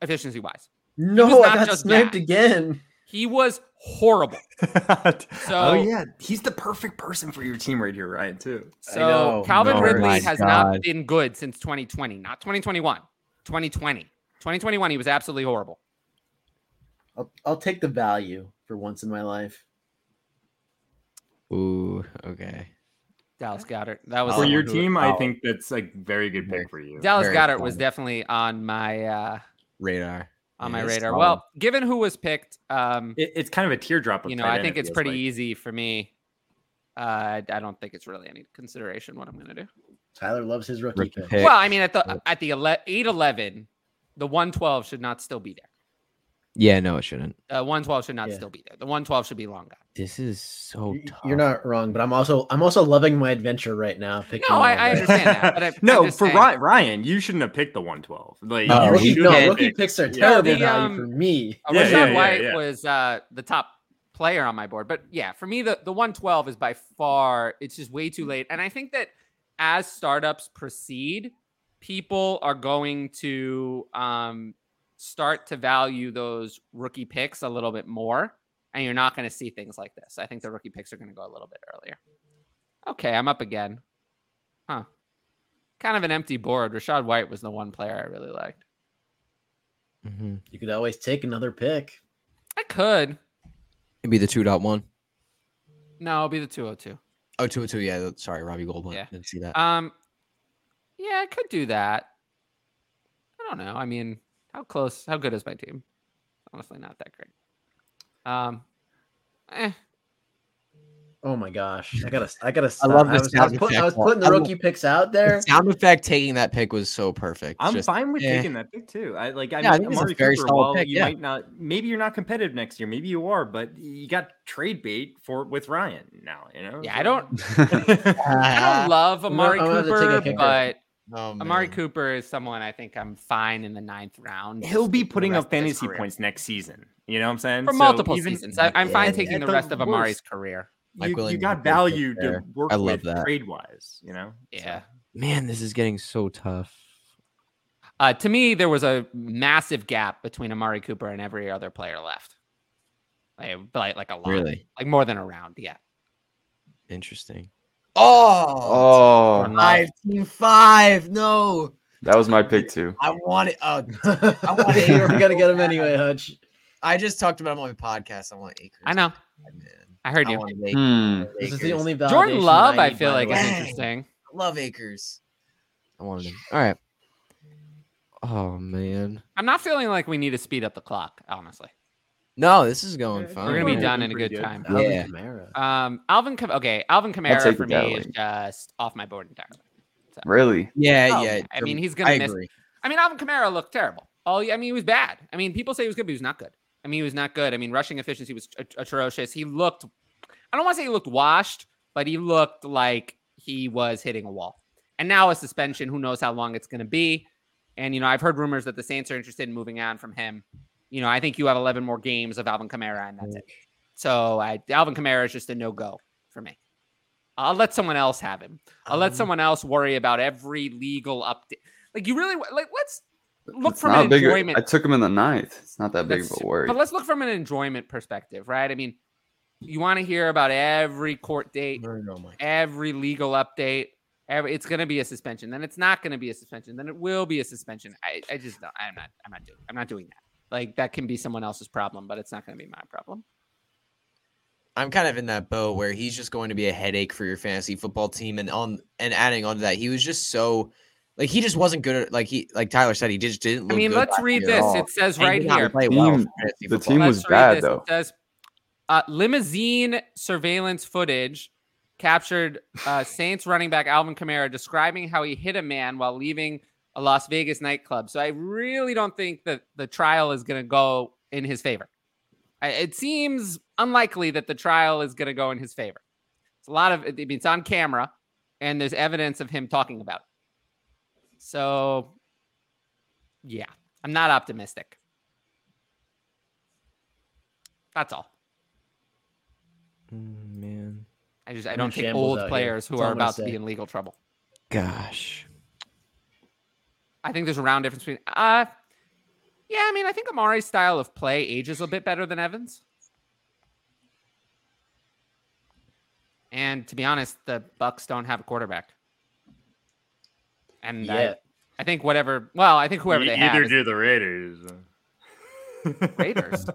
Speaker 1: efficiency wise.
Speaker 3: No,
Speaker 1: was
Speaker 3: I
Speaker 1: not
Speaker 3: got
Speaker 1: just
Speaker 3: sniped
Speaker 1: bad.
Speaker 3: again.
Speaker 1: He was horrible.
Speaker 4: oh [LAUGHS]
Speaker 1: So-
Speaker 4: yeah, he's the perfect person for your team right here, Ryan. Too.
Speaker 1: So
Speaker 3: know.
Speaker 1: Calvin
Speaker 2: No, my
Speaker 1: Ridley has not
Speaker 2: God.
Speaker 1: been good since 2020, not 2021, 2020. 2021, he was absolutely horrible.
Speaker 3: I'll, I'll take the value for once in my life.
Speaker 2: Ooh, okay.
Speaker 1: Dallas Goddard. That was
Speaker 4: For
Speaker 2: Oh,
Speaker 4: your
Speaker 1: someone who-
Speaker 4: team, I
Speaker 2: oh.
Speaker 4: think that's like very good pick for you.
Speaker 1: Dallas
Speaker 2: Very
Speaker 1: Goddard was
Speaker 2: solid.
Speaker 1: definitely on my uh,
Speaker 2: Radar.
Speaker 1: on
Speaker 2: Yeah,
Speaker 1: my
Speaker 2: that's
Speaker 1: radar.
Speaker 2: solid.
Speaker 1: Well, given who was picked, um,
Speaker 4: It- it's kind of a teardrop. Of
Speaker 1: you know,
Speaker 4: tight
Speaker 1: I
Speaker 4: end,
Speaker 1: think
Speaker 4: it
Speaker 1: it's
Speaker 4: feels
Speaker 1: pretty
Speaker 4: like.
Speaker 1: easy for me. Uh, I I don't think it's really any consideration what I'm going to do.
Speaker 3: Tyler loves his rookie,
Speaker 2: Rookie
Speaker 3: pick.
Speaker 2: pick.
Speaker 1: Well, I mean, at the at the ele- 8-11, the 112 should not still be there.
Speaker 2: Yeah, no, it shouldn't.
Speaker 1: Uh, 112 should not
Speaker 3: Yeah.
Speaker 1: still be there. The 112 should be long gone.
Speaker 2: This is so
Speaker 3: You-
Speaker 2: Oh, tough.
Speaker 3: You're not wrong, but I'm also I'm also loving my adventure right now. Picking
Speaker 1: No, I,
Speaker 3: all [LAUGHS]
Speaker 1: I
Speaker 3: that.
Speaker 1: understand that. But I,
Speaker 4: no,
Speaker 1: I'm just
Speaker 4: for
Speaker 1: saying-
Speaker 4: Ryan, Ryan, you shouldn't have picked the 112. Like,
Speaker 2: No,
Speaker 4: you
Speaker 2: we-
Speaker 3: rookie,
Speaker 4: should
Speaker 3: no,
Speaker 4: have
Speaker 3: rookie
Speaker 4: picked-
Speaker 3: picks are
Speaker 4: yeah.
Speaker 3: terrible
Speaker 1: Yeah, the,
Speaker 3: value
Speaker 1: um,
Speaker 3: for me.
Speaker 1: Uh,
Speaker 4: Yeah,
Speaker 1: Rashad
Speaker 4: yeah, yeah,
Speaker 1: White
Speaker 4: yeah.
Speaker 1: was uh, the top player on my board, but yeah, for me the the 112 is by far it's just way too late, and I think that as startups proceed, people are going to um, start to value those rookie picks a little bit more, and you're not going to see things like this. I think the rookie picks are going to go a little bit earlier. Okay, I'm up again. Huh. Kind of an empty board. Rashad White was the one player I really liked.
Speaker 2: Mhm.
Speaker 3: You could always take another pick.
Speaker 1: I could.
Speaker 2: It'd be the 2.1.
Speaker 1: No, it'll be the 202.
Speaker 2: Oh, 202. Yeah, that- sorry, Robbie Goldblatt.
Speaker 1: Yeah.
Speaker 2: Didn't see that.
Speaker 1: Um, yeah, I could do that. I don't know. I mean, how close? How good is my team? Honestly, not that great. Um, eh,
Speaker 3: Oh my gosh, I gotta I gotta.
Speaker 2: I
Speaker 3: Stop.
Speaker 2: love
Speaker 3: I
Speaker 2: this
Speaker 3: was, I was
Speaker 2: sound
Speaker 3: putting, I was
Speaker 2: effect.
Speaker 3: putting the
Speaker 2: I love-
Speaker 3: rookie picks out
Speaker 2: The
Speaker 3: there.
Speaker 2: sound effect taking that pick was so perfect. [LAUGHS]
Speaker 4: I'm
Speaker 2: Just-
Speaker 4: fine with
Speaker 1: eh.
Speaker 2: yeah.
Speaker 4: taking that pick too. I like. I
Speaker 2: Yeah, I
Speaker 4: mean,
Speaker 2: think it's a
Speaker 4: Amari
Speaker 2: very
Speaker 4: Cooper.
Speaker 2: solid
Speaker 4: Well,
Speaker 2: pick,
Speaker 4: you
Speaker 2: yeah.
Speaker 4: might not. Maybe you're not competitive next year. Maybe you are, but you got trade bait for with Ryan now. You know.
Speaker 1: yeah, I don't. [LAUGHS]
Speaker 4: [LAUGHS]
Speaker 1: I don't
Speaker 4: Uh,
Speaker 2: Ah,
Speaker 1: [LAUGHS] love
Speaker 3: I'm
Speaker 1: Amari
Speaker 3: gonna- I'm gonna have to take a
Speaker 1: Cooper,
Speaker 3: kicker.
Speaker 1: but
Speaker 2: oh,
Speaker 1: Amari
Speaker 2: man.
Speaker 1: Cooper is someone I think I'm fine in the ninth round.
Speaker 4: He'll
Speaker 1: just
Speaker 4: be
Speaker 1: for the
Speaker 4: putting
Speaker 1: rest of
Speaker 4: up
Speaker 1: his
Speaker 4: fantasy
Speaker 1: career.
Speaker 4: points next season. You know what I'm saying?
Speaker 1: for
Speaker 4: So
Speaker 1: multiple
Speaker 4: even-
Speaker 1: seasons. I, I'm fine
Speaker 2: at-
Speaker 1: taking
Speaker 4: at
Speaker 1: the
Speaker 4: the
Speaker 1: rest of Amari's
Speaker 4: worst,
Speaker 1: career.
Speaker 2: Mike
Speaker 4: you, you
Speaker 2: Williams
Speaker 4: got
Speaker 2: is right
Speaker 4: value to
Speaker 2: there.
Speaker 4: work
Speaker 2: I love
Speaker 4: with
Speaker 2: that.
Speaker 4: trade wise. You know. So-
Speaker 1: Yeah.
Speaker 2: Man, this is getting so tough.
Speaker 1: Uh, to me, there was a massive gap between Amari Cooper and every other player left. Like, like, like a lot.
Speaker 2: Really
Speaker 1: Like more than a round. Yeah.
Speaker 2: interesting. Oh,
Speaker 5: oh,
Speaker 2: five team five. No,
Speaker 5: that was my pick too.
Speaker 2: I want it. Uh,
Speaker 3: [LAUGHS] I
Speaker 2: want it.
Speaker 3: We're gonna get him anyway, Hutch.
Speaker 2: I just talked about him on my podcast. I want acres.
Speaker 1: I know.
Speaker 2: man.
Speaker 1: I heard
Speaker 2: I
Speaker 1: you.
Speaker 2: want acres.
Speaker 5: Hmm.
Speaker 3: This is the only validation.
Speaker 1: Jordan
Speaker 3: that
Speaker 1: Love,
Speaker 3: I,
Speaker 1: I
Speaker 3: need,
Speaker 1: feel
Speaker 3: by the
Speaker 1: like is
Speaker 3: way.
Speaker 2: Dang.
Speaker 1: interesting.
Speaker 2: love acres. I wanted him. All right. Oh man.
Speaker 1: I'm not feeling like we need to speed up the clock, honestly.
Speaker 2: No, this is going
Speaker 4: We're
Speaker 2: fine.
Speaker 1: We're gonna be
Speaker 4: Oh, yeah,
Speaker 1: done
Speaker 4: been
Speaker 1: in a good,
Speaker 4: pretty good.
Speaker 1: time.
Speaker 3: Alvin
Speaker 2: Yeah.
Speaker 3: Kamara.
Speaker 1: Um, Alvin, Kam- okay, Alvin Kamara
Speaker 5: take
Speaker 1: for
Speaker 5: it
Speaker 1: me
Speaker 5: that
Speaker 1: is
Speaker 5: way.
Speaker 1: just off my board entirely.
Speaker 5: Really?
Speaker 2: Yeah,
Speaker 1: Oh,
Speaker 2: yeah.
Speaker 1: I mean, he's
Speaker 2: I
Speaker 1: gonna miss.
Speaker 2: agree.
Speaker 1: I mean, Alvin Kamara looked terrible. All I mean, he was bad. I mean, people say he was good, but he was not good. I mean, he was not good. I mean, rushing efficiency was at- atrocious. He looked. I don't want to say he looked washed, but he looked like he was hitting a wall. And now a suspension. Who knows how long it's going to be? And you know, I've heard rumors that the Saints are interested in moving on from him. You know, I think you have 11 more games of Alvin Kamara, and that's it. So I, Alvin Kamara is just a no go for me. I'll let someone else have him. I'll let
Speaker 2: Um,
Speaker 1: someone else worry about every legal update. Like you really like let's look
Speaker 5: It's
Speaker 1: from
Speaker 5: not
Speaker 1: an
Speaker 5: big-
Speaker 1: enjoyment.
Speaker 5: I took him in the ninth. It's not that big
Speaker 1: That's-
Speaker 5: of a worry.
Speaker 1: But let's look from an enjoyment perspective, right? I mean, you want to hear about every court date,
Speaker 3: No, no, Mike.
Speaker 1: every legal update. Every, it's going to be a suspension. Then it's not going to be a suspension. Then it will be a suspension. I, I just don't. I'm not. I'm not doing. I'm not doing that. Like that can be someone else's problem, but it's not going to be my problem.
Speaker 2: I'm kind of in that boat where he's just going to be a headache for your fantasy football team, and on and adding on to that, he was just so like he just wasn't good. At, like he like Tyler said, he just didn't.
Speaker 1: I
Speaker 2: Look
Speaker 1: mean,
Speaker 2: good
Speaker 1: let's
Speaker 2: last
Speaker 1: read
Speaker 2: year at
Speaker 1: this.
Speaker 2: all.
Speaker 1: It says
Speaker 2: And he
Speaker 1: right
Speaker 2: did not
Speaker 1: here.
Speaker 2: play well
Speaker 5: Team-
Speaker 2: for fantasy
Speaker 5: the
Speaker 2: football.
Speaker 5: team was
Speaker 1: Let's read
Speaker 5: bad,
Speaker 1: this.
Speaker 5: though.
Speaker 1: It says uh, limousine surveillance footage captured uh, Saints running back Alvin Kamara describing how he hit a man while leaving a Las Vegas nightclub. So I really don't think that the trial is going to go in his favor. I, it seems unlikely that the trial is going to go in his favor. It's a lot of it, it's on camera, and there's evidence of him talking about it. So, yeah, I'm not optimistic. That's all.
Speaker 6: Mm, man,
Speaker 1: I just I
Speaker 3: I'm
Speaker 1: don't
Speaker 3: in
Speaker 1: pick
Speaker 3: shambles
Speaker 1: old
Speaker 3: out here.
Speaker 1: players who
Speaker 3: That's all
Speaker 1: are
Speaker 3: I'm gonna
Speaker 1: about to be
Speaker 3: say.
Speaker 1: in legal trouble.
Speaker 6: gosh.
Speaker 1: I think there's a round difference between uh yeah, I mean I think Amari's style of play ages a bit better than Evans. And to be honest, the Bucks don't have a quarterback. And I-
Speaker 3: Yeah.
Speaker 1: I, think whatever well, I think whoever
Speaker 7: E-
Speaker 1: they
Speaker 7: either
Speaker 1: have is
Speaker 7: do the Raiders.
Speaker 4: uh,
Speaker 1: the Raiders.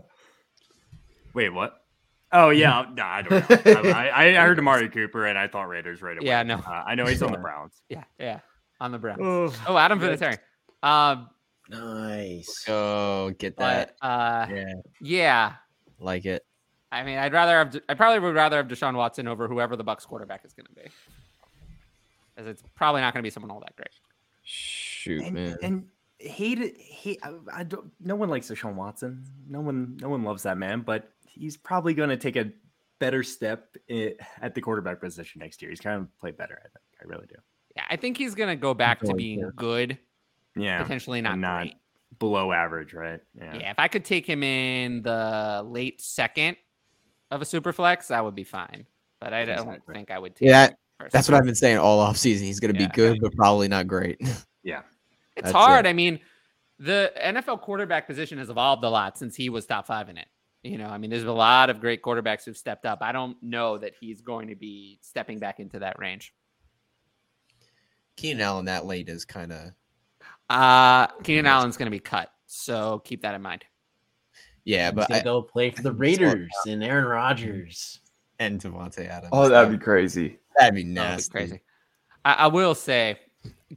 Speaker 7: Wait, what?
Speaker 1: [LAUGHS]
Speaker 7: Oh yeah, no, I don't know. I, I, I heard Amari Cooper and I thought Raiders right away.
Speaker 1: Yeah, no.
Speaker 7: Uh, I know he's on the Browns.
Speaker 1: yeah, yeah. On the Browns.
Speaker 4: Oh,
Speaker 1: Oh, Adam
Speaker 4: yeah.
Speaker 1: Vinatieri. Um
Speaker 3: Nice.
Speaker 2: Oh, get that.
Speaker 1: but uh
Speaker 2: yeah,
Speaker 1: yeah.
Speaker 2: like it.
Speaker 1: I mean, I'd rather have. I probably would rather have Deshaun Watson over whoever the Bucks quarterback is going to be, as it's probably not going to be someone all that great.
Speaker 6: Shoot, man.
Speaker 4: and, and hate it. Hate, I, I don't. No one likes Deshaun Watson. No one. No one loves that man. But he's probably going to take a better step i at the quarterback position next year. He's kind of play better. I think. I really do.
Speaker 1: Yeah, I think he's going to go back to
Speaker 3: Going
Speaker 1: being
Speaker 3: there.
Speaker 1: good,
Speaker 4: Yeah,
Speaker 1: potentially not,
Speaker 4: not-
Speaker 1: great.
Speaker 4: below average, right? [LAUGHS]
Speaker 1: Yeah. if I could take him in the late second of a super flex, that would be fine. But I don't
Speaker 4: Exactly.
Speaker 1: think I would. Take
Speaker 2: Yeah,
Speaker 1: him first.
Speaker 2: That's what I've been saying all offseason. He's going to
Speaker 1: Yeah.
Speaker 2: be good, but probably not great. [LAUGHS]
Speaker 1: It's
Speaker 2: That's
Speaker 1: hard. I mean, the NFL quarterback position has evolved a lot since he was top five in it. You know, I mean, there's a lot of great quarterbacks who've stepped up. I don't know that he's going to be stepping back into that range.
Speaker 2: Keenan Allen that late is kind of
Speaker 1: Uh Keenan Allen's going to be cut, so keep that in mind.
Speaker 2: yeah,
Speaker 3: He's
Speaker 2: but
Speaker 3: gonna
Speaker 2: I,
Speaker 3: go play for the Raiders and Aaron Rodgers.
Speaker 2: and Devontae Adams.
Speaker 5: Oh, that'd be crazy.
Speaker 2: that'd be
Speaker 1: That would be
Speaker 2: nasty.
Speaker 1: crazy. I, I will say,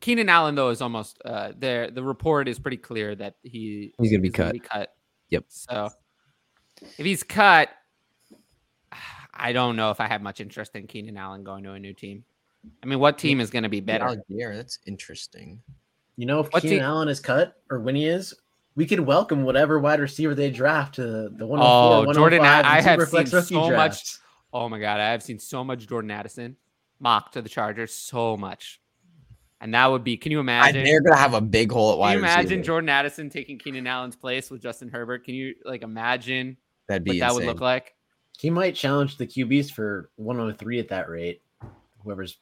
Speaker 1: Keenan Allen though is almost uh, there. The report is pretty clear that he
Speaker 6: He's gonna be
Speaker 1: is gonna
Speaker 6: cut.
Speaker 1: cut.
Speaker 6: Yep.
Speaker 1: So if he's cut, I don't know if I have much interest in Keenan Allen going to a new team. I mean, what team is going to be better?
Speaker 2: Allen Gare, Oh, that's interesting.
Speaker 3: You know, if
Speaker 1: What's
Speaker 3: Keenan
Speaker 1: he-
Speaker 3: Allen is cut or when he is, we could welcome whatever wide receiver they draft to the, the 104,
Speaker 1: Oh,
Speaker 3: 105,
Speaker 1: Jordan, I- I
Speaker 3: and
Speaker 1: have
Speaker 3: Superflex
Speaker 1: seen
Speaker 3: rookie
Speaker 1: so much-
Speaker 3: drafts.
Speaker 1: Oh my god, I've seen so much Jordan Addison mocked to the Chargers so much, and that would be. Can you
Speaker 2: I,
Speaker 1: imagine?
Speaker 2: they're going to have a big hole at
Speaker 1: Can
Speaker 2: wide
Speaker 1: you imagine
Speaker 2: receiver.
Speaker 1: Jordan Addison taking Keenan Allen's place with Justin Herbert? Can you like imagine
Speaker 2: That'd
Speaker 1: what
Speaker 2: be
Speaker 1: that
Speaker 2: insane.
Speaker 1: would look like?
Speaker 3: He might challenge the QBs for 103 at that rate. Whoever's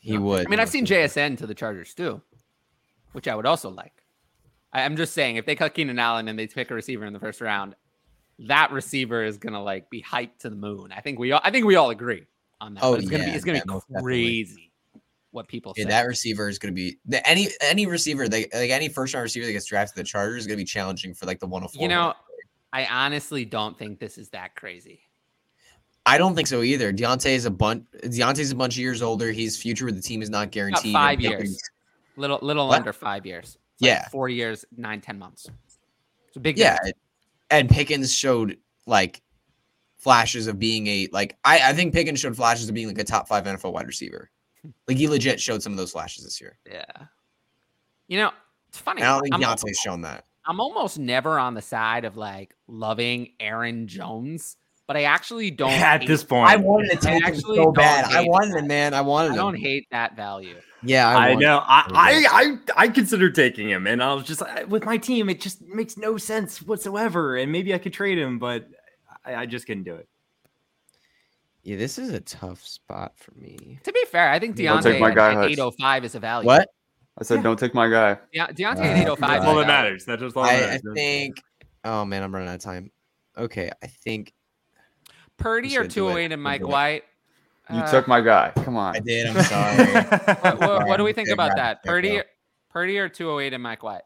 Speaker 2: He would.
Speaker 1: I mean, I've seen JSN to the Chargers too, which I would also like. I, I'm just saying, if they cut Keenan Allen and they pick a receiver in the first round, that receiver is gonna like be hyped to the moon. I think we all, I think we all agree on that.
Speaker 2: Oh,
Speaker 1: but it's gonna be,
Speaker 2: yeah,
Speaker 1: it's gonna
Speaker 2: yeah, most
Speaker 1: be
Speaker 2: definitely.
Speaker 1: crazy what people
Speaker 2: Yeah,
Speaker 1: say.
Speaker 2: that receiver is going to be the, any any receiver they, like any first round receiver that gets drafted to the Chargers is going to be challenging for like the 104.
Speaker 1: you know, I honestly don't think this is that crazy.
Speaker 2: I don't think so either. Deontay is a bunch. Deontay's a bunch of years older. His future with the team is not
Speaker 1: About
Speaker 2: guaranteed.
Speaker 1: five
Speaker 2: They're picking-
Speaker 1: years, little little
Speaker 2: What?
Speaker 1: under five years. It's
Speaker 2: Yeah.
Speaker 1: like four years, nine ten months. It's a big
Speaker 2: Yeah,
Speaker 1: difference.
Speaker 2: and Pickens showed like flashes of being a like I, I think Pickens showed flashes of being like a top five NFL wide receiver.
Speaker 1: Hmm.
Speaker 2: Like he legit showed some of those flashes this year.
Speaker 1: Yeah. You know, it's funny.
Speaker 2: And I don't think
Speaker 1: I'm-
Speaker 2: Deontay's shown that.
Speaker 1: I'm almost never on the side of like loving Aaron Jones, but I actually don't.
Speaker 4: [LAUGHS] At
Speaker 1: hate-
Speaker 4: this point,
Speaker 2: I wanted to
Speaker 1: I
Speaker 2: take him
Speaker 1: actually
Speaker 2: so
Speaker 1: don't
Speaker 2: bad. I
Speaker 1: hate
Speaker 2: wanted
Speaker 1: that.
Speaker 2: him, man. I wanted
Speaker 1: I
Speaker 2: him.
Speaker 1: don't hate that value.
Speaker 2: yeah, I,
Speaker 4: I,
Speaker 2: wanted-
Speaker 4: know. I,
Speaker 2: Yeah.
Speaker 4: I I I considered taking him, and I was just I- with my team. It just makes no sense whatsoever, and maybe I could trade him, but I, I just couldn't do it.
Speaker 6: Yeah, this is a tough spot for me.
Speaker 1: To be fair, I think
Speaker 5: Don't take
Speaker 1: Deontay
Speaker 5: my
Speaker 1: at,
Speaker 5: guy,
Speaker 1: at
Speaker 5: Hutch.
Speaker 1: 805 is a value.
Speaker 2: What?
Speaker 5: I said,
Speaker 4: Yeah.
Speaker 5: don't take my guy.
Speaker 1: Yeah, Deontay
Speaker 2: Uh,
Speaker 1: at
Speaker 4: [LAUGHS]
Speaker 1: 805.
Speaker 5: that's
Speaker 1: is
Speaker 5: all
Speaker 1: a
Speaker 5: that
Speaker 1: value.
Speaker 7: That's just
Speaker 4: uh,
Speaker 2: I, I think oh man, I'm running out of time. Okay, I think
Speaker 1: Purdy
Speaker 2: Just
Speaker 1: or
Speaker 2: gonna do
Speaker 1: 208
Speaker 2: it.
Speaker 1: and Mike
Speaker 2: do it.
Speaker 1: White.
Speaker 5: You
Speaker 1: Uh,
Speaker 5: took my guy. Come on.
Speaker 2: I did. [LAUGHS] I'm
Speaker 1: [LAUGHS]
Speaker 2: sorry.
Speaker 1: What,
Speaker 4: [LAUGHS]
Speaker 1: uh, what, what do we
Speaker 2: I'm
Speaker 1: think
Speaker 2: big
Speaker 1: about
Speaker 2: Ryan
Speaker 1: that?
Speaker 2: Tannehill.
Speaker 1: Purdy, Purdy or 208 and Mike White?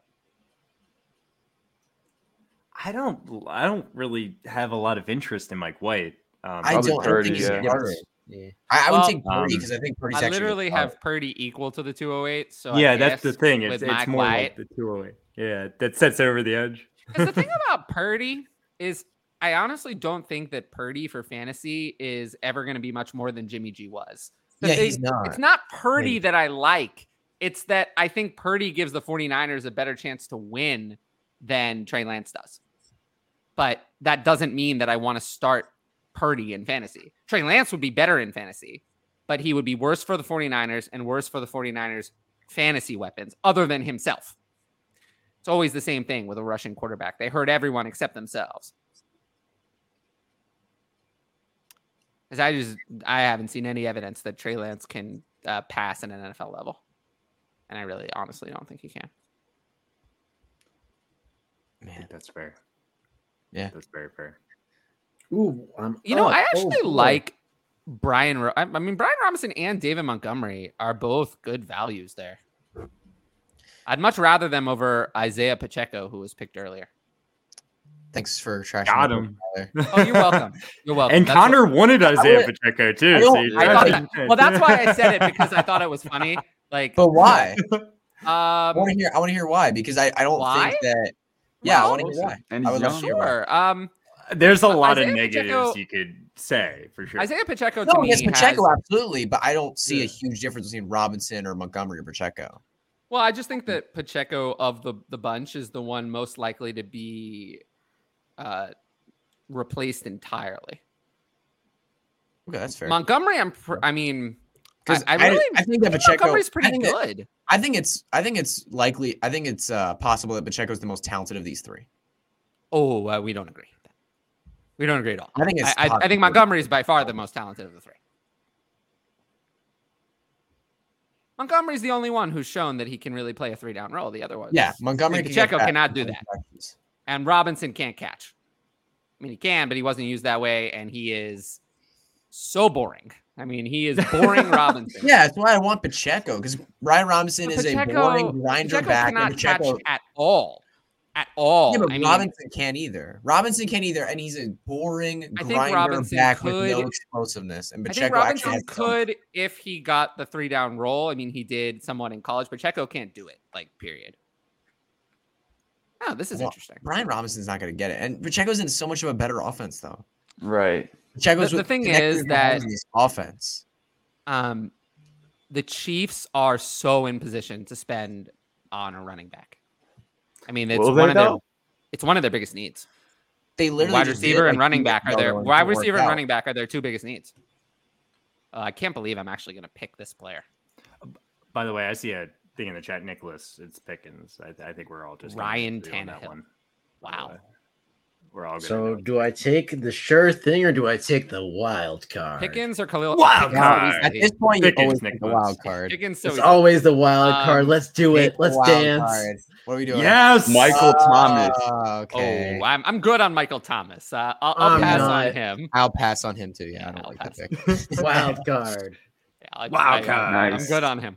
Speaker 4: I don't I don't really have a lot of interest in Mike White. Um,
Speaker 2: I
Speaker 5: Probably
Speaker 2: don't I don't
Speaker 5: Purdy,
Speaker 2: think he's
Speaker 5: yeah.
Speaker 2: yards.
Speaker 6: Yeah.
Speaker 2: I, I would
Speaker 1: Well,
Speaker 2: take Purdy
Speaker 4: um,
Speaker 2: because I think Purdy's
Speaker 1: I
Speaker 2: actually
Speaker 1: literally [LAUGHS]
Speaker 2: good.
Speaker 1: have Purdy equal to the 208. So I
Speaker 4: Oh. yeah, that's the
Speaker 1: guess-
Speaker 4: thing. It's,
Speaker 1: with
Speaker 4: it's
Speaker 1: Mike
Speaker 4: more like the 208. Yeah, that sets it over the edge.
Speaker 1: 'Cause the thing about Purdy is, I honestly don't think that Purdy for fantasy is ever going to be much more than Jimmy G was. The
Speaker 2: yeah,
Speaker 1: thing-
Speaker 2: he's not.
Speaker 1: It's not Purdy that I like. It's that I think Purdy gives the 49ers a better chance to win than Trey Lance does. But that doesn't mean that I want to start Purdy in fantasy. Trey Lance would be better in fantasy, but he would be worse for the 49ers and worse for the 49ers fantasy weapons other than himself. It's always the same thing with a rushing quarterback. They hurt everyone except themselves. Because I just I haven't seen any evidence that Trey Lance can uh, pass at an NFL level, and I really honestly don't think he can.
Speaker 7: I think that's fair.
Speaker 2: Yeah.
Speaker 7: that's very fair.
Speaker 3: Ooh, I'm
Speaker 1: You know,
Speaker 3: up.
Speaker 1: I
Speaker 3: Oh,
Speaker 1: actually
Speaker 3: boy.
Speaker 1: like Brian. Ro- I I mean, Brian Robinson and David Montgomery are both good values there. I'd much rather them over Isaiah Pacheco, who was picked earlier.
Speaker 2: Thanks for trashing.
Speaker 7: Got
Speaker 2: my
Speaker 7: him.
Speaker 2: brother.
Speaker 1: Oh,
Speaker 7: [LAUGHS]
Speaker 1: you're welcome. You're welcome.
Speaker 7: And
Speaker 1: That's what-
Speaker 7: Connor wanted Isaiah
Speaker 2: would-
Speaker 7: Pacheco
Speaker 2: I
Speaker 7: too.
Speaker 2: don't-
Speaker 7: so you
Speaker 1: I thought
Speaker 7: drafted him.
Speaker 1: well, that's why I said it
Speaker 7: [LAUGHS]
Speaker 1: because I thought it was funny. Like,
Speaker 2: [LAUGHS] But why? I
Speaker 1: um,
Speaker 2: want to hear. I want to hear why because I, I don't
Speaker 1: Why?
Speaker 2: think that. Yeah, I
Speaker 1: Well,
Speaker 2: want to hear why.
Speaker 5: And
Speaker 2: I would love
Speaker 5: young.
Speaker 2: to hear why.
Speaker 1: sure. Um,
Speaker 7: There's a lot
Speaker 1: Isaiah
Speaker 7: of negatives
Speaker 1: Pacheco-
Speaker 7: you could say for sure.
Speaker 1: Isaiah Pacheco to
Speaker 2: No,
Speaker 1: me
Speaker 2: yes, Pacheco
Speaker 1: has,
Speaker 2: absolutely, but I don't see a
Speaker 7: Yeah.
Speaker 2: huge difference between Robinson or Montgomery or Pacheco.
Speaker 1: Well, I just think that Pacheco of the the bunch is the one most likely to be uh, replaced entirely.
Speaker 2: Okay, that's fair.
Speaker 1: Montgomery, I'm. Pr- I mean, I,
Speaker 2: 'Cause
Speaker 1: I really. I,
Speaker 2: think that
Speaker 1: think
Speaker 2: Pacheco.
Speaker 1: Montgomery's
Speaker 2: I
Speaker 1: pretty
Speaker 2: thi-
Speaker 1: good.
Speaker 2: I think it's. I think it's likely. I think it's uh, possible that Pacheco's the most talented of these three.
Speaker 1: Oh, uh, we don't agree. We don't agree at all.
Speaker 2: I think it's.
Speaker 1: I, I, I
Speaker 2: possible.
Speaker 1: think Montgomery is by far the most talented of the three. Montgomery's the only one who's shown that he can really play a three down role. The other one,
Speaker 2: Yeah, Montgomery.
Speaker 1: And Pacheco
Speaker 2: catch
Speaker 1: cannot do
Speaker 2: and
Speaker 1: that. and Robinson can't catch. I mean, he can, but he wasn't used that way, and he is so boring. I mean, he is boring
Speaker 2: [LAUGHS]
Speaker 1: Robinson.
Speaker 2: Yeah, that's why I want Pacheco because Ryan Robinson
Speaker 1: But
Speaker 2: is a
Speaker 1: Pacheco-
Speaker 2: boring grinder
Speaker 1: Pacheco
Speaker 2: back,
Speaker 1: cannot
Speaker 2: and Pacheco.
Speaker 1: catch at all, at all.
Speaker 2: Yeah, but
Speaker 1: I mean,
Speaker 2: Robinson can't either. Robinson can't either, and he's a boring
Speaker 1: I think
Speaker 2: grinder
Speaker 1: Robinson
Speaker 2: back with
Speaker 1: could-
Speaker 2: no explosiveness. And
Speaker 1: I think
Speaker 2: Pacheco actually
Speaker 1: Robinson
Speaker 2: has some.
Speaker 1: could if he got the three down roll. I mean, he did somewhat in college. Pacheco can't do it. Like, period. Oh, this is
Speaker 2: Well,
Speaker 1: interesting.
Speaker 2: Brian Robinson's not going to get it, and Pacheco's in so much of a better offense though.
Speaker 5: Right.
Speaker 2: Pacheco's
Speaker 1: The- the
Speaker 2: with
Speaker 1: thing
Speaker 2: connected
Speaker 1: is
Speaker 2: with
Speaker 1: that-
Speaker 2: Mahomes' offense.
Speaker 1: um, the Chiefs are so in position to spend on a running back. I mean, it's
Speaker 5: Will they,
Speaker 1: one of their
Speaker 5: though?
Speaker 1: it's one of their biggest needs.
Speaker 2: They literally
Speaker 1: wide
Speaker 2: just
Speaker 1: receiver
Speaker 2: did,
Speaker 1: and
Speaker 2: like,
Speaker 1: running
Speaker 2: two
Speaker 1: back
Speaker 2: years
Speaker 1: are
Speaker 2: ago
Speaker 1: their
Speaker 2: that it
Speaker 1: wide
Speaker 2: didn't work
Speaker 1: receiver and
Speaker 2: out.
Speaker 1: running back are their two biggest needs. Uh, I can't believe I'm actually going to pick this player.
Speaker 7: By the way, I see a thing in the chat. Nicholas, it's Pickens. I, I think we're all just gonna
Speaker 1: Ryan
Speaker 7: agree on that
Speaker 1: Tannehill.
Speaker 7: one, by the
Speaker 1: Wow.
Speaker 7: way. We're all good.
Speaker 3: So do I take the sure thing or do I take the wild card?
Speaker 1: Pickens or Khalil?
Speaker 7: Wild
Speaker 1: Pickens so
Speaker 7: card.
Speaker 1: easily.
Speaker 2: At this point, you
Speaker 7: Pickens,
Speaker 2: always pick the
Speaker 7: Nicholas.
Speaker 2: wild card.
Speaker 1: Pickens so
Speaker 3: it's
Speaker 1: easily.
Speaker 3: always the wild
Speaker 1: Um,
Speaker 3: card. Let's do
Speaker 2: Pick
Speaker 3: it.
Speaker 2: the
Speaker 3: Let's
Speaker 2: wild
Speaker 3: dance.
Speaker 2: card. What are we doing?
Speaker 7: Yes,
Speaker 1: Uh,
Speaker 5: Michael Thomas.
Speaker 2: Ah, okay.
Speaker 1: Oh, I'm, I'm good on Michael Thomas. Uh, I'll, I'll
Speaker 3: I'm
Speaker 1: pass on
Speaker 3: not.
Speaker 1: him.
Speaker 2: I'll pass on him too. Yeah, I
Speaker 1: Yeah,
Speaker 2: don't
Speaker 1: I'll
Speaker 2: like that
Speaker 1: pass.
Speaker 2: pick.
Speaker 1: [LAUGHS]
Speaker 3: Wild card.
Speaker 1: Yeah, I,
Speaker 7: Wild
Speaker 1: I-
Speaker 7: card.
Speaker 1: I'm
Speaker 5: Nice.
Speaker 1: good on him.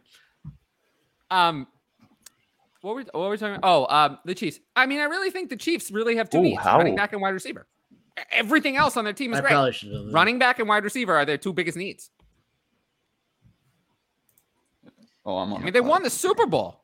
Speaker 1: Um, what were what were we talking about? Oh, um, the Chiefs. I mean, I really think the Chiefs really have two
Speaker 5: Ooh,
Speaker 1: needs:
Speaker 5: how?
Speaker 1: running back and wide receiver. E- Everything else on their team is
Speaker 3: I
Speaker 1: great.
Speaker 3: probably should have
Speaker 1: running back and wide receiver are their two biggest needs.
Speaker 5: Oh, I'm on.
Speaker 1: I
Speaker 5: the
Speaker 1: mean, they
Speaker 5: clock.
Speaker 1: won the Super Bowl,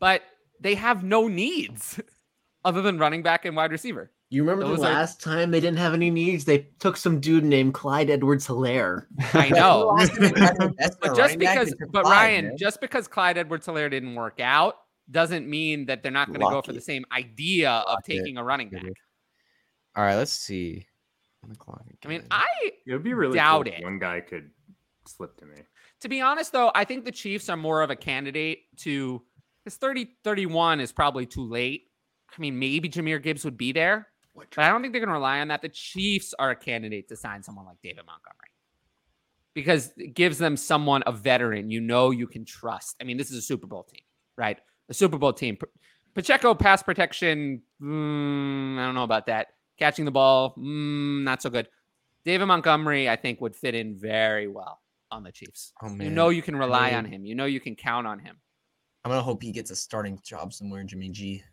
Speaker 1: but they have no needs [LAUGHS] other than running back and wide receiver.
Speaker 3: You remember
Speaker 1: Those
Speaker 3: the
Speaker 1: are-
Speaker 3: last time they didn't have any needs? They took some dude named Clyde Edwards Hilaire.
Speaker 5: [LAUGHS]
Speaker 1: I [LAUGHS] know.
Speaker 2: Last time they had the best
Speaker 1: But just
Speaker 2: running back,
Speaker 1: because,
Speaker 2: they took
Speaker 1: but
Speaker 2: five,
Speaker 1: Ryan,
Speaker 2: man.
Speaker 1: just because Clyde Edwards Hilaire didn't work out doesn't mean that they're not going to go for
Speaker 5: Lucky.
Speaker 1: the same idea of
Speaker 2: Lucky.
Speaker 1: taking a running back.
Speaker 2: Mhm.
Speaker 6: All right, let's see. On the clock
Speaker 1: I mean,
Speaker 6: again.
Speaker 1: I,
Speaker 7: It would be really
Speaker 1: Doubt
Speaker 7: cool if
Speaker 1: it.
Speaker 7: One guy could slip to me.
Speaker 1: to be honest, though, I think the Chiefs are more of a candidate to because 30 31 is probably too late. I mean, maybe Jameer Gibbs would be there, but I don't think they're going to rely on that. The Chiefs are a candidate to sign someone like David Montgomery because it gives them someone, a veteran you know you can trust. I mean, this is a Super Bowl team, right? A Super Bowl team. Pacheco pass protection, mm, I don't know about that. Catching the ball, mm, not so good. David Montgomery, I think, would fit in very well on the Chiefs.
Speaker 2: Oh,
Speaker 1: You
Speaker 2: man.
Speaker 1: know you can rely on
Speaker 2: mean-
Speaker 1: him. You know you can count on him.
Speaker 2: I'm gonna hope he gets a starting job somewhere, Jimmy G.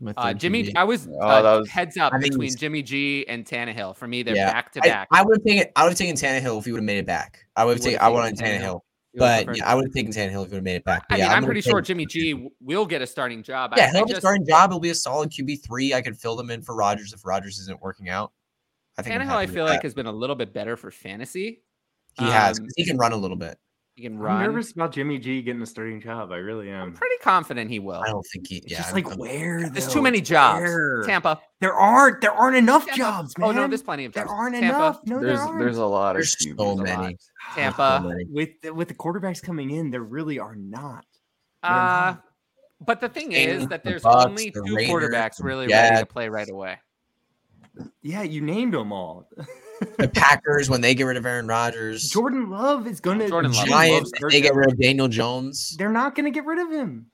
Speaker 6: My
Speaker 1: Uh,
Speaker 6: third
Speaker 1: Jimmy,
Speaker 6: QB.
Speaker 1: I was,
Speaker 5: Oh,
Speaker 1: uh,
Speaker 5: that was-
Speaker 1: heads up
Speaker 2: I think
Speaker 1: between
Speaker 2: he's-
Speaker 1: Jimmy G and Tannehill. For me, they're
Speaker 2: Yeah,
Speaker 1: back to
Speaker 2: I,
Speaker 1: back.
Speaker 2: I would have taken. I would have taken Tannehill if he would have made it back. I would have
Speaker 1: would've
Speaker 2: taken. I would have
Speaker 1: taken
Speaker 2: taken
Speaker 1: Tannehill.
Speaker 2: Tannehill, but yeah, I would have taken Tannehill if he would have made it back. But
Speaker 1: I
Speaker 2: yeah,
Speaker 1: mean, I'm,
Speaker 2: gonna
Speaker 1: pretty
Speaker 2: take-
Speaker 1: sure Jimmy G w- will get a starting job. I-
Speaker 2: Yeah, he'll
Speaker 1: I,
Speaker 2: have a
Speaker 1: just,
Speaker 2: starting job. He'll be a solid QB three. I could fill them in for Rodgers if Rodgers isn't working out. I think I'm
Speaker 1: Tannehill,
Speaker 2: happy
Speaker 1: I
Speaker 2: with
Speaker 1: feel
Speaker 2: that.
Speaker 1: like has been a little bit better for fantasy.
Speaker 2: he has.
Speaker 1: um,
Speaker 2: He can run a little bit.
Speaker 1: He can
Speaker 7: I'm
Speaker 1: run.
Speaker 7: nervous about Jimmy G getting the starting job. I really
Speaker 1: I'm
Speaker 7: am.
Speaker 1: pretty confident he will.
Speaker 2: I don't think he.
Speaker 7: It's
Speaker 2: Yeah,
Speaker 7: just
Speaker 2: I'm-
Speaker 7: like
Speaker 2: I'm-
Speaker 7: where
Speaker 1: There's
Speaker 7: though?
Speaker 1: too many jobs.
Speaker 7: Where?
Speaker 1: Tampa.
Speaker 7: There aren't. There aren't enough
Speaker 1: Tampa.
Speaker 7: jobs, man.
Speaker 1: Oh no, there's plenty of
Speaker 7: there
Speaker 1: jobs.
Speaker 7: aren't
Speaker 1: Tampa,
Speaker 7: enough. No,
Speaker 5: There's
Speaker 7: there aren't.
Speaker 5: there's a lot of.
Speaker 2: there's
Speaker 5: QBs.
Speaker 2: so
Speaker 5: There's a lot.
Speaker 2: many.
Speaker 1: [SIGHS]
Speaker 2: [SIGHS]
Speaker 1: Tampa.
Speaker 7: with the, with the quarterbacks coming in, there really are not.
Speaker 1: Uh, but the thing is
Speaker 2: Saints,
Speaker 1: that
Speaker 2: the
Speaker 1: there's
Speaker 2: Bucks,
Speaker 1: only
Speaker 2: the
Speaker 1: two
Speaker 2: Raiders,
Speaker 1: quarterbacks
Speaker 2: the
Speaker 1: really ready to
Speaker 2: Jets.
Speaker 1: play right away.
Speaker 7: Yeah, you named them all. [LAUGHS]
Speaker 2: the Packers when they get rid of Aaron Rodgers.
Speaker 4: Jordan Love is going to
Speaker 1: Jordan Love.
Speaker 2: Giants
Speaker 1: Jordan
Speaker 2: if they get rid of Daniel Jones.
Speaker 4: They're not going to get rid of him.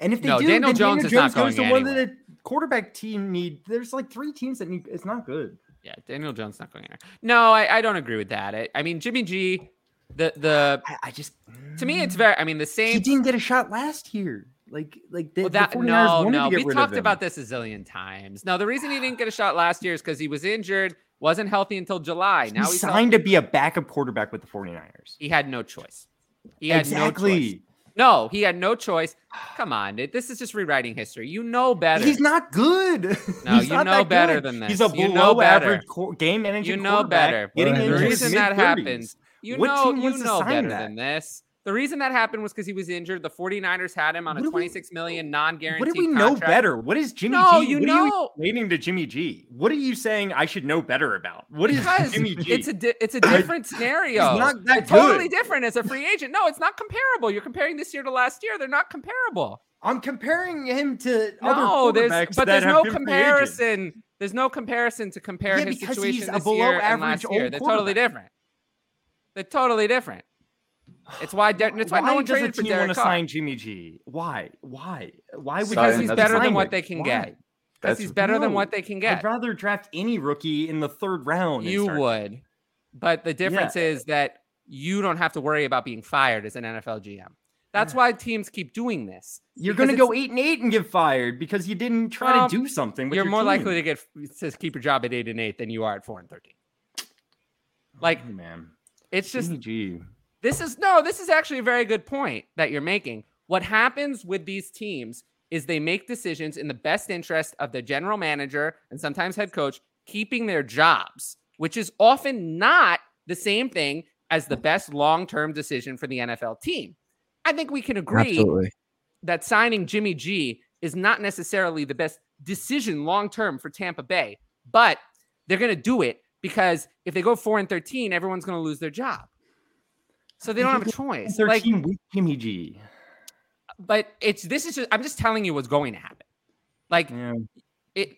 Speaker 4: And if they
Speaker 1: No,
Speaker 4: do,
Speaker 1: Daniel
Speaker 4: then
Speaker 1: Jones is
Speaker 4: Daniel
Speaker 1: not
Speaker 4: Jones goes
Speaker 1: going
Speaker 4: to one of the quarterback team need. There's like three teams that need. It's not good.
Speaker 1: Yeah, Daniel Jones not going there. No, I, I don't agree with that. I, I mean, Jimmy G, the the
Speaker 4: I, I just
Speaker 1: to me, it's very. I mean, the
Speaker 4: Mm. he
Speaker 1: Saints.
Speaker 4: didn't get a shot last year. Like like the,
Speaker 1: Well,
Speaker 4: the
Speaker 1: that
Speaker 4: 49ers
Speaker 1: no,
Speaker 4: wanted
Speaker 1: no.
Speaker 4: to get
Speaker 1: We
Speaker 4: rid of
Speaker 1: talked
Speaker 4: him.
Speaker 1: about this a zillion times. No, the reason he didn't get a shot last year is because he was injured, wasn't healthy until July. Now
Speaker 4: he
Speaker 1: he's
Speaker 4: signed to be a backup quarterback with the 49ers.
Speaker 1: He had no choice. He had no choice.
Speaker 4: exactly.
Speaker 1: No, he had no choice. Come on, it- this is just rewriting history. You know better.
Speaker 4: He's not good.
Speaker 1: No,
Speaker 4: [LAUGHS] He's
Speaker 1: you
Speaker 4: not
Speaker 1: know
Speaker 4: that
Speaker 1: better
Speaker 4: good.
Speaker 1: than
Speaker 4: He's a
Speaker 1: this.
Speaker 4: below
Speaker 1: You know better.
Speaker 4: average co- game manager.
Speaker 1: You know better.
Speaker 4: Getting
Speaker 3: The
Speaker 4: into his
Speaker 1: reason that
Speaker 4: mid-thirties.
Speaker 1: happens- you
Speaker 4: what
Speaker 1: know,
Speaker 4: team
Speaker 1: you
Speaker 4: wants to
Speaker 1: know
Speaker 4: sign
Speaker 1: better
Speaker 4: that?
Speaker 1: than this. The reason that happened was because he was injured. The 49ers had him on
Speaker 4: What
Speaker 1: a
Speaker 4: do we-
Speaker 1: $26 million non-guaranteed
Speaker 4: What do we know
Speaker 1: contract.
Speaker 4: better? What is Jimmy
Speaker 1: No,
Speaker 4: G?
Speaker 1: you
Speaker 4: what are
Speaker 1: know.
Speaker 4: relating to Jimmy G? What are you saying I should know better about? What is
Speaker 1: Because
Speaker 4: Jimmy G?
Speaker 1: It's a di- it's a different scenario.
Speaker 4: He's not that
Speaker 1: It's totally
Speaker 4: good.
Speaker 1: different as a free agent. No, it's not comparable. You're comparing this year to last year. They're not comparable.
Speaker 4: I'm comparing him to
Speaker 1: No,
Speaker 4: other
Speaker 1: there's but
Speaker 4: quarterbacks that
Speaker 1: there's
Speaker 4: have
Speaker 1: no
Speaker 4: been free agents.
Speaker 1: comparison. There's no comparison to compare
Speaker 4: Yeah,
Speaker 1: his
Speaker 4: because
Speaker 1: situation
Speaker 4: he's a
Speaker 1: this
Speaker 4: below
Speaker 1: year and
Speaker 4: average
Speaker 1: last year.
Speaker 4: old
Speaker 1: They're totally different. They're totally different. It's why Der- it's why,
Speaker 4: Why
Speaker 1: no one
Speaker 4: does a
Speaker 1: traded for
Speaker 4: team wanna
Speaker 1: Derek Carr.
Speaker 4: sign Jimmy G? Why? Why? Why would
Speaker 1: Because
Speaker 5: Sorry,
Speaker 1: he's
Speaker 5: that's
Speaker 1: better
Speaker 5: fine.
Speaker 1: than what they can get. Because
Speaker 5: That's
Speaker 1: he's better than
Speaker 4: No,
Speaker 1: what they can
Speaker 4: I'd
Speaker 1: get.
Speaker 4: rather draft any rookie in the third round. and
Speaker 1: You
Speaker 4: start-
Speaker 1: would. But the difference is that you don't have to worry about being fired as an NFL GM. That's
Speaker 4: Yeah.
Speaker 1: why teams keep doing this.
Speaker 4: You're
Speaker 1: because
Speaker 4: going to go eight and eight and get fired because you didn't try
Speaker 1: Um,
Speaker 4: to do something. With
Speaker 1: You're
Speaker 4: your
Speaker 1: more
Speaker 4: team.
Speaker 1: likely to get to keep your job at eight and eight than you are at four and thirteen. Like
Speaker 4: Oh, man,
Speaker 1: it's just
Speaker 4: Jimmy G.
Speaker 1: This is no, this is actually a very good point that you're making. What happens with these teams is they make decisions in the best interest of the general manager and sometimes head coach keeping their jobs, which is often not the same thing as the best long term decision for the NFL team. I think we can agree
Speaker 6: Absolutely.
Speaker 1: that signing Jimmy G is not necessarily the best decision long term for Tampa Bay, but they're going to do it because if they go 4 and 13, everyone's going to lose their job. So they don't have a choice. Like
Speaker 4: Thirteen with Jimmy G.
Speaker 1: but it's this is just, I'm just telling you what's going to happen. Like
Speaker 4: Yeah.
Speaker 1: it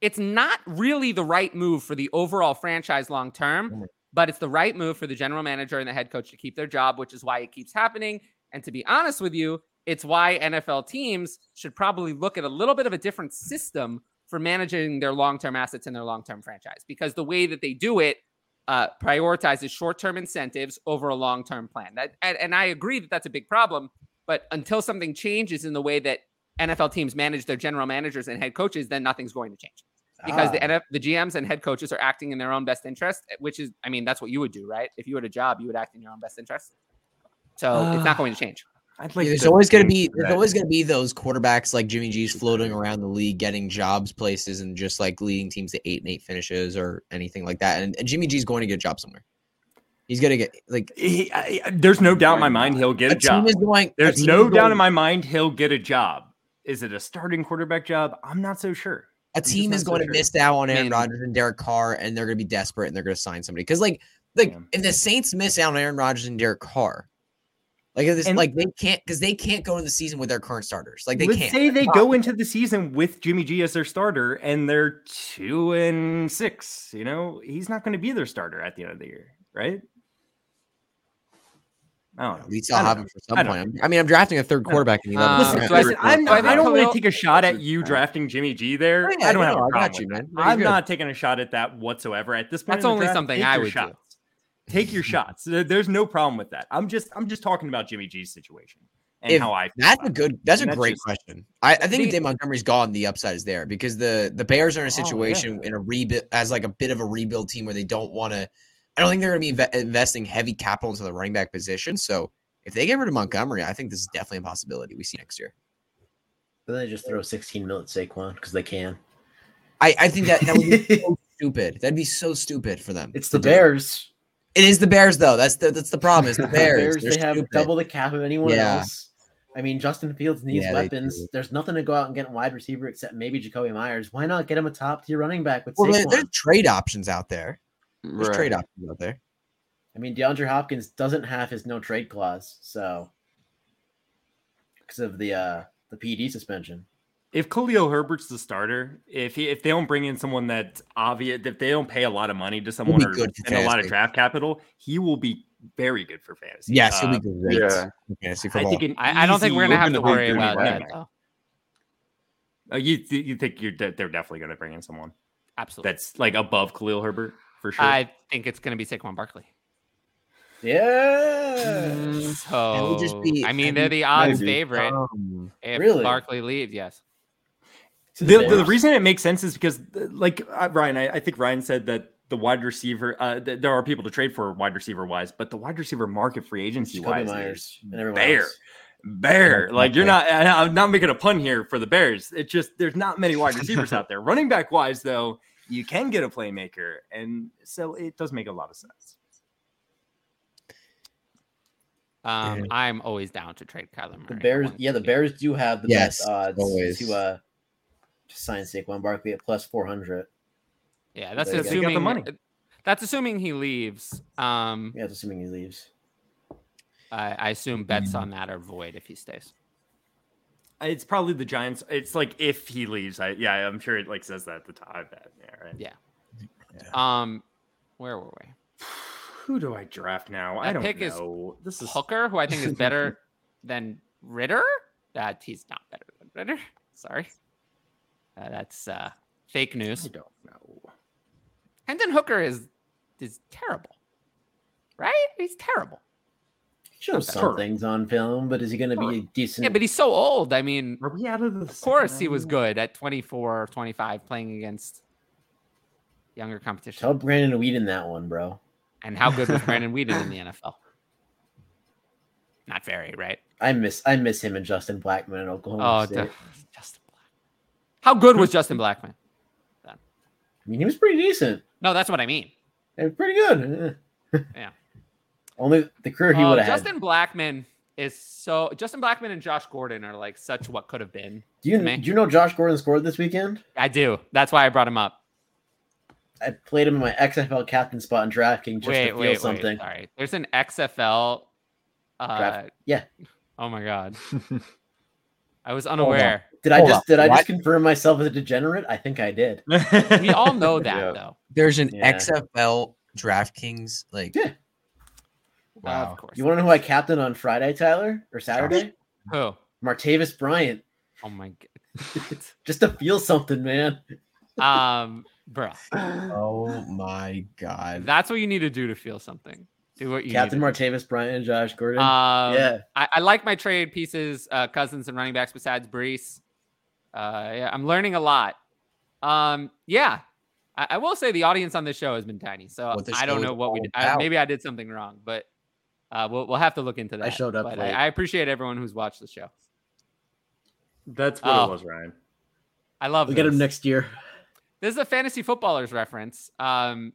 Speaker 1: it's not really the right move for the overall franchise long term, but it's the right move for the general manager and the head coach to keep their job, which is why it keeps happening. And to be honest with you, it's why NFL teams should probably look at a little bit of a different system for managing their long term assets and their long term franchise because the way that they do it uh, prioritizes short term incentives over a long term plan. That, and, and I agree that that's a big problem, but until something changes in the way that NFL teams manage their general managers and head coaches, then nothing's going to change
Speaker 2: Ah.
Speaker 1: because
Speaker 3: Ah.
Speaker 1: the NF, the GMs and head coaches are acting in their own best interest, which is, I mean, that's what you would do, right? If you had a job, you would act in your own best interest. So it's not going to change.
Speaker 4: I'd
Speaker 2: Yeah,
Speaker 4: like.
Speaker 2: there's
Speaker 4: to
Speaker 2: always going to
Speaker 4: think
Speaker 2: be there's
Speaker 4: that-
Speaker 2: always going to be those quarterbacks like Jimmy G's floating around the league, getting jobs, places, and just like leading teams to eight and eight finishes or anything like that. And, and Jimmy G's going to get a job somewhere. He's going to get like
Speaker 4: He, I, I- there's no doubt in my mind he'll get a
Speaker 2: a team
Speaker 4: job.
Speaker 2: is going. a
Speaker 4: There's
Speaker 2: team
Speaker 4: no
Speaker 2: is
Speaker 4: doubt
Speaker 2: going-
Speaker 4: in my mind he'll get a job. Is it a starting quarterback job? I'm not so sure.
Speaker 2: a
Speaker 4: just
Speaker 2: team
Speaker 4: not
Speaker 2: is
Speaker 4: so
Speaker 2: going to
Speaker 4: sure.
Speaker 2: miss out on Aaron
Speaker 1: Man.
Speaker 2: Rodgers and Derek Carr, and they're going to be desperate and they're going to sign somebody because like like
Speaker 4: Yeah.
Speaker 2: if the Saints miss out on Aaron Rodgers and Derek Carr. Like if this,
Speaker 4: And-
Speaker 2: like they can't because they can't go into the season with their current starters. Like they
Speaker 4: Let's
Speaker 2: can't.
Speaker 4: say they go into the season with Jimmy G as their starter, and they're two and six. You know, he's not going to be their starter at the end of the year, right? I don't know.
Speaker 2: At least I'll
Speaker 4: I don't
Speaker 2: have
Speaker 4: know.
Speaker 2: him for some
Speaker 4: I
Speaker 2: point.
Speaker 4: don't
Speaker 2: I'm- I mean, I'm drafting a third
Speaker 4: I don't know.
Speaker 2: quarterback in the 11th
Speaker 1: Uh,
Speaker 4: Listen,
Speaker 2: round.
Speaker 1: so I
Speaker 4: Listen, I'm,
Speaker 1: I
Speaker 4: I don't
Speaker 1: think
Speaker 4: want
Speaker 1: Khalil-
Speaker 4: to take a shot at you
Speaker 5: Right.
Speaker 4: drafting Jimmy G there.
Speaker 2: Oh, Yeah,
Speaker 4: I don't have
Speaker 2: no,
Speaker 4: a
Speaker 2: I
Speaker 4: problem.
Speaker 2: got you,
Speaker 4: with
Speaker 2: man.
Speaker 4: it.
Speaker 2: No, you're
Speaker 4: I'm
Speaker 2: good.
Speaker 4: not taking a shot at that whatsoever. At this point,
Speaker 1: That's
Speaker 4: in the
Speaker 1: only
Speaker 4: draft,
Speaker 1: something
Speaker 4: take
Speaker 1: I
Speaker 4: your
Speaker 1: would do.
Speaker 4: shots. Take your shots. There- There's no problem with that. I'm just I'm just talking about Jimmy G's situation and
Speaker 2: If
Speaker 4: how I. feel
Speaker 2: That's
Speaker 4: about
Speaker 2: a
Speaker 4: it.
Speaker 2: good. That's a
Speaker 4: And that's
Speaker 2: great
Speaker 4: just-
Speaker 2: question. I, I think
Speaker 1: See-
Speaker 2: if Dave Montgomery's gone, the upside is there because the the Bears are in a
Speaker 4: Oh, yeah.
Speaker 2: situation in a rebuild as like a bit of a rebuild team where they don't want to. I don't think they're going to be inve- investing heavy capital into the running back position. So if they get rid of Montgomery, I think this is definitely a possibility we see next year.
Speaker 3: Then they just throw 16 mil at Saquon because they can.
Speaker 2: I, I think that [LAUGHS] that [LAUGHS] would be so stupid. That'd be so stupid for them.
Speaker 3: [LAUGHS] It's
Speaker 2: to
Speaker 3: the
Speaker 2: do.
Speaker 3: Bears.
Speaker 2: It is the Bears though. That's the that's the problem.
Speaker 3: [LAUGHS]
Speaker 2: It's the Bears.
Speaker 3: Bears, they have double the cap of anyone
Speaker 2: Yeah.
Speaker 3: else. I mean, Justin Fields needs
Speaker 2: Yeah, they
Speaker 3: weapons.
Speaker 2: do.
Speaker 3: There's nothing to go out and get a wide receiver except maybe Jacoby Myers. Why not get him a top tier running back with
Speaker 2: Well, there-
Speaker 3: Saquon?
Speaker 2: there's trade options out there. There's
Speaker 5: right.
Speaker 2: trade options out there.
Speaker 3: I mean, DeAndre Hopkins doesn't have his no trade clause, so because of the uh the PD E suspension.
Speaker 4: If Khalil Herbert's the starter, if he, if they don't bring in someone that's obvious, if they don't pay a lot of money to someone
Speaker 2: be
Speaker 4: or
Speaker 2: good for
Speaker 4: spend a lot of
Speaker 2: fantasy.
Speaker 4: draft capital, he will be very good for fantasy.
Speaker 2: Yes, he'll be
Speaker 4: Uh,
Speaker 2: great
Speaker 5: yeah.
Speaker 2: in fantasy
Speaker 4: I
Speaker 2: football.
Speaker 4: think an
Speaker 1: I, I don't think
Speaker 4: easy-
Speaker 1: we're gonna have
Speaker 5: Looking
Speaker 1: to
Speaker 5: to be
Speaker 1: worry
Speaker 5: good
Speaker 1: about
Speaker 5: right
Speaker 1: that.
Speaker 4: now.
Speaker 1: Though.
Speaker 4: Oh, you th- you think you're de- they're definitely going to bring in someone
Speaker 1: Absolutely.
Speaker 4: that's like above Khalil Herbert for sure.
Speaker 1: I think it's gonna be Saquon Barkley.
Speaker 4: Mm.
Speaker 3: Yeah.
Speaker 1: So
Speaker 2: just be-
Speaker 1: I mean,
Speaker 2: and
Speaker 1: they're the odds
Speaker 5: maybe,
Speaker 1: favorite
Speaker 2: Um,
Speaker 1: if
Speaker 3: really?
Speaker 1: Barkley leaves. Yes.
Speaker 4: the, the, the reason it makes sense is because uh, like uh, Ryan, I, I think Ryan said that the wide receiver uh, th- there are people to trade for wide receiver wise, but the wide receiver market free agency
Speaker 3: Jacoby
Speaker 4: wise
Speaker 3: Myers
Speaker 4: is
Speaker 3: and everyone
Speaker 4: bare.
Speaker 3: else.
Speaker 4: Bear,
Speaker 2: Yeah,
Speaker 4: like you're
Speaker 2: okay.
Speaker 4: not. and I'm not making a pun here for the Bears. It's just there's not many wide receivers [LAUGHS] out there. Running back wise, though, you can get a playmaker, and so it does make a lot of sense.
Speaker 1: Um,
Speaker 2: Yeah.
Speaker 1: I'm always down to trade Kyler Murray.
Speaker 3: The
Speaker 1: for
Speaker 3: Bears,
Speaker 1: one
Speaker 3: yeah, the
Speaker 1: team.
Speaker 3: Bears do have the
Speaker 2: Yes,
Speaker 3: best odds
Speaker 2: always.
Speaker 3: to uh to sign Saquon Barkley at plus four hundred.
Speaker 1: Yeah, that's
Speaker 3: They got the
Speaker 1: assuming
Speaker 4: money.
Speaker 1: That's assuming he leaves. Um,
Speaker 3: Yeah, that's assuming he leaves.
Speaker 1: I, I assume bets on that are void if he stays.
Speaker 4: It's probably the Giants. It's like if he leaves, I yeah, I'm sure it like says that at the top. I bet, Yeah, [SIGHS] right.
Speaker 1: Yeah. Um, where were we?
Speaker 4: Who do I draft now? I
Speaker 1: That
Speaker 4: don't
Speaker 1: pick is
Speaker 4: know. this is
Speaker 1: Hooker, who I think is better than Ritter. That he's not better than Ritter. [LAUGHS] Sorry, uh, that's uh, fake
Speaker 4: I
Speaker 1: news.
Speaker 4: don't know.
Speaker 1: Hendon Hooker is is terrible, right? He's terrible.
Speaker 3: Shows
Speaker 4: Okay.
Speaker 3: some things on film, but is he going to be a decent?
Speaker 1: Yeah, but he's so old. I mean,
Speaker 4: Are we out of the?
Speaker 1: Of course, he was good at 24 or 25 playing against younger competition.
Speaker 3: tell Brandon Whedon that one, bro.
Speaker 1: And how good was Brandon Whedon in the NFL? Not very, right?
Speaker 3: I miss I miss him and Justin Blackman at Oklahoma
Speaker 1: Oh,
Speaker 3: State.
Speaker 1: duh, Justin Black. How good was Justin Blackman?
Speaker 3: I mean, he was pretty decent.
Speaker 1: No, that's what I mean.
Speaker 3: and pretty good. [LAUGHS] Eh.
Speaker 1: Yeah.
Speaker 3: Only the career he
Speaker 1: Oh,
Speaker 3: would have had.
Speaker 1: Justin Blackman is so. Justin Blackman and Josh Gordon are like such what could have been.
Speaker 3: Do you
Speaker 1: man.
Speaker 3: do you know Josh Gordon scored this weekend?
Speaker 1: I do. That's why I brought him up.
Speaker 3: I played him in my XFL captain spot in DraftKings just
Speaker 1: wait,
Speaker 3: to feel
Speaker 1: wait,
Speaker 3: something.
Speaker 1: wait. Sorry. There's an XFL. Uh,
Speaker 3: Draft- yeah.
Speaker 1: Oh my god. I was unaware.
Speaker 3: Did I
Speaker 2: Hold
Speaker 3: just
Speaker 2: up,
Speaker 3: did I
Speaker 2: what?
Speaker 3: just confirm myself as a degenerate? I think I did.
Speaker 7: [LAUGHS]
Speaker 1: we all
Speaker 3: [LAUGHS]
Speaker 1: know that
Speaker 5: Yeah.
Speaker 1: though.
Speaker 2: There's an
Speaker 3: Yeah.
Speaker 2: XFL DraftKings like.
Speaker 3: Yeah.
Speaker 2: Wow.
Speaker 1: Of course.
Speaker 3: You want to know who I captained on Friday, Tyler, or Saturday?
Speaker 1: Who?
Speaker 3: Martavis Bryant,
Speaker 1: Oh my
Speaker 3: just to feel something, man.
Speaker 1: god. [LAUGHS] Um,
Speaker 3: [LAUGHS]
Speaker 1: bruh.
Speaker 2: Oh my god.
Speaker 1: That's what you need to do to feel something. Do what you
Speaker 3: Captain
Speaker 1: need. to
Speaker 3: Martavis Bryant and Josh
Speaker 1: do.
Speaker 3: Gordon.
Speaker 2: Uh,
Speaker 1: Um,
Speaker 3: yeah,
Speaker 1: I, I like my trade pieces, uh, cousins and running backs besides Brees. Uh, yeah, I'm learning a lot. Um, yeah, I, I will say the audience on this show has been tiny, so
Speaker 2: What this
Speaker 1: I
Speaker 2: show
Speaker 1: don't
Speaker 2: is
Speaker 1: know what we
Speaker 2: all
Speaker 1: did. I,
Speaker 2: about.
Speaker 1: maybe I did something wrong, but uh, we'll we'll have to look into that.
Speaker 3: showed up
Speaker 1: but
Speaker 3: late.
Speaker 1: I, I appreciate everyone who's watched the show.
Speaker 4: That's what
Speaker 1: Oh.
Speaker 4: it was, Ryan.
Speaker 1: I love.
Speaker 3: we'll get him
Speaker 1: this.
Speaker 3: next year.
Speaker 1: This is a fantasy footballers reference. Um,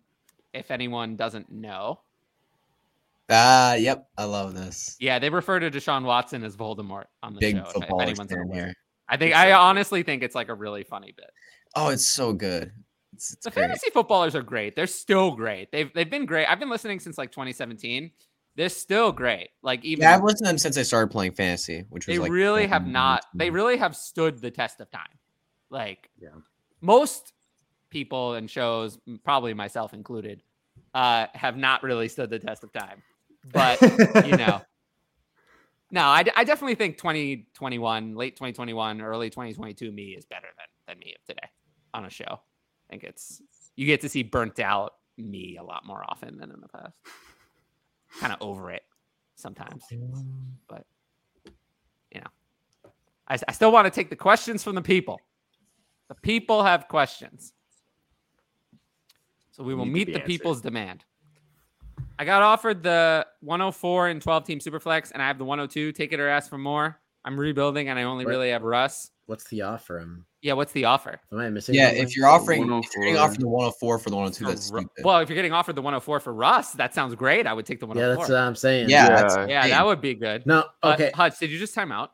Speaker 1: if anyone doesn't know,
Speaker 2: Ah, yep. I love this.
Speaker 1: yeah, they refer to Deshaun Watson as Voldemort on the
Speaker 2: Big
Speaker 1: show. if- If,
Speaker 2: football
Speaker 1: anyone's
Speaker 2: fan
Speaker 1: unaware,
Speaker 2: here.
Speaker 1: I think I honestly think it's like a really funny bit.
Speaker 2: Oh, it's so good. It's, it's
Speaker 1: The
Speaker 2: great.
Speaker 1: fantasy footballers are great. They're still great. They've they've been great. I've been listening since like 2017. They're still great. Like even
Speaker 2: Yeah, I've listened to them since I started playing fantasy, which was
Speaker 1: they
Speaker 2: like
Speaker 1: really
Speaker 2: um,
Speaker 1: have not. They really have stood the test of time. Like
Speaker 4: Yeah.
Speaker 1: most people and shows, m- probably myself included, uh, have not really stood the test of time. But [LAUGHS] you know. No, I, d- I definitely think 2021, late 2021, early 2022 me is better than, than me of today on a show. I think it's, you get to see burnt out me a lot more often than in the past. kind of over it sometimes. But, you know, I, s- I still want to take the questions from the people. The people have questions. So we will
Speaker 4: Need to
Speaker 1: meet
Speaker 4: be
Speaker 1: the
Speaker 4: answered.
Speaker 1: people's demand. I got offered the 104 and 12 team superflex, and I have the 102. Take it or ask for more. I'm rebuilding, and I only
Speaker 3: Right.
Speaker 1: really have Russ.
Speaker 3: What's the offer? Am,
Speaker 1: Yeah, what's the offer?
Speaker 3: am I missing?
Speaker 2: Yeah,
Speaker 3: something?
Speaker 2: if you're offering, if
Speaker 5: 104.
Speaker 2: you're
Speaker 1: oh
Speaker 2: getting offered the 104 for the 102,
Speaker 1: For
Speaker 2: that's
Speaker 1: Oh, Ru-
Speaker 2: stupid.
Speaker 1: well, if you're getting offered the 104 for Russ, that sounds great. I would take the
Speaker 3: yeah, that's
Speaker 1: 104.
Speaker 3: what I'm saying.
Speaker 2: yeah,
Speaker 5: Yeah.
Speaker 2: that's
Speaker 1: yeah,
Speaker 2: insane.
Speaker 1: that would be good.
Speaker 3: No.
Speaker 1: Uh,
Speaker 3: Okay.
Speaker 1: Hutch, did you just time out?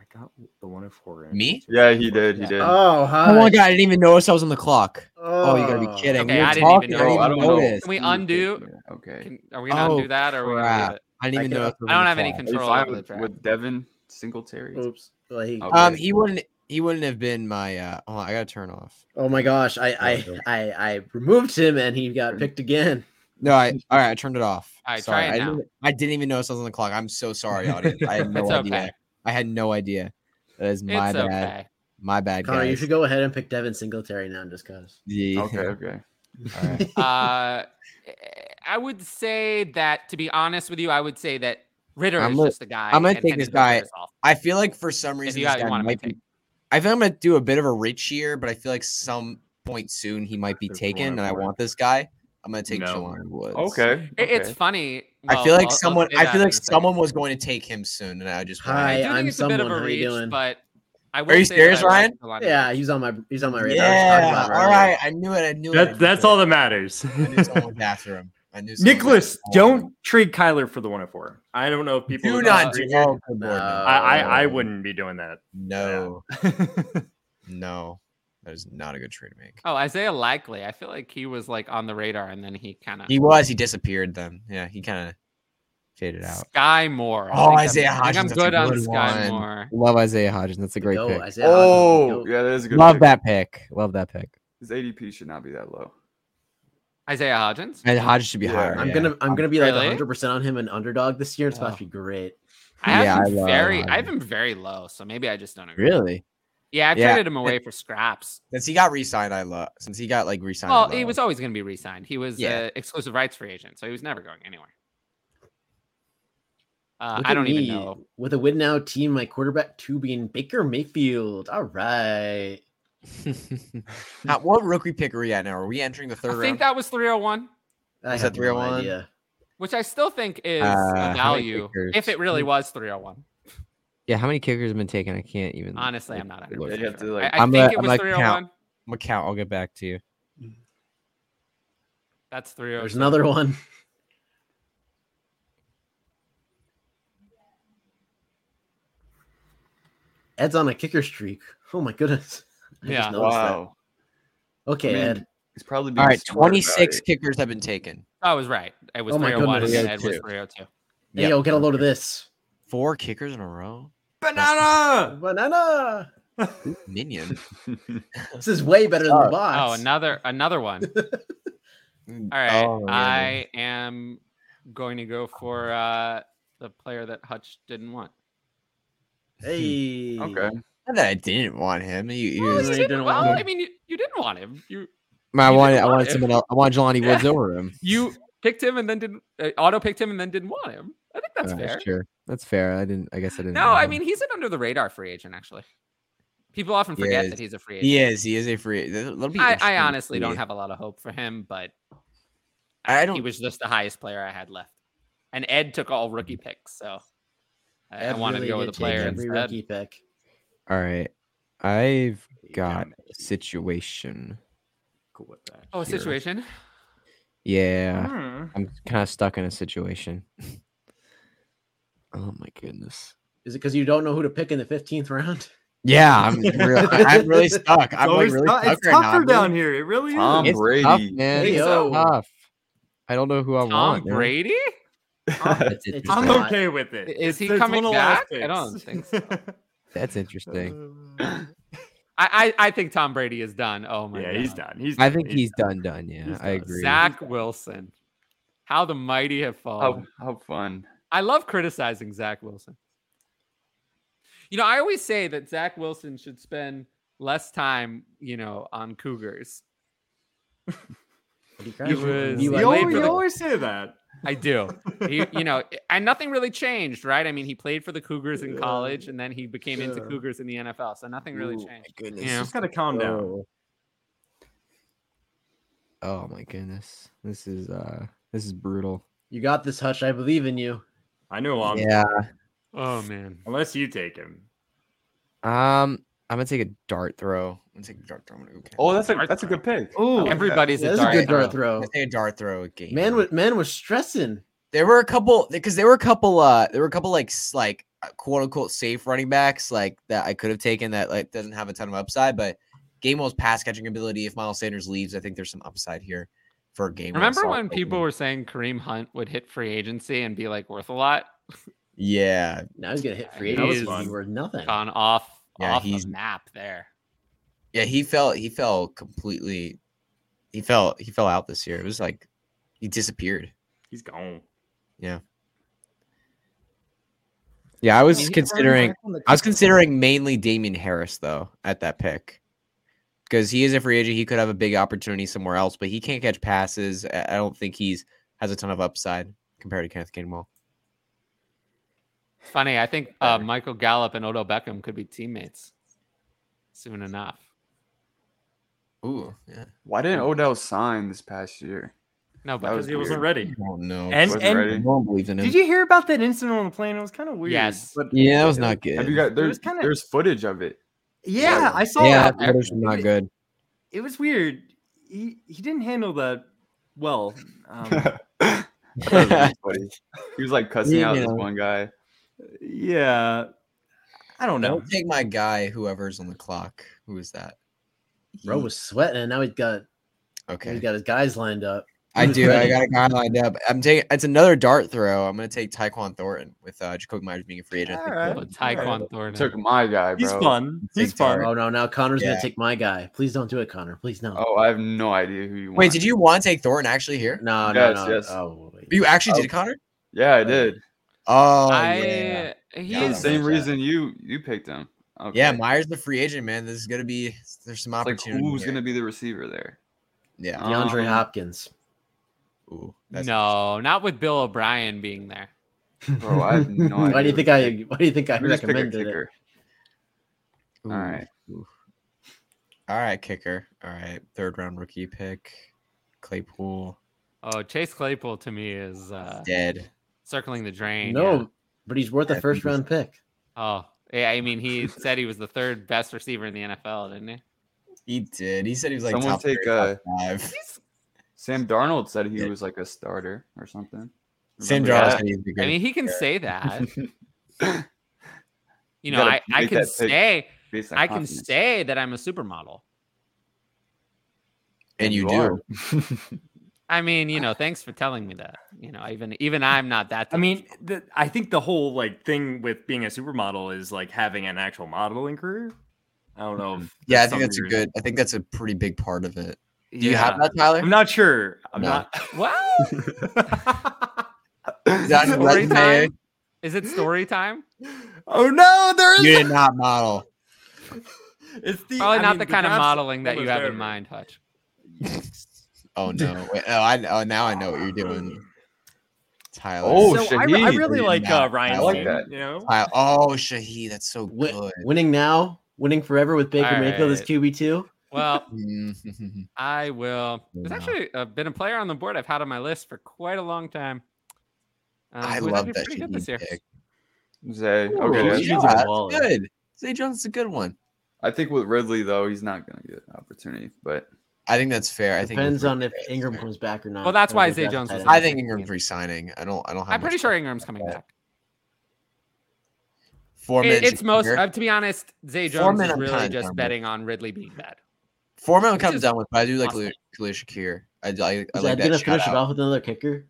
Speaker 4: I got the one of four. in.
Speaker 2: me.
Speaker 5: Yeah, he did. He
Speaker 1: Yeah.
Speaker 5: did.
Speaker 3: oh, hi.
Speaker 2: Oh my god, I didn't even notice I was on the clock.
Speaker 3: Oh,
Speaker 2: Oh, you gotta be kidding.
Speaker 1: Okay,
Speaker 2: we were
Speaker 1: I didn't even
Speaker 2: talking,
Speaker 1: know.
Speaker 5: I don't know.
Speaker 2: notice.
Speaker 1: Can we undo?
Speaker 5: Okay.
Speaker 1: Can, are we gonna undo
Speaker 2: Oh,
Speaker 1: that, or are we gonna leave
Speaker 2: crap.
Speaker 1: it?
Speaker 2: I didn't even
Speaker 3: I
Speaker 2: know.
Speaker 3: can't-
Speaker 2: if it
Speaker 1: I don't
Speaker 2: was
Speaker 1: have any
Speaker 2: on.
Speaker 5: Are you
Speaker 1: control over
Speaker 5: fine
Speaker 1: the
Speaker 5: with,
Speaker 1: draft.
Speaker 5: with Devin Singletary?
Speaker 3: Oops. Well, he-
Speaker 5: Okay.
Speaker 2: Um, he wouldn't. he wouldn't have been my. Uh, hold on, I gotta turn off.
Speaker 3: Oh my gosh, I I I, I removed him and he got picked again.
Speaker 2: No, I all right. I turned it off.
Speaker 1: All right,
Speaker 2: sorry.
Speaker 1: try it
Speaker 2: I,
Speaker 1: now.
Speaker 2: Didn't, even- I didn't even notice I was on the clock. I'm
Speaker 1: [LAUGHS]
Speaker 2: so sorry, audience. I had no
Speaker 1: It's
Speaker 2: idea.
Speaker 1: okay.
Speaker 2: I had no idea. That is my
Speaker 1: it's
Speaker 2: bad.
Speaker 1: okay.
Speaker 2: My bad,
Speaker 3: Connor, you
Speaker 2: guys.
Speaker 3: should go ahead and pick Devin Singletary now, just cause.
Speaker 2: Yeah.
Speaker 5: [LAUGHS] Okay, okay.
Speaker 2: All right.
Speaker 1: Uh, [LAUGHS] I would say that, to be honest with you, I would say that Ritter
Speaker 2: I'm
Speaker 1: is
Speaker 2: gonna-
Speaker 1: just a guy.
Speaker 2: I'm gonna
Speaker 1: and
Speaker 2: take this
Speaker 1: Hendon
Speaker 2: guy-
Speaker 1: Hooker is off.
Speaker 2: [LAUGHS] I feel like for some reason
Speaker 1: you
Speaker 2: this
Speaker 1: got- you
Speaker 2: guy
Speaker 1: want him,
Speaker 2: might
Speaker 1: I think.
Speaker 2: be. I think I'm gonna do a bit of a reach here, but I feel like some point soon he might be
Speaker 7: There's
Speaker 2: taken, and I
Speaker 7: Warren.
Speaker 2: want this guy. I'm gonna take
Speaker 7: No.
Speaker 2: Jelani Woods.
Speaker 5: Okay.
Speaker 1: It- It's
Speaker 5: okay.
Speaker 1: funny.
Speaker 2: I
Speaker 1: well,
Speaker 2: feel
Speaker 1: I'll-
Speaker 2: like
Speaker 1: I'll
Speaker 2: someone.
Speaker 1: say
Speaker 2: I
Speaker 1: that
Speaker 2: feel
Speaker 1: in
Speaker 2: like
Speaker 1: a second.
Speaker 2: someone was going to take him soon, and I just. wanted-
Speaker 1: I
Speaker 3: Hi,
Speaker 1: do
Speaker 3: I'm
Speaker 1: think it's a bit of
Speaker 3: someone.
Speaker 1: a
Speaker 3: How you doing?
Speaker 1: reach, but I will
Speaker 2: you
Speaker 1: say that I
Speaker 2: serious,
Speaker 1: like
Speaker 2: Ryan?
Speaker 1: Jelani
Speaker 3: Yeah,
Speaker 1: Woods.
Speaker 3: he's on my he's on my radar. I was talking
Speaker 2: Yeah.
Speaker 3: about
Speaker 2: All
Speaker 3: earlier.
Speaker 2: right. I knew it. I knew it. I
Speaker 7: That,
Speaker 2: knew
Speaker 7: that's
Speaker 2: it.
Speaker 7: all [LAUGHS] that matters.
Speaker 2: I knew someone was after him. I knew. someone was
Speaker 7: Nicholas,
Speaker 2: after him.
Speaker 7: don't trade Kyler for the 104. I don't know if people
Speaker 2: Do
Speaker 7: would-
Speaker 2: not do.
Speaker 7: I,
Speaker 2: Oh, good lord, no.
Speaker 7: I I wouldn't be doing that.
Speaker 2: No,
Speaker 7: [LAUGHS]
Speaker 2: no, that is not a good trade to make.
Speaker 1: Oh, Isaiah Likely. I feel like he was like on the radar, and then he kind of
Speaker 2: He was. He disappeared. Then, yeah, he kind of faded out.
Speaker 1: Sky Moore. I
Speaker 2: Oh,
Speaker 1: think I'm-
Speaker 2: Isaiah
Speaker 1: I think I'm
Speaker 2: Hodgins, that's a
Speaker 1: good on
Speaker 2: good
Speaker 1: Sky
Speaker 2: one.
Speaker 1: Moore.
Speaker 6: Love Isaiah Hodgins. That's a great
Speaker 3: Go,
Speaker 6: pick.
Speaker 3: Isaiah Hodgins,
Speaker 5: Oh,
Speaker 3: go.
Speaker 5: yeah, that is a good.
Speaker 6: Love
Speaker 5: pick.
Speaker 6: that pick. Love that pick.
Speaker 5: His ADP should not be that low.
Speaker 1: Isaiah Hodgins.
Speaker 6: And Hodges should be
Speaker 5: Yeah.
Speaker 6: higher.
Speaker 3: I'm
Speaker 6: yeah.
Speaker 3: gonna I'm gonna be like
Speaker 1: Really?
Speaker 3: 100 percent on him and underdog this year. It's about to be great.
Speaker 1: I have
Speaker 6: Yeah, I
Speaker 1: him
Speaker 6: love
Speaker 1: very. I have
Speaker 6: Hodgins.
Speaker 1: him very low, so maybe I just don't agree.
Speaker 6: really.
Speaker 1: Yeah, I've
Speaker 6: Yeah.
Speaker 1: traded him away for scraps.
Speaker 2: Since he got re-signed, I love. Since he got like re-signed, I
Speaker 1: Well, he
Speaker 2: love.
Speaker 1: was always going to be re-signed. He was
Speaker 2: Yeah.
Speaker 1: uh, exclusive rights free agent, so he was never going anywhere. Uh,
Speaker 3: Look
Speaker 1: I
Speaker 3: at
Speaker 1: don't even
Speaker 3: me,
Speaker 1: know.
Speaker 3: With a win now team, my quarterback two being Baker Mayfield. All right.
Speaker 5: [LAUGHS]
Speaker 2: How- what rookie pick are we at now? Are we entering the
Speaker 1: I
Speaker 2: third
Speaker 1: think
Speaker 2: round?
Speaker 1: that was 301,
Speaker 3: I
Speaker 2: Is
Speaker 3: have
Speaker 2: that
Speaker 3: no
Speaker 2: 301?
Speaker 3: idea.
Speaker 1: which I still think is
Speaker 6: Uh, how
Speaker 1: a
Speaker 6: many
Speaker 1: value if
Speaker 6: kickers?
Speaker 1: it really was 301.
Speaker 6: Yeah, how many kickers have been taken? I can't even.
Speaker 1: Honestly, I'm not. 100%
Speaker 5: You have to,
Speaker 1: sure.
Speaker 5: like-
Speaker 1: I, I
Speaker 6: I'm
Speaker 1: think
Speaker 6: gonna-
Speaker 1: it
Speaker 6: I'm
Speaker 1: was
Speaker 6: gonna count.
Speaker 1: 301.
Speaker 6: I'm gonna count. I'll get back to you.
Speaker 1: That's 302.
Speaker 3: There's another one. [LAUGHS] Ed's on a kicker streak. Oh my goodness. [LAUGHS] I just
Speaker 1: Yeah.
Speaker 3: noticed that.
Speaker 5: Wow.
Speaker 3: Okay,
Speaker 5: Man,
Speaker 3: Ed.
Speaker 5: He's probably being
Speaker 6: All right,
Speaker 5: smart about it.
Speaker 6: 26
Speaker 2: kickers have been taken.
Speaker 1: I was right. It was
Speaker 3: Oh my
Speaker 1: 301
Speaker 3: goodness.
Speaker 1: and Ed was
Speaker 6: 302.
Speaker 1: 302.
Speaker 3: Hey,
Speaker 6: Yeah.
Speaker 3: yo, get a load of this.
Speaker 2: Four kickers in a row.
Speaker 7: Banana.
Speaker 3: Banana.
Speaker 2: [LAUGHS] Minion.
Speaker 3: This is way better than the
Speaker 1: Oh,
Speaker 3: box.
Speaker 1: another another one. All right.
Speaker 2: Oh, yeah.
Speaker 1: I am going to go for uh the player that Hutch didn't want.
Speaker 3: Hey.
Speaker 5: [LAUGHS] Hmm, Okay.
Speaker 2: Not that I didn't want him. He, he
Speaker 1: Well,
Speaker 2: was-
Speaker 1: you
Speaker 3: really
Speaker 1: didn't,
Speaker 3: didn't
Speaker 1: well,
Speaker 3: want
Speaker 1: I mean, you, you didn't want him. You
Speaker 6: Man, I
Speaker 1: You
Speaker 6: wanted.
Speaker 1: didn't
Speaker 6: I
Speaker 1: want
Speaker 6: wanted
Speaker 1: it.
Speaker 6: someone else. I wanted Jelani
Speaker 1: [LAUGHS]
Speaker 6: Woods
Speaker 1: Yeah.
Speaker 6: over him.
Speaker 1: you picked him and then didn't uh, auto picked him and then didn't want him. I think that's
Speaker 6: All right,
Speaker 1: fair.
Speaker 6: Sure. That's fair. I didn't. I guess I didn't.
Speaker 1: No,
Speaker 6: know
Speaker 1: I
Speaker 6: him.
Speaker 1: mean he's an under the radar free agent actually. People often forget
Speaker 2: Yes.
Speaker 1: that he's a free agent.
Speaker 2: he is. He is a free. that'll be
Speaker 1: I, I
Speaker 2: interesting to
Speaker 1: honestly don't
Speaker 2: see.
Speaker 1: have a lot of hope for him, but
Speaker 2: I
Speaker 1: he
Speaker 2: don't-
Speaker 1: was just the highest player I had left. And Ed took all rookie picks, so I, I
Speaker 3: Ed
Speaker 1: wanted
Speaker 3: really
Speaker 1: to go with
Speaker 3: did
Speaker 1: a
Speaker 3: take
Speaker 1: player
Speaker 3: every
Speaker 1: instead.
Speaker 3: rookie pick.
Speaker 6: All right. I've got
Speaker 7: Yeah,
Speaker 6: a situation.
Speaker 7: cool with that.
Speaker 1: Oh, a
Speaker 6: here.
Speaker 1: situation.
Speaker 6: Yeah,
Speaker 7: Hmm.
Speaker 6: I'm kind of stuck in a situation. oh my goodness.
Speaker 3: Is it because you don't know who to pick in the 15th
Speaker 5: [LAUGHS]
Speaker 3: round?
Speaker 6: Yeah,
Speaker 7: [LAUGHS]
Speaker 6: I'm. Real, I- I'm really stuck. I'm like
Speaker 7: Always
Speaker 6: really
Speaker 7: tou-
Speaker 6: stuck
Speaker 7: it's
Speaker 6: right now.
Speaker 7: tougher
Speaker 6: I'm really-
Speaker 7: down here. It really is.
Speaker 5: Tom
Speaker 6: It's
Speaker 5: Brady.
Speaker 6: tough, man.
Speaker 3: Hey,
Speaker 6: it's
Speaker 3: yo.
Speaker 5: uh,
Speaker 6: tough. I don't know who I
Speaker 1: Tom
Speaker 6: want. man.
Speaker 1: Brady?
Speaker 3: It's- it's
Speaker 6: I'm
Speaker 7: I'm
Speaker 3: not.
Speaker 7: okay with it.
Speaker 1: Is he
Speaker 7: It's
Speaker 1: coming
Speaker 7: one of the last
Speaker 1: back? I don't
Speaker 7: picks.
Speaker 1: think
Speaker 7: [LAUGHS]
Speaker 6: That's
Speaker 4: Uh,
Speaker 6: interesting.
Speaker 1: I, I I think Tom Brady is done. Oh my
Speaker 7: yeah,
Speaker 1: god.
Speaker 7: he's done. He's.
Speaker 6: I
Speaker 7: done.
Speaker 6: think he's done. Done. Yeah,
Speaker 7: He's
Speaker 6: I
Speaker 7: done.
Speaker 6: agree.
Speaker 1: Uh, Zach Wilson. How the mighty have fallen.
Speaker 5: How, how fun.
Speaker 1: I love criticizing Zach Wilson. You know, I always say that Zach Wilson should spend less time, you know, on Cougars. He was
Speaker 3: You
Speaker 7: You
Speaker 3: are
Speaker 1: played
Speaker 7: always,
Speaker 1: for
Speaker 7: you
Speaker 1: the-
Speaker 7: always say that.
Speaker 1: I do. He, you know, and nothing really changed, right? I mean, he played for the Cougars in college, and then he became into
Speaker 3: Yeah.
Speaker 1: Cougars in the NFL. So nothing really changed.
Speaker 6: goodness.
Speaker 1: Yeah.
Speaker 7: Just gotta calm down.
Speaker 6: Oh my goodness. This is uh this is brutal.
Speaker 3: You got this, Hush. I believe in you.
Speaker 7: I know.
Speaker 4: Um,
Speaker 7: I'm,
Speaker 6: yeah.
Speaker 1: Oh man.
Speaker 7: Unless you take him.
Speaker 6: Um I'm gonna take a dart throw.
Speaker 2: I'm gonna take a dart throw. I'm gonna go. Cam.
Speaker 5: Oh, that's a that's a good pick.
Speaker 7: Oh,
Speaker 5: like that.
Speaker 1: Everybody's
Speaker 3: Yeah,
Speaker 1: a
Speaker 3: that's
Speaker 1: dart.
Speaker 3: a good
Speaker 1: throw.
Speaker 3: dart throw.
Speaker 2: I'm gonna take a dart throw game.
Speaker 3: Man, was, man was stressing.
Speaker 2: there were a couple because there were a couple. Uh, there were a couple like s- like uh, quote unquote safe running backs like that I could have taken that like doesn't have a ton of upside, but Gainwell's pass catching ability. If Miles Sanders leaves, I think there's some upside here for Gainwell.
Speaker 1: Remember
Speaker 2: So I'll
Speaker 1: when
Speaker 2: take
Speaker 1: people
Speaker 2: him.
Speaker 1: were saying Kareem Hunt would hit free agency and be like worth a lot?
Speaker 2: Yeah,
Speaker 3: Now he's gonna hit free
Speaker 1: That was
Speaker 3: agency.
Speaker 7: fun.
Speaker 3: You were nothing.
Speaker 1: Gone off
Speaker 2: Yeah,
Speaker 1: off
Speaker 2: he's-
Speaker 1: the map there.
Speaker 2: Yeah, he fell. He fell completely. He fell. He fell out this year. It was like he disappeared.
Speaker 7: He's gone.
Speaker 6: Yeah, I was
Speaker 2: mean, he's
Speaker 6: considering.
Speaker 2: I was considering mainly Damian Harris though at that pick because he is a free agent. He could have a big opportunity somewhere else, but he can't catch passes. I I don't think he's has a ton of upside compared to Kenneth Gainwell.
Speaker 1: It's funny. I think uh, Michael Gallup and Odell Beckham could be teammates soon enough.
Speaker 2: Ooh, yeah.
Speaker 5: Why didn't Odell sign this past year?
Speaker 1: No,
Speaker 5: That
Speaker 1: but
Speaker 7: Because
Speaker 5: was
Speaker 7: he wasn't
Speaker 5: weird.
Speaker 7: ready.
Speaker 2: Oh no.
Speaker 4: And-
Speaker 5: Wasn't
Speaker 4: and-
Speaker 5: ready.
Speaker 2: no one believes in him.
Speaker 4: Did you hear about that incident on the plane? It was kind of weird.
Speaker 1: yes,
Speaker 5: But
Speaker 6: Yeah, that was not
Speaker 5: have you
Speaker 6: good.
Speaker 5: got
Speaker 4: was
Speaker 5: there's
Speaker 4: kinda-
Speaker 5: there's footage of it.
Speaker 4: Yeah, I saw
Speaker 6: Yeah,
Speaker 4: that.
Speaker 6: that was not good.
Speaker 4: It was weird. He he didn't handle that well. Um,
Speaker 7: [LAUGHS]
Speaker 5: I thought it was really funny. He was like cussing out this
Speaker 6: Yeah.
Speaker 5: one guy.
Speaker 4: yeah, I
Speaker 2: [LAUGHS]
Speaker 4: don't know.
Speaker 2: Don't take my guy, whoever's on the clock. Who is that?
Speaker 3: Bro
Speaker 2: He-
Speaker 3: was sweating, and now he's got
Speaker 2: okay.
Speaker 3: he's got his guys lined up.
Speaker 2: I
Speaker 3: Who's
Speaker 2: do. I
Speaker 3: ready?
Speaker 2: got a guy lined up. I'm taking. It's another dart throw. I'm going to take Tyquan Thornton with uh, Jacoby Myers being a free agent. I think
Speaker 4: Alright.
Speaker 2: he'll-
Speaker 1: but Tyquan Thornton.
Speaker 5: Took my guy, bro.
Speaker 4: He's fun.
Speaker 2: Big
Speaker 4: He's fun.
Speaker 2: Tyler.
Speaker 3: Oh no, now Connor's
Speaker 2: Yeah.
Speaker 3: gonna take my guy. Please don't do it, Connor. Please don't.
Speaker 5: Oh, I have no idea who you want.
Speaker 2: Wait, did you want to take Thornton actually here?
Speaker 3: No,
Speaker 5: Yes,
Speaker 3: no, no.
Speaker 5: yes.
Speaker 3: Oh, wait.
Speaker 2: You actually did, Connor.
Speaker 5: Yeah, I did.
Speaker 2: Oh,
Speaker 1: I
Speaker 2: yeah.
Speaker 1: he
Speaker 3: Yeah,
Speaker 5: For the
Speaker 1: is
Speaker 3: Yes.
Speaker 5: same reason you you picked him. Okay.
Speaker 2: yeah. Myers the free agent, man. There's gonna be there's some
Speaker 5: It's like
Speaker 2: opportunity.
Speaker 5: who's
Speaker 2: here.
Speaker 5: gonna be the receiver there?
Speaker 2: Yeah.
Speaker 3: DeAndre
Speaker 5: Um,
Speaker 3: Hopkins.
Speaker 2: Ooh,
Speaker 1: no, not with Bill O'Brien being there.
Speaker 5: Bro, I have no idea.
Speaker 3: Why do you think I? Why do you think I
Speaker 5: Let me just pick a
Speaker 3: recommended it?
Speaker 5: kicker.
Speaker 2: Ooh.
Speaker 5: All right.
Speaker 2: All right, kicker. All right, third round rookie pick. Claypool
Speaker 1: Oh, Chase Claypool to me is uh,
Speaker 2: dead.
Speaker 1: circling the drain.
Speaker 3: No,
Speaker 1: yeah.
Speaker 3: but he's worth a
Speaker 2: Yeah,
Speaker 3: first round pick.
Speaker 1: Oh, yeah. I mean,
Speaker 5: [LAUGHS]
Speaker 1: he said he was the third best receiver in the NFL, didn't he?
Speaker 2: He did. He said he was like
Speaker 5: Someone
Speaker 2: top
Speaker 5: take, uh,
Speaker 2: three, top five.
Speaker 5: Sam Darnold said he
Speaker 2: Yeah.
Speaker 5: was like a starter or something.
Speaker 2: Sam
Speaker 5: Remember
Speaker 2: Darnold
Speaker 5: that?
Speaker 2: said he was the
Speaker 1: I mean,
Speaker 2: greatest.
Speaker 1: he can say that.
Speaker 5: [LAUGHS]
Speaker 1: You
Speaker 5: You
Speaker 1: know,
Speaker 5: gotta
Speaker 1: I, I
Speaker 5: make
Speaker 1: can
Speaker 5: that pick.
Speaker 1: say
Speaker 5: Based on
Speaker 1: I can
Speaker 5: [LAUGHS] confidence.
Speaker 1: say that I'm a supermodel.
Speaker 2: and you,
Speaker 5: you
Speaker 2: do.
Speaker 5: are.
Speaker 1: I mean, you know, thanks for telling me that. You know, even even I'm not that.
Speaker 7: [LAUGHS] I
Speaker 1: [LAUGHS]
Speaker 7: mean, the, I think the whole like thing with being a supermodel is like having an actual modeling career. Mm-hmm. I don't know. If
Speaker 2: Yeah, I think
Speaker 7: something
Speaker 2: that's a
Speaker 7: you're-
Speaker 2: good. I think that's a pretty big part of it. Do you
Speaker 7: Yeah.
Speaker 2: have that,
Speaker 7: [LAUGHS]
Speaker 2: Tyler?
Speaker 7: I'm not sure. I'm
Speaker 2: No.
Speaker 7: not.
Speaker 1: wow.
Speaker 2: Is that on your
Speaker 1: story
Speaker 2: resume?
Speaker 1: time? Is it story
Speaker 7: [LAUGHS]
Speaker 1: time?
Speaker 7: Oh no, there is.
Speaker 2: You did not model.
Speaker 7: [LAUGHS] It's the
Speaker 1: Probably
Speaker 7: I
Speaker 1: not
Speaker 7: mean,
Speaker 1: the kind of
Speaker 7: draft's
Speaker 1: modeling that you
Speaker 7: almost
Speaker 1: have in
Speaker 7: over.
Speaker 1: mind, Hutch.
Speaker 2: Oh no! Wait, oh, I oh now I know what you're doing, Tyler.
Speaker 5: Oh,
Speaker 7: so I, re- I
Speaker 5: Shaheed.
Speaker 7: really like
Speaker 2: Yeah,
Speaker 7: uh, Ryan.
Speaker 2: I like
Speaker 5: that.
Speaker 7: You know,
Speaker 2: Tyler. oh, Shahi, that's so
Speaker 7: [LAUGHS]
Speaker 3: Wi-
Speaker 2: good.
Speaker 3: winning now, winning forever with Baker
Speaker 1: All
Speaker 3: Mayfield as
Speaker 1: right.
Speaker 3: QB two.
Speaker 1: Well,
Speaker 2: Mm.
Speaker 1: I will. There's
Speaker 2: Yeah.
Speaker 1: actually uh, been a player on the board I've had on my list for quite a long time. Um,
Speaker 2: I
Speaker 1: who was
Speaker 2: love
Speaker 1: actually
Speaker 2: that
Speaker 1: pretty good this year.
Speaker 2: Shahi pick.
Speaker 5: Zay.
Speaker 2: Ooh,
Speaker 5: Okay. that's-
Speaker 2: yeah,
Speaker 4: Shaheed's a
Speaker 2: that's
Speaker 4: baller.
Speaker 2: good. Zay Jones is a good one.
Speaker 5: I think with Ridley though, he's not gonna get an opportunity. But
Speaker 2: I think that's fair. I think
Speaker 3: Depends
Speaker 2: we're-
Speaker 3: on if Ingram comes back or not.
Speaker 1: Well, that's
Speaker 3: Or
Speaker 1: why
Speaker 3: if
Speaker 1: Zay
Speaker 3: they draft
Speaker 1: Jones
Speaker 3: a
Speaker 1: was
Speaker 3: tight
Speaker 1: in.
Speaker 2: I
Speaker 3: end.
Speaker 2: think Ingram's resigning. I don't. I don't have.
Speaker 1: I'm pretty
Speaker 2: much-
Speaker 1: sure Ingram's coming back.
Speaker 2: Four
Speaker 1: It-
Speaker 2: minutes.
Speaker 1: it's most. Uh, to be honest, Zay
Speaker 2: Four
Speaker 1: Jones
Speaker 2: men
Speaker 1: is
Speaker 2: on
Speaker 1: really
Speaker 2: time,
Speaker 1: just
Speaker 2: Tom.
Speaker 1: betting on Ridley being bad.
Speaker 2: Foreman
Speaker 1: which
Speaker 2: comes
Speaker 1: is
Speaker 2: down with, but I do like
Speaker 1: awesome.
Speaker 2: Khalil Khalil Shakir. I, I, I
Speaker 3: Is
Speaker 2: like
Speaker 3: that gonna
Speaker 2: that
Speaker 3: finish
Speaker 2: shout
Speaker 3: it
Speaker 2: out.
Speaker 3: off with another kicker?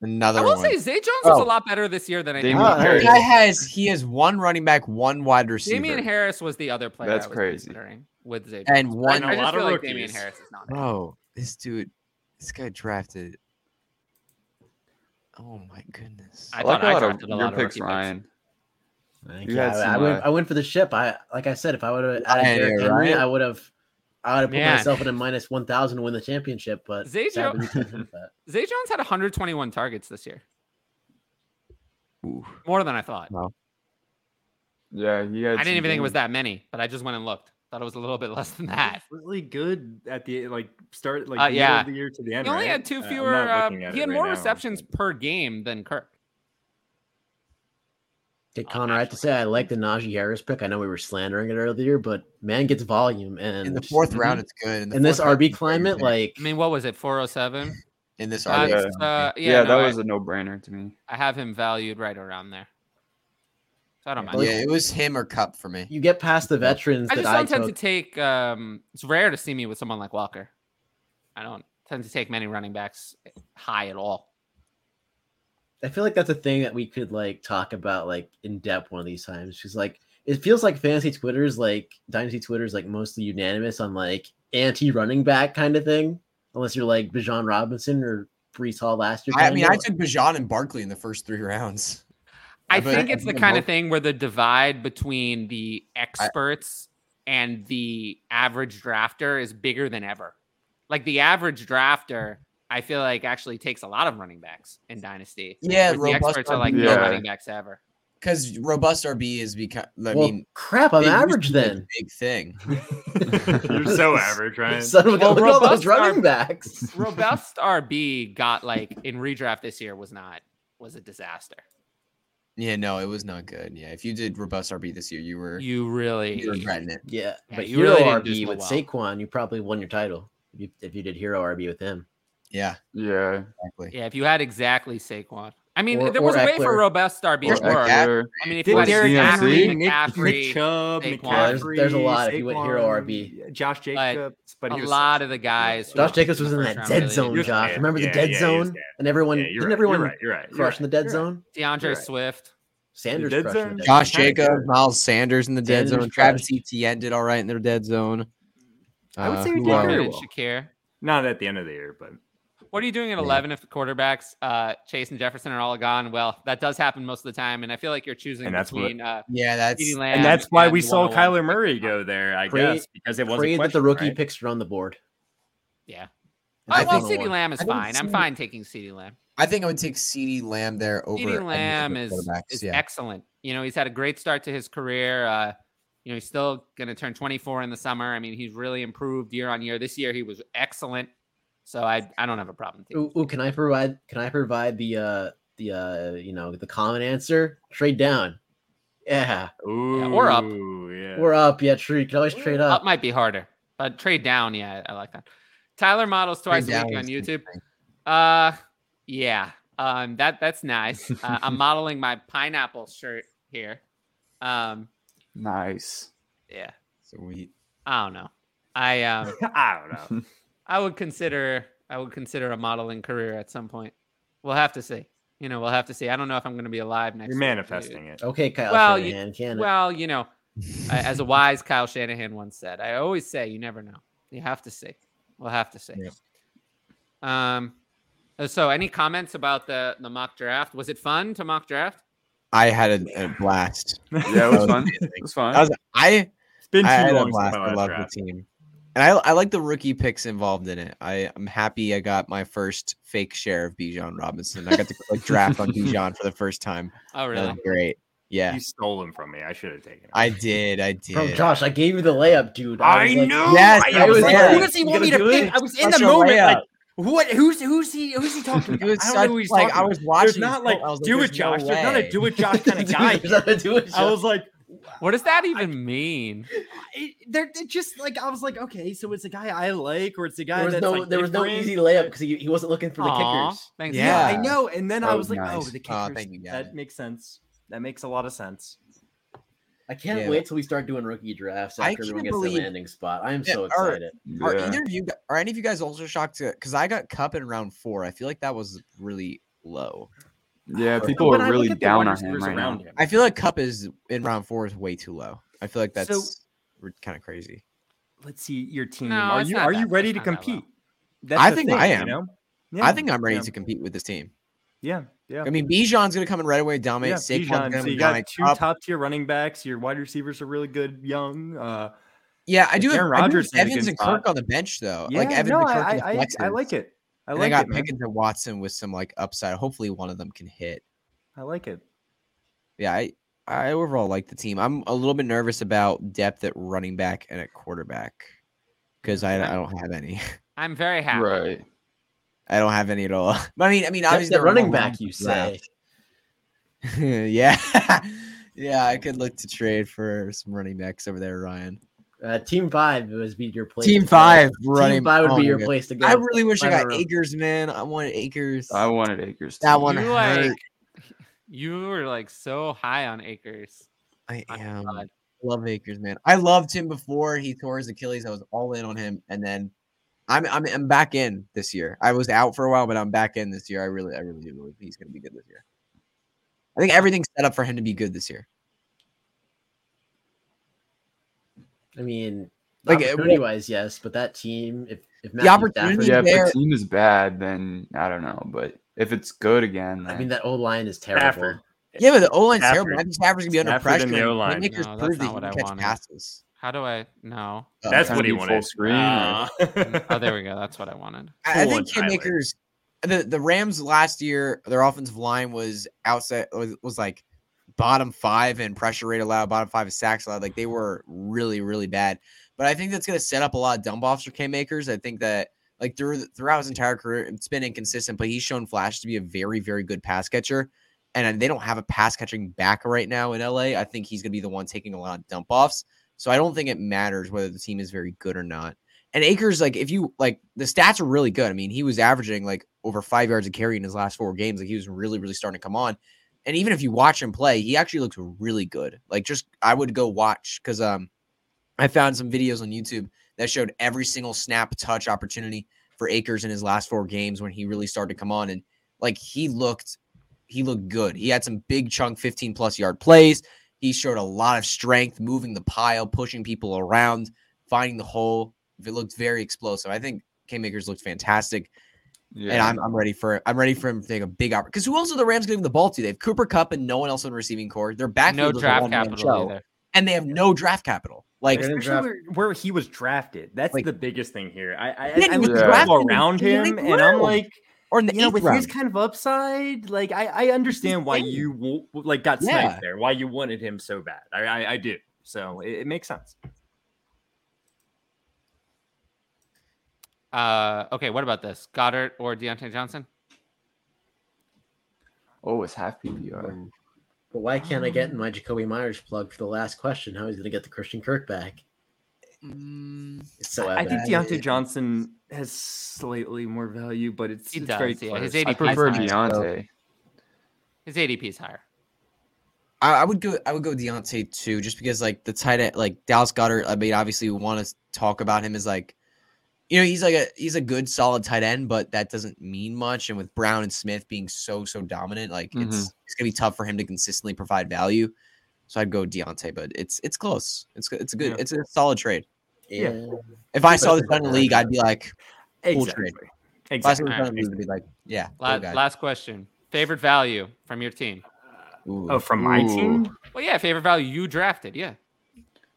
Speaker 2: Another
Speaker 1: I will
Speaker 2: one.
Speaker 1: say Zay Jones is
Speaker 2: Oh.
Speaker 1: a lot better this year than I
Speaker 5: Damian
Speaker 1: thought.
Speaker 3: Harris.
Speaker 2: The guy has he has one running back, one wide receiver,
Speaker 1: Damian Harris was the other player.
Speaker 5: That's
Speaker 1: I was
Speaker 5: crazy.
Speaker 1: considering With Zay Jones.
Speaker 2: and one.
Speaker 1: I, I
Speaker 7: a
Speaker 1: just
Speaker 7: lot of
Speaker 1: feel like Damian
Speaker 7: rookies.
Speaker 1: Harris is not. it.
Speaker 2: Bro, this dude, this guy drafted. Oh my goodness!
Speaker 1: I
Speaker 5: I,
Speaker 1: thought
Speaker 5: like a
Speaker 1: I
Speaker 5: lot of
Speaker 1: drafted a
Speaker 5: your
Speaker 1: lot of
Speaker 5: picks,
Speaker 1: rookie picks.
Speaker 5: Ryan.
Speaker 3: Thank
Speaker 5: You
Speaker 3: you.
Speaker 5: had
Speaker 3: I,
Speaker 5: some,
Speaker 3: I went,
Speaker 5: uh,
Speaker 3: I went for the ship. I like I said, if I would have
Speaker 2: Yeah,
Speaker 3: added Derrick
Speaker 2: yeah,
Speaker 3: Henry,
Speaker 2: right?
Speaker 3: I would have I would have put
Speaker 1: Man.
Speaker 3: myself in a minus one thousand to win the championship. But
Speaker 1: Zay
Speaker 3: sadly,
Speaker 1: Jones-
Speaker 3: we
Speaker 2: [LAUGHS]
Speaker 3: can't do that.
Speaker 1: Zay Jones had 121 targets this year,
Speaker 2: Ooh.
Speaker 1: more than I thought.
Speaker 5: Yeah, he had.
Speaker 1: I didn't
Speaker 5: some
Speaker 1: even think it was
Speaker 5: games.
Speaker 1: that many, but I just went and looked. Thought it was a little bit [LAUGHS] less than that.
Speaker 7: He was really good at the like start like
Speaker 1: Uh,
Speaker 7: middle
Speaker 1: yeah.
Speaker 7: of the year to the end.
Speaker 1: He only
Speaker 7: right?
Speaker 1: had two
Speaker 7: Uh, I'm
Speaker 1: fewer.
Speaker 7: not
Speaker 1: Uh,
Speaker 7: looking at
Speaker 1: he
Speaker 7: it
Speaker 1: had
Speaker 7: right
Speaker 1: more
Speaker 7: now. [LAUGHS]
Speaker 1: receptions per game than Kirk.
Speaker 3: Okay, Connor, I have to say I like the Najee Harris pick. I know we were slandering it earlier, but man gets volume and
Speaker 2: in the fourth round, it's good. In, the
Speaker 3: in this
Speaker 2: fourth round,
Speaker 3: RB
Speaker 2: it's very
Speaker 3: climate,
Speaker 2: good.
Speaker 3: like
Speaker 1: I mean, what was
Speaker 7: [LAUGHS]
Speaker 1: it? 407.
Speaker 2: in this
Speaker 1: Uh,
Speaker 2: RB,
Speaker 5: Yeah.
Speaker 2: climate,
Speaker 1: uh, yeah,
Speaker 5: Yeah,
Speaker 1: no,
Speaker 5: that
Speaker 1: I-
Speaker 5: was a no-brainer to me.
Speaker 1: I have him valued right around there. So I don't mind.
Speaker 2: yeah, it was him or Cup for me.
Speaker 3: you get past the veterans
Speaker 1: I
Speaker 3: that
Speaker 1: just
Speaker 3: I
Speaker 1: don't tend to
Speaker 3: took.
Speaker 1: take. Um, it's rare to see me with someone like Walker. I don't tend to take many running backs high at all.
Speaker 3: I feel like that's a thing that we could like talk about like in depth one of these times. Because like it feels like fantasy Twitter's like dynasty Twitter's like mostly unanimous on like anti running back kind of thing, unless you're like Bijan Robinson or Brees Hall last year.
Speaker 2: I
Speaker 3: kinda.
Speaker 2: mean, I took Bajan and Barkley in the first
Speaker 1: [LAUGHS]
Speaker 2: three rounds.
Speaker 1: I
Speaker 2: But-
Speaker 1: think it's the kind of thing where the divide between the experts and the average drafter is bigger than ever. Like the average drafter, I feel like actually takes a lot of running backs in Dynasty. whereas
Speaker 2: Yeah,
Speaker 1: the
Speaker 2: robust
Speaker 1: experts are like no
Speaker 5: Yeah.
Speaker 1: running backs ever.
Speaker 2: because robust RB is because I
Speaker 3: well,
Speaker 2: mean
Speaker 3: crap, I'm
Speaker 2: it used to
Speaker 3: average
Speaker 2: be a [LAUGHS]
Speaker 3: then.
Speaker 2: big thing.
Speaker 7: You're
Speaker 1: [LAUGHS]
Speaker 7: so average, Ryan.
Speaker 3: Son of
Speaker 1: Well,
Speaker 3: a gun, look at all those
Speaker 1: robust are-
Speaker 3: running
Speaker 2: [LAUGHS]
Speaker 3: backs.
Speaker 1: Robust RB got like in redraft this year was not was a disaster.
Speaker 2: Yeah, no, it was not good. Yeah, if you did robust RB this year, you were you
Speaker 1: You really
Speaker 2: were regretting it.
Speaker 3: Yeah,
Speaker 1: Yeah,
Speaker 3: but
Speaker 1: you
Speaker 3: Hero
Speaker 1: really didn't do
Speaker 3: RB
Speaker 1: so
Speaker 3: with
Speaker 1: well.
Speaker 3: Saquon, you probably won your title if you, if you did Hero RB with him.
Speaker 2: Yeah,
Speaker 5: Yeah.
Speaker 2: exactly.
Speaker 1: yeah. If you had exactly Saquon, I mean,
Speaker 3: Or-
Speaker 1: there
Speaker 3: or
Speaker 1: was a way for
Speaker 3: Eckler.
Speaker 1: robust RB
Speaker 2: Or
Speaker 1: to work.
Speaker 2: Eckler.
Speaker 1: I
Speaker 5: Eckler.
Speaker 1: mean, if you
Speaker 7: Didn't
Speaker 1: had
Speaker 7: Derrick
Speaker 1: exactly
Speaker 7: Henry,
Speaker 5: CMC?
Speaker 7: Nick,
Speaker 1: McCaffrey,
Speaker 7: Nick Chubb,
Speaker 1: Saquon.
Speaker 3: Yeah, there's-
Speaker 7: McCaffrey,
Speaker 3: there's a lot if you went hero
Speaker 7: Saquon,
Speaker 3: RB.
Speaker 7: Josh Jacobs, but
Speaker 1: a
Speaker 7: he was-
Speaker 1: lot of the guys. who
Speaker 3: Josh
Speaker 1: were
Speaker 3: Jacobs
Speaker 1: in
Speaker 3: was
Speaker 1: the
Speaker 3: in
Speaker 1: first
Speaker 3: that
Speaker 1: round
Speaker 3: dead
Speaker 1: really
Speaker 3: zone,
Speaker 1: didn't-
Speaker 7: You're
Speaker 3: Josh.
Speaker 7: bad.
Speaker 3: Remember the
Speaker 7: Yeah,
Speaker 3: dead
Speaker 7: yeah, he was
Speaker 3: zone?
Speaker 7: bad.
Speaker 3: And everyone,
Speaker 7: Yeah, you're
Speaker 3: didn't
Speaker 7: right,
Speaker 3: everyone
Speaker 7: You're right. You're right. You're
Speaker 3: crush in the
Speaker 7: right.
Speaker 3: dead
Speaker 7: You're right.
Speaker 3: zone?
Speaker 1: DeAndre
Speaker 7: You're right.
Speaker 1: Swift.
Speaker 3: Sanders
Speaker 7: dead
Speaker 3: crushed in
Speaker 7: zone?
Speaker 3: the dead
Speaker 2: Josh
Speaker 3: zone.
Speaker 2: Jacobs, Miles Sanders in the dead
Speaker 3: Sanders
Speaker 2: zone. Travis Etienne did all right in their dead zone.
Speaker 7: I would
Speaker 2: Uh,
Speaker 7: say
Speaker 2: who
Speaker 7: he did
Speaker 2: are
Speaker 7: very
Speaker 2: we?
Speaker 1: Did
Speaker 7: well.
Speaker 1: Shakir.
Speaker 7: Not at the end of the year, but
Speaker 1: What are you doing at 11 if the quarterbacks, uh, Chase and Jefferson, are all gone? Well, that does happen most of the time. And I feel like you're choosing
Speaker 7: And that's what-
Speaker 1: between uh,
Speaker 2: Yeah, that's
Speaker 1: CeeDee Lamb
Speaker 7: and that's why
Speaker 1: and oh
Speaker 7: we
Speaker 1: the
Speaker 7: saw
Speaker 1: 101.
Speaker 7: Kyler Murray go there, I
Speaker 3: Pray-
Speaker 7: guess, because it wasn't
Speaker 3: Pray that the
Speaker 7: question,
Speaker 3: rookie
Speaker 7: right?
Speaker 3: picks are on the board.
Speaker 1: Yeah.
Speaker 3: I
Speaker 1: Oh, well,
Speaker 3: think-
Speaker 1: CeeDee Lamb is
Speaker 2: I think
Speaker 1: fine. I'm
Speaker 2: CeeDee
Speaker 1: fine taking CeeDee Lamb.
Speaker 2: I think I would take CeeDee Lamb there over any
Speaker 1: CeeDee
Speaker 2: other
Speaker 1: Lamb is,
Speaker 2: quarterbacks,
Speaker 1: is
Speaker 2: yeah.
Speaker 1: excellent. You know, he's had a great start to his career. Uh, you know, he's still going to turn 24 in the summer. I mean, he's really improved year on year. This year, he was excellent. So I, I don't have a problem. Taking
Speaker 3: Ooh, ooh, can I provide? Can I provide the uh the uh you know the common answer? Trade down. Yeah,
Speaker 7: Ooh,
Speaker 1: Yeah, or up.
Speaker 7: Yeah.
Speaker 3: we're up. Yeah, true. You can always trade
Speaker 1: Up.
Speaker 3: up.
Speaker 1: might be harder, but trade down. Yeah, I like that. Tyler models twice a
Speaker 2: down
Speaker 1: week on
Speaker 2: is
Speaker 1: YouTube. Uh, yeah. Um, that that's nice. Uh, I'm modeling my pineapple shirt here. Um,
Speaker 5: Nice.
Speaker 1: yeah.
Speaker 2: Sweet.
Speaker 1: I don't know. I um,
Speaker 7: I don't know.
Speaker 1: I would consider I would consider a modeling career at some point. We'll have to see. You know, we'll have to see. I don't know if I'm going to be alive next.
Speaker 7: You're
Speaker 1: week.
Speaker 7: manifesting it.
Speaker 3: Okay, Kyle
Speaker 1: Well, you-
Speaker 3: Shanahan. Can it?
Speaker 1: Well, you know, I- as a wise Kyle Shanahan once said, I always say you never know. You have to see. We'll have to see.
Speaker 2: Yeah.
Speaker 1: Um so any comments about the the mock draft? Was it fun to mock draft?
Speaker 2: [LAUGHS] I had a, a blast.
Speaker 5: Yeah, it was
Speaker 2: [LAUGHS]
Speaker 5: fun. It
Speaker 2: amazing.
Speaker 5: was fun.
Speaker 2: I was- I
Speaker 7: It's been too
Speaker 2: I had a
Speaker 7: long since
Speaker 2: blast.
Speaker 7: my
Speaker 2: I
Speaker 7: last
Speaker 2: love
Speaker 7: draft.
Speaker 2: the team. And I, I like the rookie picks involved in it. I, I'm happy I got my first fake share of Bijan Robinson. I got to click draft
Speaker 1: [LAUGHS]
Speaker 2: on Bijan for the first time.
Speaker 1: Oh
Speaker 2: That
Speaker 1: really?
Speaker 2: was great. Yeah,
Speaker 7: You stole him from me. I should have taken him.
Speaker 2: I did. I did.
Speaker 3: Bro, Josh, I gave you the layup, dude.
Speaker 7: I
Speaker 3: was like-
Speaker 7: know.
Speaker 2: Yes,
Speaker 7: I
Speaker 2: I
Speaker 7: was
Speaker 2: was
Speaker 7: like,
Speaker 2: there.
Speaker 7: who does he
Speaker 3: You
Speaker 7: want me to
Speaker 3: gonna do
Speaker 7: pick?
Speaker 3: it?
Speaker 7: I was in
Speaker 2: Such
Speaker 7: the
Speaker 2: a
Speaker 7: moment.
Speaker 2: layup.
Speaker 7: Like, what? Who's who's he? Who's he talking
Speaker 2: It
Speaker 7: about?
Speaker 2: was
Speaker 7: I don't
Speaker 2: such-
Speaker 7: know who he's
Speaker 2: like
Speaker 7: talking
Speaker 2: I was
Speaker 7: about.
Speaker 2: watching.
Speaker 7: There's not
Speaker 2: this
Speaker 7: like
Speaker 2: clip, I was
Speaker 7: do it,
Speaker 2: there's no
Speaker 7: Josh. There's not a
Speaker 2: way.
Speaker 7: do it, Josh kind of
Speaker 3: [LAUGHS] Dude,
Speaker 7: guy.
Speaker 3: there's nothing to it,
Speaker 7: I
Speaker 4: Oh,
Speaker 3: Josh.
Speaker 7: was like,
Speaker 1: What does that even mean?
Speaker 7: it, they're they're just like I was like, okay, so it's a guy I like, or it's a guy
Speaker 3: There was
Speaker 7: that's
Speaker 3: no,
Speaker 7: like
Speaker 3: there was no
Speaker 7: different.
Speaker 3: easy layup because he, he wasn't looking for the
Speaker 1: Aw,
Speaker 3: kickers.
Speaker 1: thanks.
Speaker 2: Yeah.
Speaker 7: I know. And then
Speaker 5: That
Speaker 7: I was
Speaker 5: was
Speaker 7: like, oh,
Speaker 5: nice.
Speaker 7: the kickers.
Speaker 2: Aw, thank you, Gavin.
Speaker 7: that makes sense. That makes a lot of sense.
Speaker 3: I can't
Speaker 2: Yeah.
Speaker 3: wait till we start doing rookie drafts
Speaker 2: I
Speaker 3: after everyone
Speaker 2: can't
Speaker 3: gets
Speaker 2: believe-
Speaker 3: their landing spot. I am
Speaker 2: Yeah,
Speaker 3: so
Speaker 2: all right.
Speaker 3: excited.
Speaker 2: Are
Speaker 5: Yeah.
Speaker 2: either of you gu- are any of you guys also shocked? Because I got Cup in round four. I feel like that was really low.
Speaker 5: Yeah,
Speaker 2: But
Speaker 5: people
Speaker 7: When I
Speaker 5: are
Speaker 7: look
Speaker 5: really
Speaker 7: at the
Speaker 5: down
Speaker 7: wide
Speaker 5: on him
Speaker 7: receivers
Speaker 5: right
Speaker 7: around
Speaker 5: now.
Speaker 7: him,
Speaker 2: I feel like Cup is in round four is way too low. I feel like
Speaker 7: So-
Speaker 2: that's kind of crazy.
Speaker 7: Let's see your team.
Speaker 1: No,
Speaker 7: are
Speaker 1: it's
Speaker 7: you
Speaker 1: not
Speaker 7: are
Speaker 1: that-
Speaker 7: you ready
Speaker 1: it's
Speaker 7: to
Speaker 1: not that low.
Speaker 7: compete? That's
Speaker 2: I
Speaker 7: the
Speaker 2: think
Speaker 7: thing,
Speaker 2: I
Speaker 7: you
Speaker 2: am.
Speaker 7: know?
Speaker 2: I
Speaker 7: Yeah,
Speaker 2: think I'm ready
Speaker 7: yeah,
Speaker 2: to compete with this team.
Speaker 7: Yeah, yeah.
Speaker 2: I mean, Bijan's going to come in right away, and dominate.
Speaker 7: Yeah, Bijan.
Speaker 2: Saquon's going to
Speaker 7: So you got
Speaker 2: dominate.
Speaker 7: two
Speaker 2: Kupp.
Speaker 7: top tier running backs. Your wide receivers are really good, young. Uh,
Speaker 2: yeah, I
Speaker 7: if
Speaker 2: do. Have,
Speaker 7: Aaron
Speaker 2: I do have
Speaker 7: Rodgers is in a
Speaker 2: Evans
Speaker 7: good
Speaker 2: and Kirk
Speaker 7: spot.
Speaker 2: on the bench though.
Speaker 7: yeah,
Speaker 2: like Evans
Speaker 7: no,
Speaker 2: and Kirk
Speaker 7: I,
Speaker 2: and
Speaker 7: I, I, I like it. I
Speaker 2: And
Speaker 7: like
Speaker 2: I got
Speaker 7: it. man.
Speaker 2: Pickens and Watson with some like upside. Hopefully, one of them can hit.
Speaker 7: I like it.
Speaker 2: Yeah, I I overall like the team. I'm a little bit nervous about depth at running back and at quarterback because I, I don't have any. [LAUGHS]
Speaker 1: I'm very happy.
Speaker 5: Right.
Speaker 2: I don't have any at all. [LAUGHS] But I mean, I mean,
Speaker 3: That's
Speaker 2: obviously
Speaker 3: the
Speaker 2: there were
Speaker 3: running
Speaker 2: more
Speaker 3: back, you say.
Speaker 2: rounds left. [LAUGHS] yeah, yeah. I could look to trade for some running backs over there, Ryan.
Speaker 3: Uh, team five was be your place.
Speaker 2: Team
Speaker 3: to go.
Speaker 2: five running.
Speaker 3: Team five would
Speaker 2: oh
Speaker 3: be
Speaker 2: my
Speaker 3: your
Speaker 2: God.
Speaker 3: place to go.
Speaker 2: I really wish I
Speaker 3: Five in
Speaker 2: got
Speaker 3: a row.
Speaker 2: Acres, man. I wanted Acres.
Speaker 5: I wanted Acres.
Speaker 2: that
Speaker 5: too.
Speaker 2: one
Speaker 1: You
Speaker 2: hurt.
Speaker 1: like you were like so high on acres.
Speaker 2: I
Speaker 1: Oh,
Speaker 2: am.
Speaker 1: God.
Speaker 2: love Akers, man. I loved him before he tore his Achilles. I was all in on him, and then I'm I'm, I'm back in this year. I was out for a while, but I'm back in this year. I really I really do believe he's going to be good this year. I think everything's set up for him to be good this year.
Speaker 3: I mean,
Speaker 2: Like,
Speaker 3: like
Speaker 2: it-
Speaker 3: opportunity wise, yes, but that team, if if
Speaker 2: The
Speaker 3: Matthew
Speaker 2: opportunity-
Speaker 3: Stafford,
Speaker 5: yeah, if
Speaker 2: There-
Speaker 5: the team is bad, then I don't know. But if it's good again,
Speaker 3: I
Speaker 5: then-
Speaker 3: mean that old line is terrible.
Speaker 4: Stafford.
Speaker 2: Yeah, but the O line's
Speaker 4: Stafford.
Speaker 2: terrible. Matthew Stafford's gonna be under
Speaker 4: Stafford
Speaker 2: pressure.
Speaker 4: and the O-line.
Speaker 1: No,
Speaker 2: Playmakers
Speaker 1: that's
Speaker 2: proved that
Speaker 1: not
Speaker 2: he
Speaker 1: what
Speaker 2: can
Speaker 1: I
Speaker 2: catch
Speaker 1: wanted.
Speaker 2: passes.
Speaker 1: How do I? No.
Speaker 2: Uh,
Speaker 4: That's
Speaker 5: Kinda
Speaker 4: what he
Speaker 5: be full
Speaker 4: wanted.
Speaker 5: screen or-
Speaker 2: [LAUGHS]
Speaker 1: Oh, there we go. That's what I wanted.
Speaker 2: I, I
Speaker 4: full
Speaker 2: think
Speaker 4: on Tyler.
Speaker 2: Playmakers. The the Rams last year, their offensive line was outside was, was like bottom five and pressure rate allowed, bottom five is sacks allowed. Like they were really really bad. But I think that's gonna set up a lot of dump offs for Playmakers. I think that like through, throughout his entire career, it's been inconsistent, but he's shown flash to be a very very good pass catcher. And uh, they don't have a pass catching back right now in LA. I think he's gonna be the one taking a lot of dump offs. So I don't think it matters whether the team is very good or not. And Akers, like, if you like, the stats are really good. I mean, he was averaging like over five yards a carry in his last four games. Like, he was really, really starting to come on. And even if you watch him play, he actually looks really good. Like, just I would go watch because um, I found some videos on YouTube that showed every single snap touch opportunity for Akers in his last four games when he really started to come on. And like, he looked, he looked good. He had some big chunk 15 plus yard plays. He showed a lot of strength, moving the pile, pushing people around, finding the hole. It looked very explosive. I think K Makers looked fantastic,
Speaker 5: yeah.
Speaker 2: and I'm, I'm ready for I'm ready for him to take a big opportunity. Because who else are the Rams giving the ball to? They have Cooper Cup and no one else in the receiving core. Their
Speaker 1: no
Speaker 2: backfield is a
Speaker 1: draft
Speaker 2: one-man
Speaker 1: capital
Speaker 2: show,
Speaker 1: either.
Speaker 2: and they have no draft capital. Like
Speaker 3: They're gonna
Speaker 4: Especially
Speaker 3: draft-
Speaker 4: where, where he was drafted. That's
Speaker 2: Like-
Speaker 4: the biggest thing here. I I, I,
Speaker 2: Yeah,
Speaker 4: I
Speaker 2: he was
Speaker 4: look at
Speaker 5: drafted
Speaker 4: people
Speaker 2: in the
Speaker 4: around him,
Speaker 2: ninth
Speaker 4: and I'm
Speaker 2: round.
Speaker 4: like,
Speaker 2: or in the
Speaker 4: you know,
Speaker 2: eighth
Speaker 4: with his
Speaker 2: round.
Speaker 4: kind of upside, like I, I understand why
Speaker 2: thing.
Speaker 4: you w- like got
Speaker 2: Yeah.
Speaker 4: sniped there, why you wanted him so bad. I I, I do. So it, it makes sense.
Speaker 1: Uh, okay, what about this? Goddard or Deontay Johnson?
Speaker 5: oh, it's half PPR.
Speaker 3: Um, But why can't I get
Speaker 2: Oh.
Speaker 3: in my Jacoby Myers plug for the last question? How he's going to get the Christian Kirk back?
Speaker 2: Mm,
Speaker 3: It's so
Speaker 4: I think
Speaker 3: evident.
Speaker 4: Deontay Johnson has slightly more value, but it's,
Speaker 1: He
Speaker 4: it's
Speaker 1: does,
Speaker 4: very
Speaker 1: yeah. His
Speaker 4: close.
Speaker 5: I
Speaker 1: 80
Speaker 5: prefer
Speaker 1: high.
Speaker 5: Deontay.
Speaker 1: His ADP is higher.
Speaker 2: I, I would go I would go Deontay too, just because like the tight end like Dallas Goddard, I mean obviously we want to talk about him as like you know, he's like a he's a good solid tight end, but that doesn't mean much. And with Brown and Smith being so so dominant, like it's
Speaker 4: Mm-hmm.
Speaker 2: it's gonna be tough for him to consistently provide value. So I'd go Deontay, but it's it's close. It's go- it's a good
Speaker 4: Yeah.
Speaker 2: it's a solid trade.
Speaker 3: Yeah.
Speaker 2: If I
Speaker 3: But
Speaker 2: saw
Speaker 3: it's
Speaker 2: this done in the
Speaker 3: not
Speaker 2: league, I'd be like, Cool
Speaker 4: exactly.
Speaker 2: trade. if I saw
Speaker 4: Exactly.
Speaker 2: this
Speaker 1: Alright,
Speaker 2: done in the league, I'd be like, yeah, cool
Speaker 1: La-
Speaker 2: guy.
Speaker 1: last question. Favorite value from your team?
Speaker 2: Ooh.
Speaker 4: Oh, from my
Speaker 5: Ooh.
Speaker 4: team,
Speaker 1: Well, yeah, favorite value you drafted. Yeah.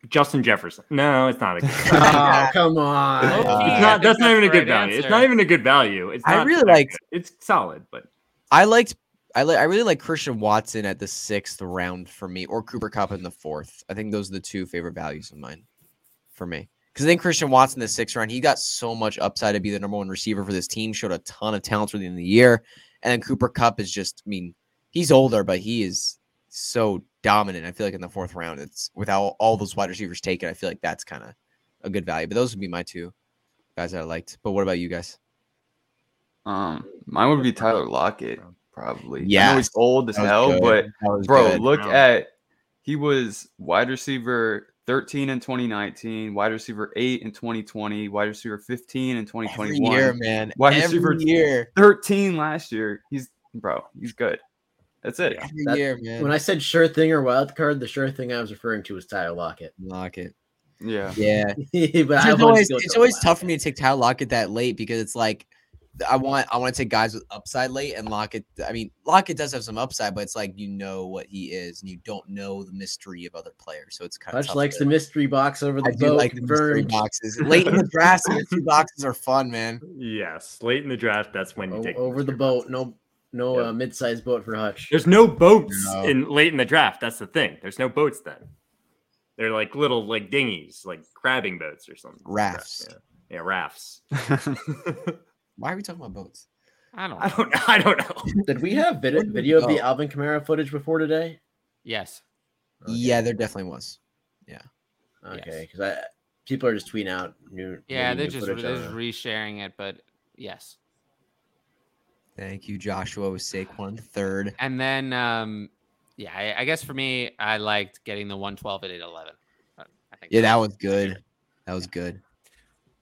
Speaker 4: Justin Jefferson. No,
Speaker 2: [LAUGHS]
Speaker 4: it's not a good.
Speaker 3: Oh, come on.
Speaker 1: Low-key, I
Speaker 4: It's not,
Speaker 1: think
Speaker 4: that's not even a
Speaker 1: the
Speaker 4: good
Speaker 1: right
Speaker 4: value. It's
Speaker 1: answer.
Speaker 4: not even a good value. It's
Speaker 2: I
Speaker 4: not
Speaker 2: really
Speaker 4: that
Speaker 2: liked-
Speaker 4: good. It's solid, but
Speaker 2: I liked I li- I really like Christian Watson at the sixth round for me, or Cooper Cup in the fourth. I think those are the two favorite values of mine for me. Because I think Christian Watson the sixth round, he got so much upside to be the number one receiver for this team, showed a ton of talent within the year. And then Cooper Cup is just, I mean, he's older, but he is so dominant. I feel like in the fourth round, it's without all those wide receivers taken, I feel like that's kind of a good value. But those would be my two guys that I liked. But what about you guys?
Speaker 5: Um, mine would be Tyler Lockett, probably. I
Speaker 2: Yes.
Speaker 5: know he's old as
Speaker 2: That was
Speaker 5: hell,
Speaker 2: good.
Speaker 5: but
Speaker 2: That was
Speaker 5: bro,
Speaker 2: good.
Speaker 5: look
Speaker 4: Wow.
Speaker 5: at he was wide receiver 13 in 2019, wide receiver 8 in 2020, wide receiver 15 in
Speaker 2: every
Speaker 5: 2021,
Speaker 2: year, man.
Speaker 5: Wide receiver-
Speaker 2: every year.
Speaker 5: 13 last year. He's bro, he's good. That's it.
Speaker 4: Yeah.
Speaker 2: Every
Speaker 3: That-
Speaker 2: year, man.
Speaker 3: When I said sure thing or wild card, the sure thing I was referring to was Tyler Lockett. [LAUGHS]
Speaker 2: Lockett.
Speaker 5: Yeah.
Speaker 2: Yeah.
Speaker 3: but I wanted
Speaker 2: It's
Speaker 3: to
Speaker 2: always,
Speaker 3: go with
Speaker 2: it's
Speaker 3: the
Speaker 2: always
Speaker 3: wild
Speaker 2: tough for
Speaker 3: card.
Speaker 2: me to take Tyler Lockett that late because it's like I want I want to take guys with upside late and Lockett. I mean, Lockett does have some upside, but it's like you know what he is and you don't know the mystery of other players. So it's kind of
Speaker 3: Hutch likes the mystery box over
Speaker 2: I
Speaker 3: the
Speaker 2: do
Speaker 3: boat.
Speaker 2: like the mystery
Speaker 3: confirmed.
Speaker 2: boxes. Late in the
Speaker 3: [LAUGHS]
Speaker 2: draft, the mystery boxes are fun, man.
Speaker 4: yes, late in the draft, that's when
Speaker 2: Oh,
Speaker 4: you
Speaker 3: O-
Speaker 4: take
Speaker 3: over the
Speaker 4: Mr.
Speaker 3: boat.
Speaker 4: Watson.
Speaker 3: No, no uh, mid-sized boat for Hutch.
Speaker 4: There's no boats
Speaker 2: No.
Speaker 4: in late in the draft. That's the thing. There's no boats then. They're like little like dinghies, like crabbing boats or something.
Speaker 2: Rafts.
Speaker 4: Yeah, yeah rafts. [LAUGHS]
Speaker 2: [LAUGHS]
Speaker 5: [LAUGHS]
Speaker 2: Why are we talking about boats?
Speaker 1: I don't
Speaker 4: I
Speaker 1: know.
Speaker 4: don't know. I don't know.
Speaker 3: Did we have vid-
Speaker 2: Where'd we
Speaker 3: video of the
Speaker 2: go?
Speaker 3: Alvin Kamara footage before today?
Speaker 1: Yes.
Speaker 3: Okay.
Speaker 2: Yeah, there definitely was.
Speaker 3: Okay, because I people are just tweeting out new.
Speaker 1: Yeah, they're
Speaker 3: maybe new
Speaker 1: just, they're
Speaker 3: footage, I don't
Speaker 1: just
Speaker 3: know.
Speaker 1: resharing it, but yes.
Speaker 2: Thank you, Joshua with Saquon third.
Speaker 1: And then, um, yeah, I, I guess for me, I liked getting the 112 at 811. But I think
Speaker 2: Yeah, that was good. That was good.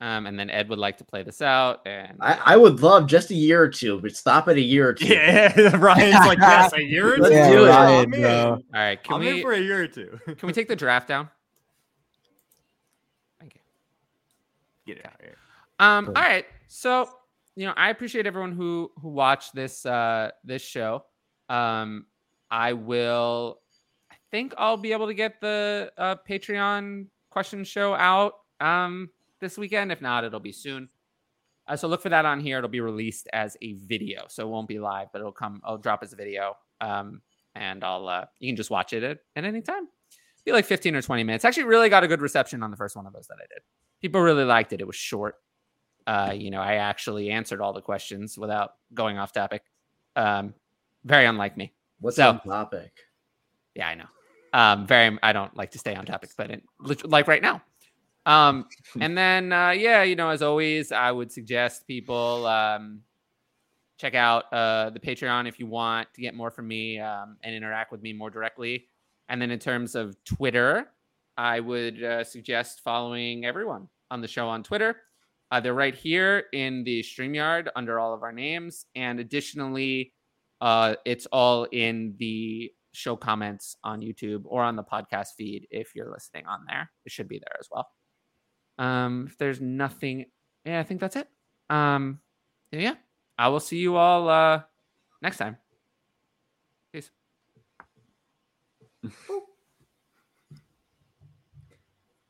Speaker 1: Um, and then Ed would like to play this out. And
Speaker 3: I, I would love just a year or two, but stop at a year or two.
Speaker 4: [LAUGHS] Yeah, [LAUGHS] Ryan's like, yes, a
Speaker 3: [LAUGHS]
Speaker 4: year or two.
Speaker 3: Let's do it.
Speaker 4: I'm
Speaker 2: Ryan, uh,
Speaker 4: in.
Speaker 2: bro.
Speaker 1: all right, can
Speaker 4: [LAUGHS] I'm in
Speaker 1: we
Speaker 4: for a year or two.
Speaker 1: can we take the draft down?
Speaker 7: Get it out of here.
Speaker 1: Um, all right. So, you know, I appreciate everyone who who watched this uh this show. Um I will I think I'll be able to get the uh Patreon question show out um this weekend. If not, it'll be soon. Uh, so look for that on here. It'll be released as a video. So it won't be live, but it'll come I'll drop as a video. Um and I'll uh you can just watch it at, at any time. Be like 15 or 20 minutes. Actually really got a good reception on the first one of those that I did. People really liked it. It was short uh, you know, I actually answered all the questions without going off topic. Um, very unlike me.
Speaker 3: What's
Speaker 1: So-
Speaker 3: on topic?
Speaker 1: Yeah, I know. Um, very. I don't like to stay on topic, but it, lit- like right now. Um, and then uh, yeah, you know, as always, I would suggest people um, check out uh, the Patreon if you want to get more from me um, and interact with me more directly. And then in terms of Twitter, I would uh, suggest following everyone on the show on Twitter. Uh, they're right here in the StreamYard under all of our names. And additionally, uh, it's all in the show comments on YouTube or on the podcast feed if you're listening on there. It should be there as well. Um, if there's nothing, yeah, I think that's it. Um, yeah, I will see you all uh, next time.